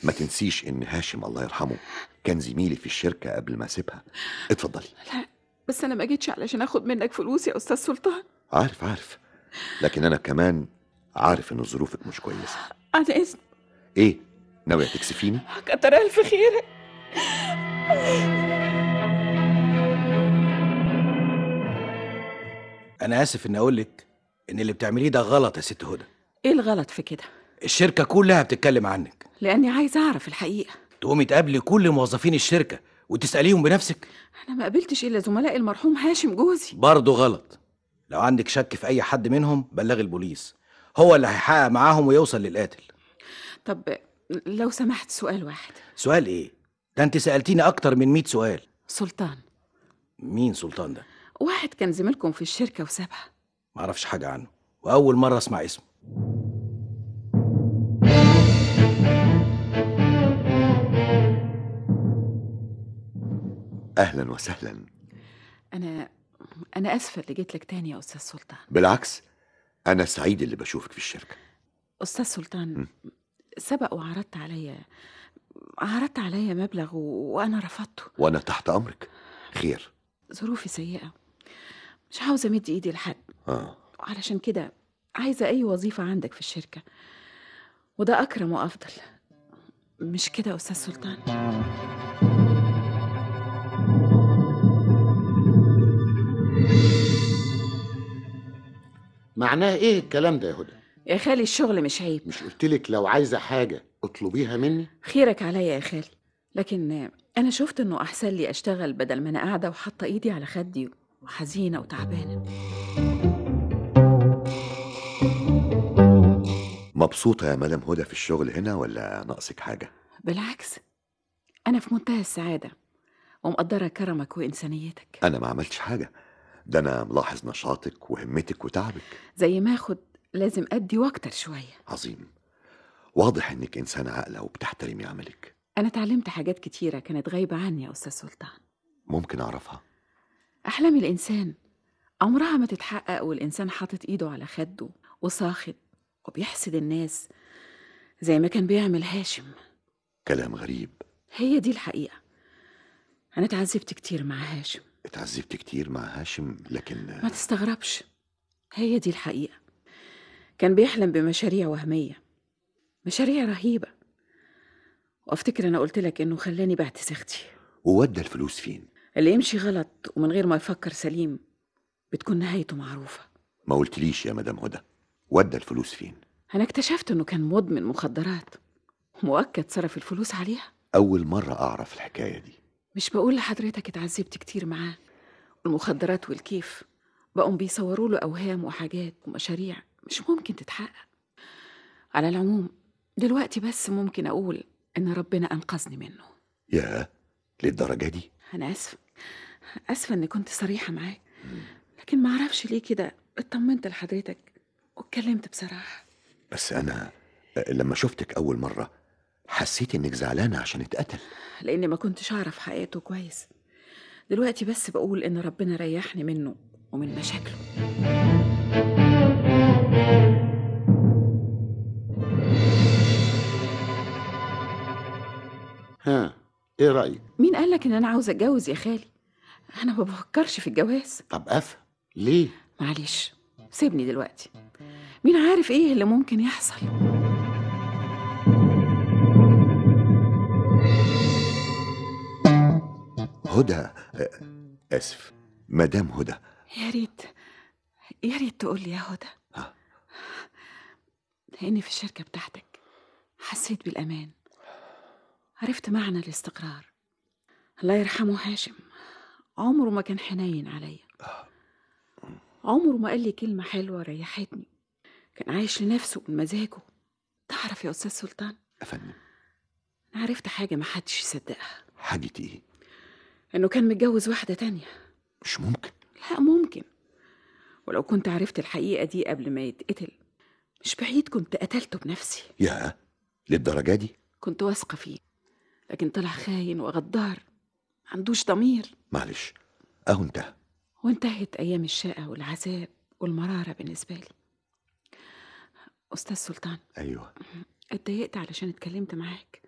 Speaker 32: ما تنسيش إن هاشم الله يرحمه كان زميلي في الشركة قبل ما أسيبها اتفضلي
Speaker 34: بس انا ما جيتش علشان اخد منك فلوس يا استاذ سلطان
Speaker 32: عارف عارف لكن أنا كمان عارف إن ظروفك مش كويسة
Speaker 34: انا اسف
Speaker 32: إيه ناوية تكسفيني؟
Speaker 34: كتر الف خيرك
Speaker 5: انا اسف اني اقول لك ان اللي بتعمليه ده غلط يا ست هدى
Speaker 16: ايه الغلط في كده
Speaker 5: الشركه كلها بتتكلم عنك
Speaker 16: لاني عايزه اعرف الحقيقه
Speaker 5: تقومي تقابلي كل موظفين الشركه وتساليهم بنفسك
Speaker 16: انا ما قابلتش الا زملاء المرحوم هاشم جوزي
Speaker 5: برضه غلط لو عندك شك في اي حد منهم بلغ البوليس هو اللي هيحقق معاهم ويوصل للقاتل
Speaker 16: طب لو سمحت سؤال واحد
Speaker 5: سؤال ايه ده انت سالتيني اكتر من 100 سؤال
Speaker 16: سلطان
Speaker 5: مين سلطان ده
Speaker 16: واحد كان زميلكم في الشركه وسابها
Speaker 5: معرفش حاجه عنه واول مره اسمع اسمه
Speaker 32: اهلا وسهلا
Speaker 16: انا انا اسفه اللي جيت لك تاني يا استاذ سلطان
Speaker 32: بالعكس انا سعيد اللي بشوفك في الشركه
Speaker 16: استاذ سلطان سبق وعرضت عليا عرضت عليا مبلغ و... وانا رفضته
Speaker 32: وانا تحت امرك خير
Speaker 16: ظروفي سيئه مش عاوزه امد ايدي لحد
Speaker 32: اه
Speaker 16: علشان كده عايزه اي وظيفه عندك في الشركه وده اكرم وافضل مش كده يا استاذ سلطان
Speaker 10: معناه ايه الكلام ده يا هدى
Speaker 16: يا خالي الشغل مش عيب
Speaker 10: مش قلت لك لو عايزه حاجه اطلبيها مني
Speaker 16: خيرك عليا يا خالي لكن انا شفت انه احسن لي اشتغل بدل ما انا قاعده وحاطه ايدي على خدي وحزينه وتعبانه
Speaker 32: مبسوطه يا مدام هدى في الشغل هنا ولا ناقصك حاجه
Speaker 16: بالعكس انا في منتهى السعاده ومقدره كرمك وانسانيتك
Speaker 32: انا ما عملتش حاجه ده انا ملاحظ نشاطك وهمتك وتعبك
Speaker 16: زي ما اخد لازم ادي واكتر شويه
Speaker 32: عظيم واضح انك انسانه عاقله وبتحترمي عملك
Speaker 16: انا اتعلمت حاجات كتيره كانت غايبه عني يا استاذ سلطان
Speaker 32: ممكن اعرفها
Speaker 16: احلام الانسان عمرها ما تتحقق والانسان حاطط ايده على خده وساخط وبيحسد الناس زي ما كان بيعمل هاشم
Speaker 32: كلام غريب
Speaker 16: هي دي الحقيقه انا اتعذبت كتير مع هاشم
Speaker 32: اتعذبت كتير مع هاشم لكن
Speaker 16: ما تستغربش هي دي الحقيقة كان بيحلم بمشاريع وهمية مشاريع رهيبة وافتكر انا قلت لك انه خلاني بعت سختي
Speaker 32: وودى الفلوس فين
Speaker 16: اللي يمشي غلط ومن غير ما يفكر سليم بتكون نهايته معروفة
Speaker 32: ما قلتليش يا مدام هدى ودى الفلوس فين
Speaker 16: انا اكتشفت انه كان مدمن مخدرات مؤكد صرف الفلوس عليها
Speaker 32: اول مره اعرف الحكايه دي
Speaker 16: مش بقول لحضرتك اتعذبت كتير معاه المخدرات والكيف بقوا بيصوروا له أوهام وحاجات ومشاريع مش ممكن تتحقق على العموم دلوقتي بس ممكن أقول إن ربنا أنقذني منه
Speaker 32: ياه للدرجه دي
Speaker 16: أنا آسفة آسفة إني كنت صريحة معاك لكن معرفش ليه كده اطمنت لحضرتك واتكلمت بصراحة
Speaker 32: بس انا لما شفتك اول مره حسيت انك زعلانه عشان اتقتل
Speaker 16: لأني ما كنتش أعرف حقيقته كويس دلوقتي بس بقول إن ربنا ريحني منه ومن مشاكله
Speaker 10: ها ايه رايك
Speaker 16: مين قالك إن أنا عاوزة أتجوز يا خالي أنا ما بفكرش في الجواز
Speaker 10: طب افهم ليه
Speaker 16: معلش سيبني دلوقتي مين عارف إيه اللي ممكن يحصل
Speaker 32: هدى آه، اسف مدام هدى
Speaker 16: يا ريت يا ريت تقول لي يا هدى
Speaker 32: آه.
Speaker 16: لأني في الشركة بتاعتك حسيت بالأمان عرفت معنى الاستقرار الله يرحمه هاشم عمره ما كان حنين عليا عمره ما قال لي كلمة حلوة ريحتني كان عايش لنفسه بمزاجه تعرف يا أستاذ سلطان
Speaker 32: يا فندم
Speaker 16: أنا عرفت حاجة ما حدش يصدقها
Speaker 32: حاجه ايه
Speaker 16: إنه كان متجوز واحدة تانية
Speaker 32: مش ممكن
Speaker 16: لا ممكن ولو كنت عرفت الحقيقة دي قبل ما يتقتل مش بعيد كنت قتلته بنفسي
Speaker 32: ياه للدرجه دي
Speaker 16: كنت واثقة فيه لكن طلع خاين وغدار معندوش ضمير
Speaker 32: معلش اهو انتهى
Speaker 16: وانتهت أيام الشقة والعذاب والمرارة بالنسبة لي أستاذ سلطان
Speaker 32: ايوه
Speaker 16: اتضايقت علشان اتكلمت معاك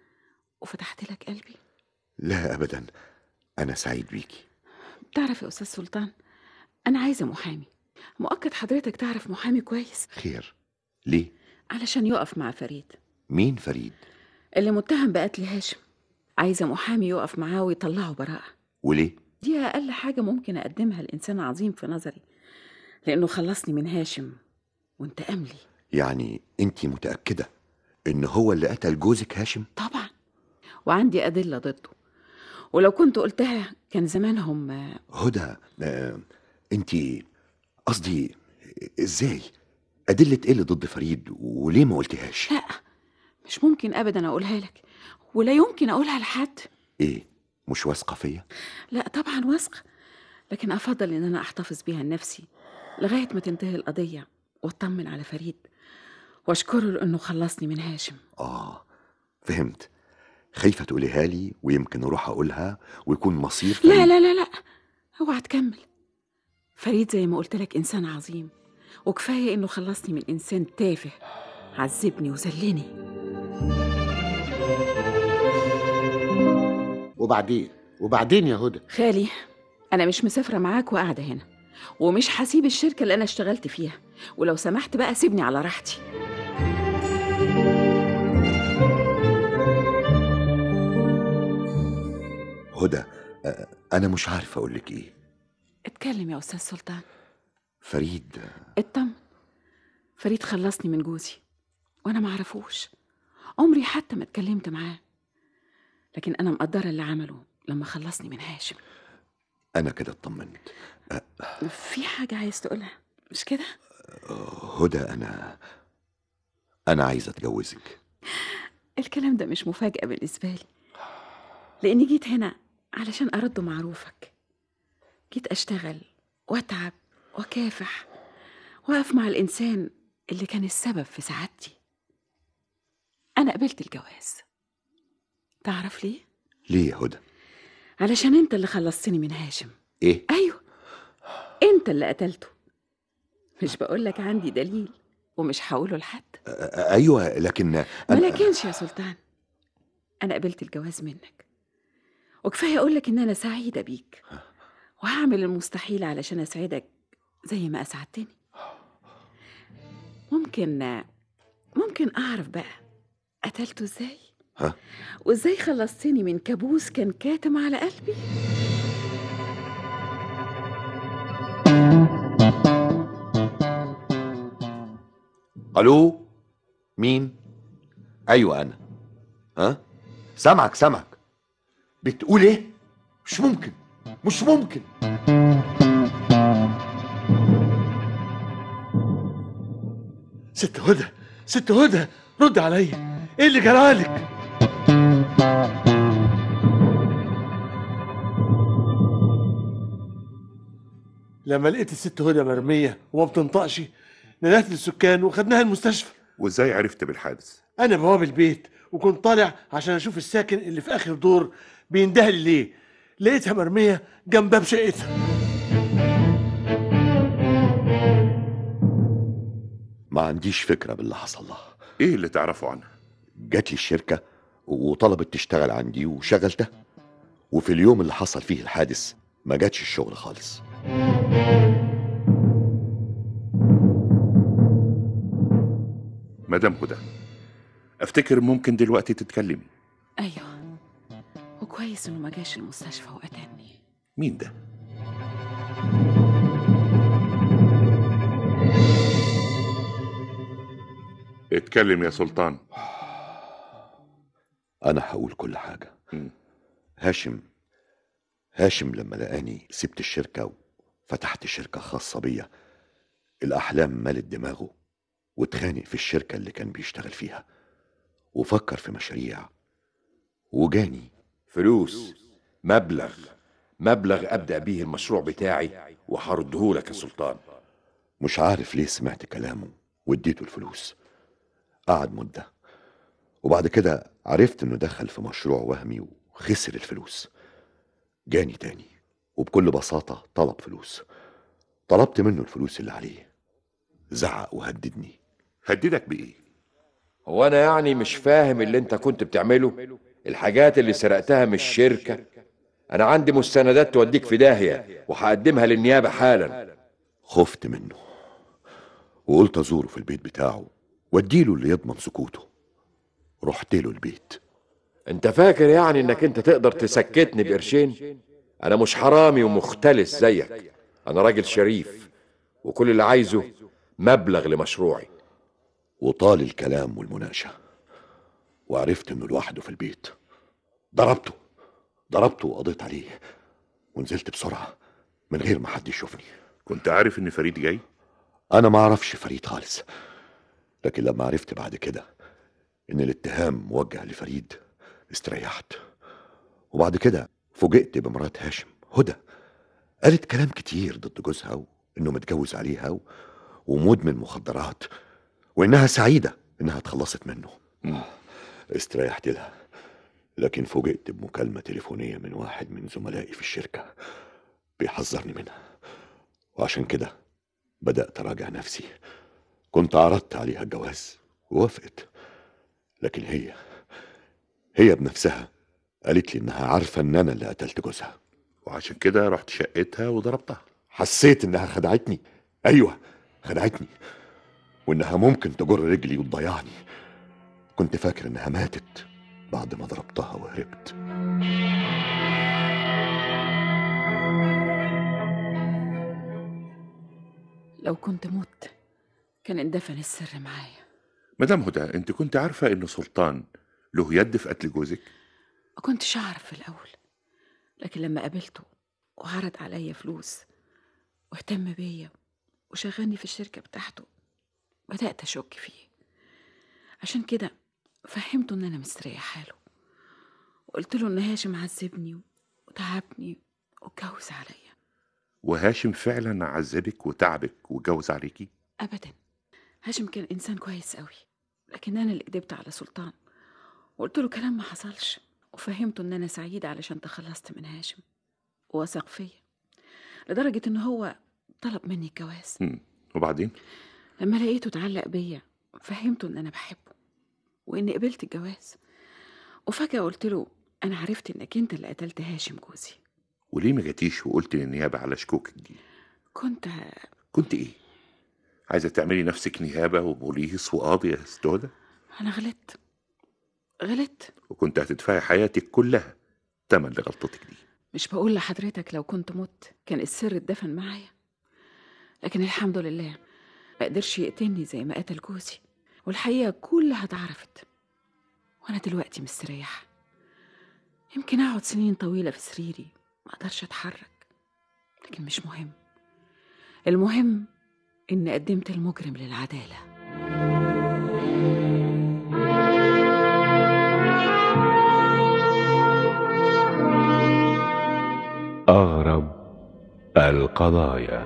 Speaker 16: وفتحت لك قلبي
Speaker 32: لا ابدا انا سعيد بيكي
Speaker 16: بتعرف يا أستاذ سلطان أنا عايزة محامي مؤكد حضرتك تعرف محامي كويس
Speaker 32: خير ليه
Speaker 16: علشان يقف مع فريد
Speaker 32: مين فريد
Speaker 16: اللي متهم بقتل هاشم عايزة محامي يقف معاه ويطلعه براءة
Speaker 32: وليه
Speaker 16: دي أقل حاجة ممكن أقدمها لإنسان عظيم في نظري لأنه خلصني من هاشم وانتقم لي
Speaker 32: يعني انت متاكده ان هو اللي قتل جوزك هاشم
Speaker 16: طبعا وعندي أدلة ضده ولو كنت قلتها كان زمانهم آه،
Speaker 32: هدى انت قصدي ازاي ادله ايه اللي ضد فريد وليه ما قلتهاش
Speaker 16: لا مش ممكن أبدا أقولها لك ولا يمكن أقولها لحد
Speaker 32: ايه مش واثقه فيا
Speaker 16: لا طبعا واثقة لكن أفضل إن أنا أحتفظ بيها لنفسي لغاية ما تنتهي القضية وأطمن على فريد وأشكره لأنه خلصني من هاشم
Speaker 32: اه فهمت خايفه تقوليها لي ويمكن اروح اقولها ويكون مصير
Speaker 16: لا لا لا لا اوعى تكمل فريد زي ما قلت لك إنسان عظيم وكفاية إنه خلصني من إنسان تافه عذبني وذلني
Speaker 10: وبعدين وبعدين يا هدى
Speaker 16: خالي أنا مش مسافرة معاك وقاعدة هنا ومش هسيب الشركة اللي أنا اشتغلت فيها ولو سمحت بقى سيبني على راحتي
Speaker 32: هدى آه، انا مش عارف اقول لك ايه
Speaker 16: اتكلم يا أستاذ سلطان
Speaker 32: فريد
Speaker 16: اطمن فريد خلصني من جوزي وأنا معرفوش عمري حتى ما اتكلمت معاه لكن أنا مقدرة اللي عمله لما خلصني من هاشم
Speaker 32: انا كده اطمنت
Speaker 16: في حاجة عايز تقولها مش كده؟
Speaker 32: هدى انا انا عايز اتجوزك
Speaker 16: الكلام ده مش مفاجأة بالنسبة لي لأني جيت هنا علشان أرد معروفك جيت أشتغل وأتعب وأكافح وأقف مع الإنسان اللي كان السبب في سعادتي أنا قبلت الجواز تعرف ليه؟
Speaker 32: ليه يا هدى
Speaker 16: علشان أنت اللي خلصتني من هاشم
Speaker 32: ايه
Speaker 16: أيوه أنت اللي قتلته مش بقولك عندي دليل ومش هقوله لحد
Speaker 32: آه، ايوه لكن
Speaker 16: ما لكنش يا سلطان أنا قبلت الجواز منك وكفاية أقولك إن أنا سعيدة بيك وهعمل المستحيل علشان أسعدك زي ما أسعدتني ممكن ممكن أعرف بقى قتلته إزاي
Speaker 32: ها؟
Speaker 16: وإزاي خلصتني من كابوس كان كاتم على قلبي
Speaker 32: الو مين ايوه انا ها سامعك سامعك بتقول ايه مش ممكن مش ممكن
Speaker 22: ست هدى ست هدى رد عليا ايه اللي جرالك لما لقيت الست هدى مرميه وما بتنطقش نادت للسكان وخدناها المستشفى
Speaker 33: وازاي عرفت بالحادث
Speaker 22: انا بواب البيت وكنت طالع عشان اشوف الساكن اللي في اخر دور بيندهلي ليه لقيتها مرميه جنب باب شقتها
Speaker 32: ما عنديش فكره باللي حصل لها
Speaker 33: ايه اللي تعرفه عنها
Speaker 32: جات لي الشركه وطلبت تشتغل عندي وشغلتها وفي اليوم اللي حصل فيه الحادث ما جاتش الشغل خالص
Speaker 33: مدام هدى افتكر ممكن دلوقتي تتكلمي
Speaker 16: أيوه وكويس إنه ما جاش المستشفى وقتلني
Speaker 33: مين ده اتكلم يا سلطان
Speaker 32: انا هقول كل حاجه هاشم هاشم لما لقاني سبت الشركه وفتحت شركه خاصه بيا الاحلام ملت دماغه واتخانق في الشركه اللي كان بيشتغل فيها وفكر في مشاريع وجاني
Speaker 19: فلوس مبلغ مبلغ أبدأ به المشروع بتاعي وهرده لك يا سلطان
Speaker 32: مش عارف ليه سمعت كلامه واديته الفلوس قعد مدة وبعد كده عرفت انه دخل في مشروع وهمي وخسر الفلوس جاني تاني وبكل بساطة طلب فلوس طلبت منه الفلوس اللي عليه زعق وهددني
Speaker 33: هددك بإيه؟
Speaker 19: هو أنا يعني مش فاهم اللي أنت كنت بتعمله الحاجات اللي سرقتها من الشركة أنا عندي مستندات توديك في داهية وهقدمها للنيابة حالا
Speaker 32: خفت منه وقلت ازوره في البيت بتاعه واديله اللي يضمن سكوته رحت له البيت
Speaker 19: أنت فاكر يعني إنك أنت تقدر تسكتني بقرشين؟ أنا مش حرامي ومختلس زيك أنا راجل شريف وكل اللي عايزه مبلغ لمشروعي
Speaker 32: وطال الكلام والمناقشة وعرفت انه لوحده في البيت ضربته ضربته وقضيت عليه ونزلت بسرعة من غير ما حد يشوفني
Speaker 33: كنت عارف ان فريد جاي؟
Speaker 32: انا ما اعرفش فريد خالص لكن لما عرفت بعد كده ان الاتهام موجه لفريد استريحت وبعد كده فوجئت بمرات هاشم هدى قالت كلام كتير ضد جوزها وانه متجوز عليها و- ومدمن مخدرات وانها سعيده انها اتخلصت منه آه، استريحت لها لكن فوجئت بمكالمه تليفونيه من واحد من زملائي في الشركه بيحذرني منها وعشان كده بدات اراجع نفسي كنت عرضت عليها الجواز ووافقت لكن هي هي بنفسها قالت لي انها عارفه ان انا اللي قتلت جوزها
Speaker 33: وعشان كده رحت شقتها وضربتها
Speaker 32: حسيت انها خدعتني ايوه خدعتني وانها ممكن تجر رجلي وتضيعني كنت فاكر انها ماتت بعد ما ضربتها وهربت
Speaker 16: لو كنت مت كان اتدفن السر معايا
Speaker 33: مدام هدى انت كنت عارفه ان سلطان له يد في قتل جوزك
Speaker 16: ما كنتش أعرف في الأول لكن لما قابلته وعرض عليا فلوس واهتم بيا وشغلني في الشركة بتاعته بدأت أشك فيه عشان كده فهمته إن أنا مستريحة له وقلت له إن هاشم عذبني وتعبني واتجوز عليا
Speaker 33: وهاشم فعلا عذبك وتعبك واتجوز عليكي
Speaker 16: أبدا هاشم كان إنسان كويس قوي لكن أنا اللي كدبت على سلطان وقلت له كلام ما حصلش وفهمته إن أنا سعيدة علشان تخلصت من هاشم ووثق فيا لدرجة إن هو طلب مني الجواز
Speaker 33: مم. وبعدين
Speaker 16: لما لقيته اتعلق بيا فهمته ان انا بحبه واني قبلت الجواز وفجاه قلت له انا عرفت انك انت اللي قتلت هاشم جوزي
Speaker 33: وليه ما جاتيش وقلت للنيابه على شكوكك دي
Speaker 16: كنت
Speaker 33: كنت ايه عايزه تعملي نفسك نيابه وبوليس وقاضي يا ست هدى
Speaker 16: انا غلطت غلطت
Speaker 33: وكنت هتدفعي حياتك كلها تمن لغلطتك دي
Speaker 16: مش بقول لحضرتك لو كنت مت كان السر اتدفن معايا لكن الحمد لله ما قدرش يقتلني زي ما قتل جوزي والحقيقه كلها اتعرفت وانا دلوقتي مستريحه يمكن اقعد سنين طويله في سريري ما اقدرش اتحرك لكن مش مهم المهم اني قدمت المجرم للعداله
Speaker 2: أغرب القضايا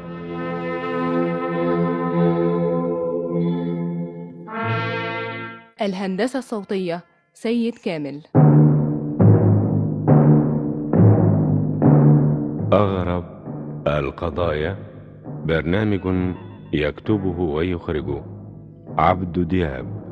Speaker 4: الهندسة الصوتية سيد كامل
Speaker 2: أغرب القضايا برنامج يكتبه ويخرجه عبد دياب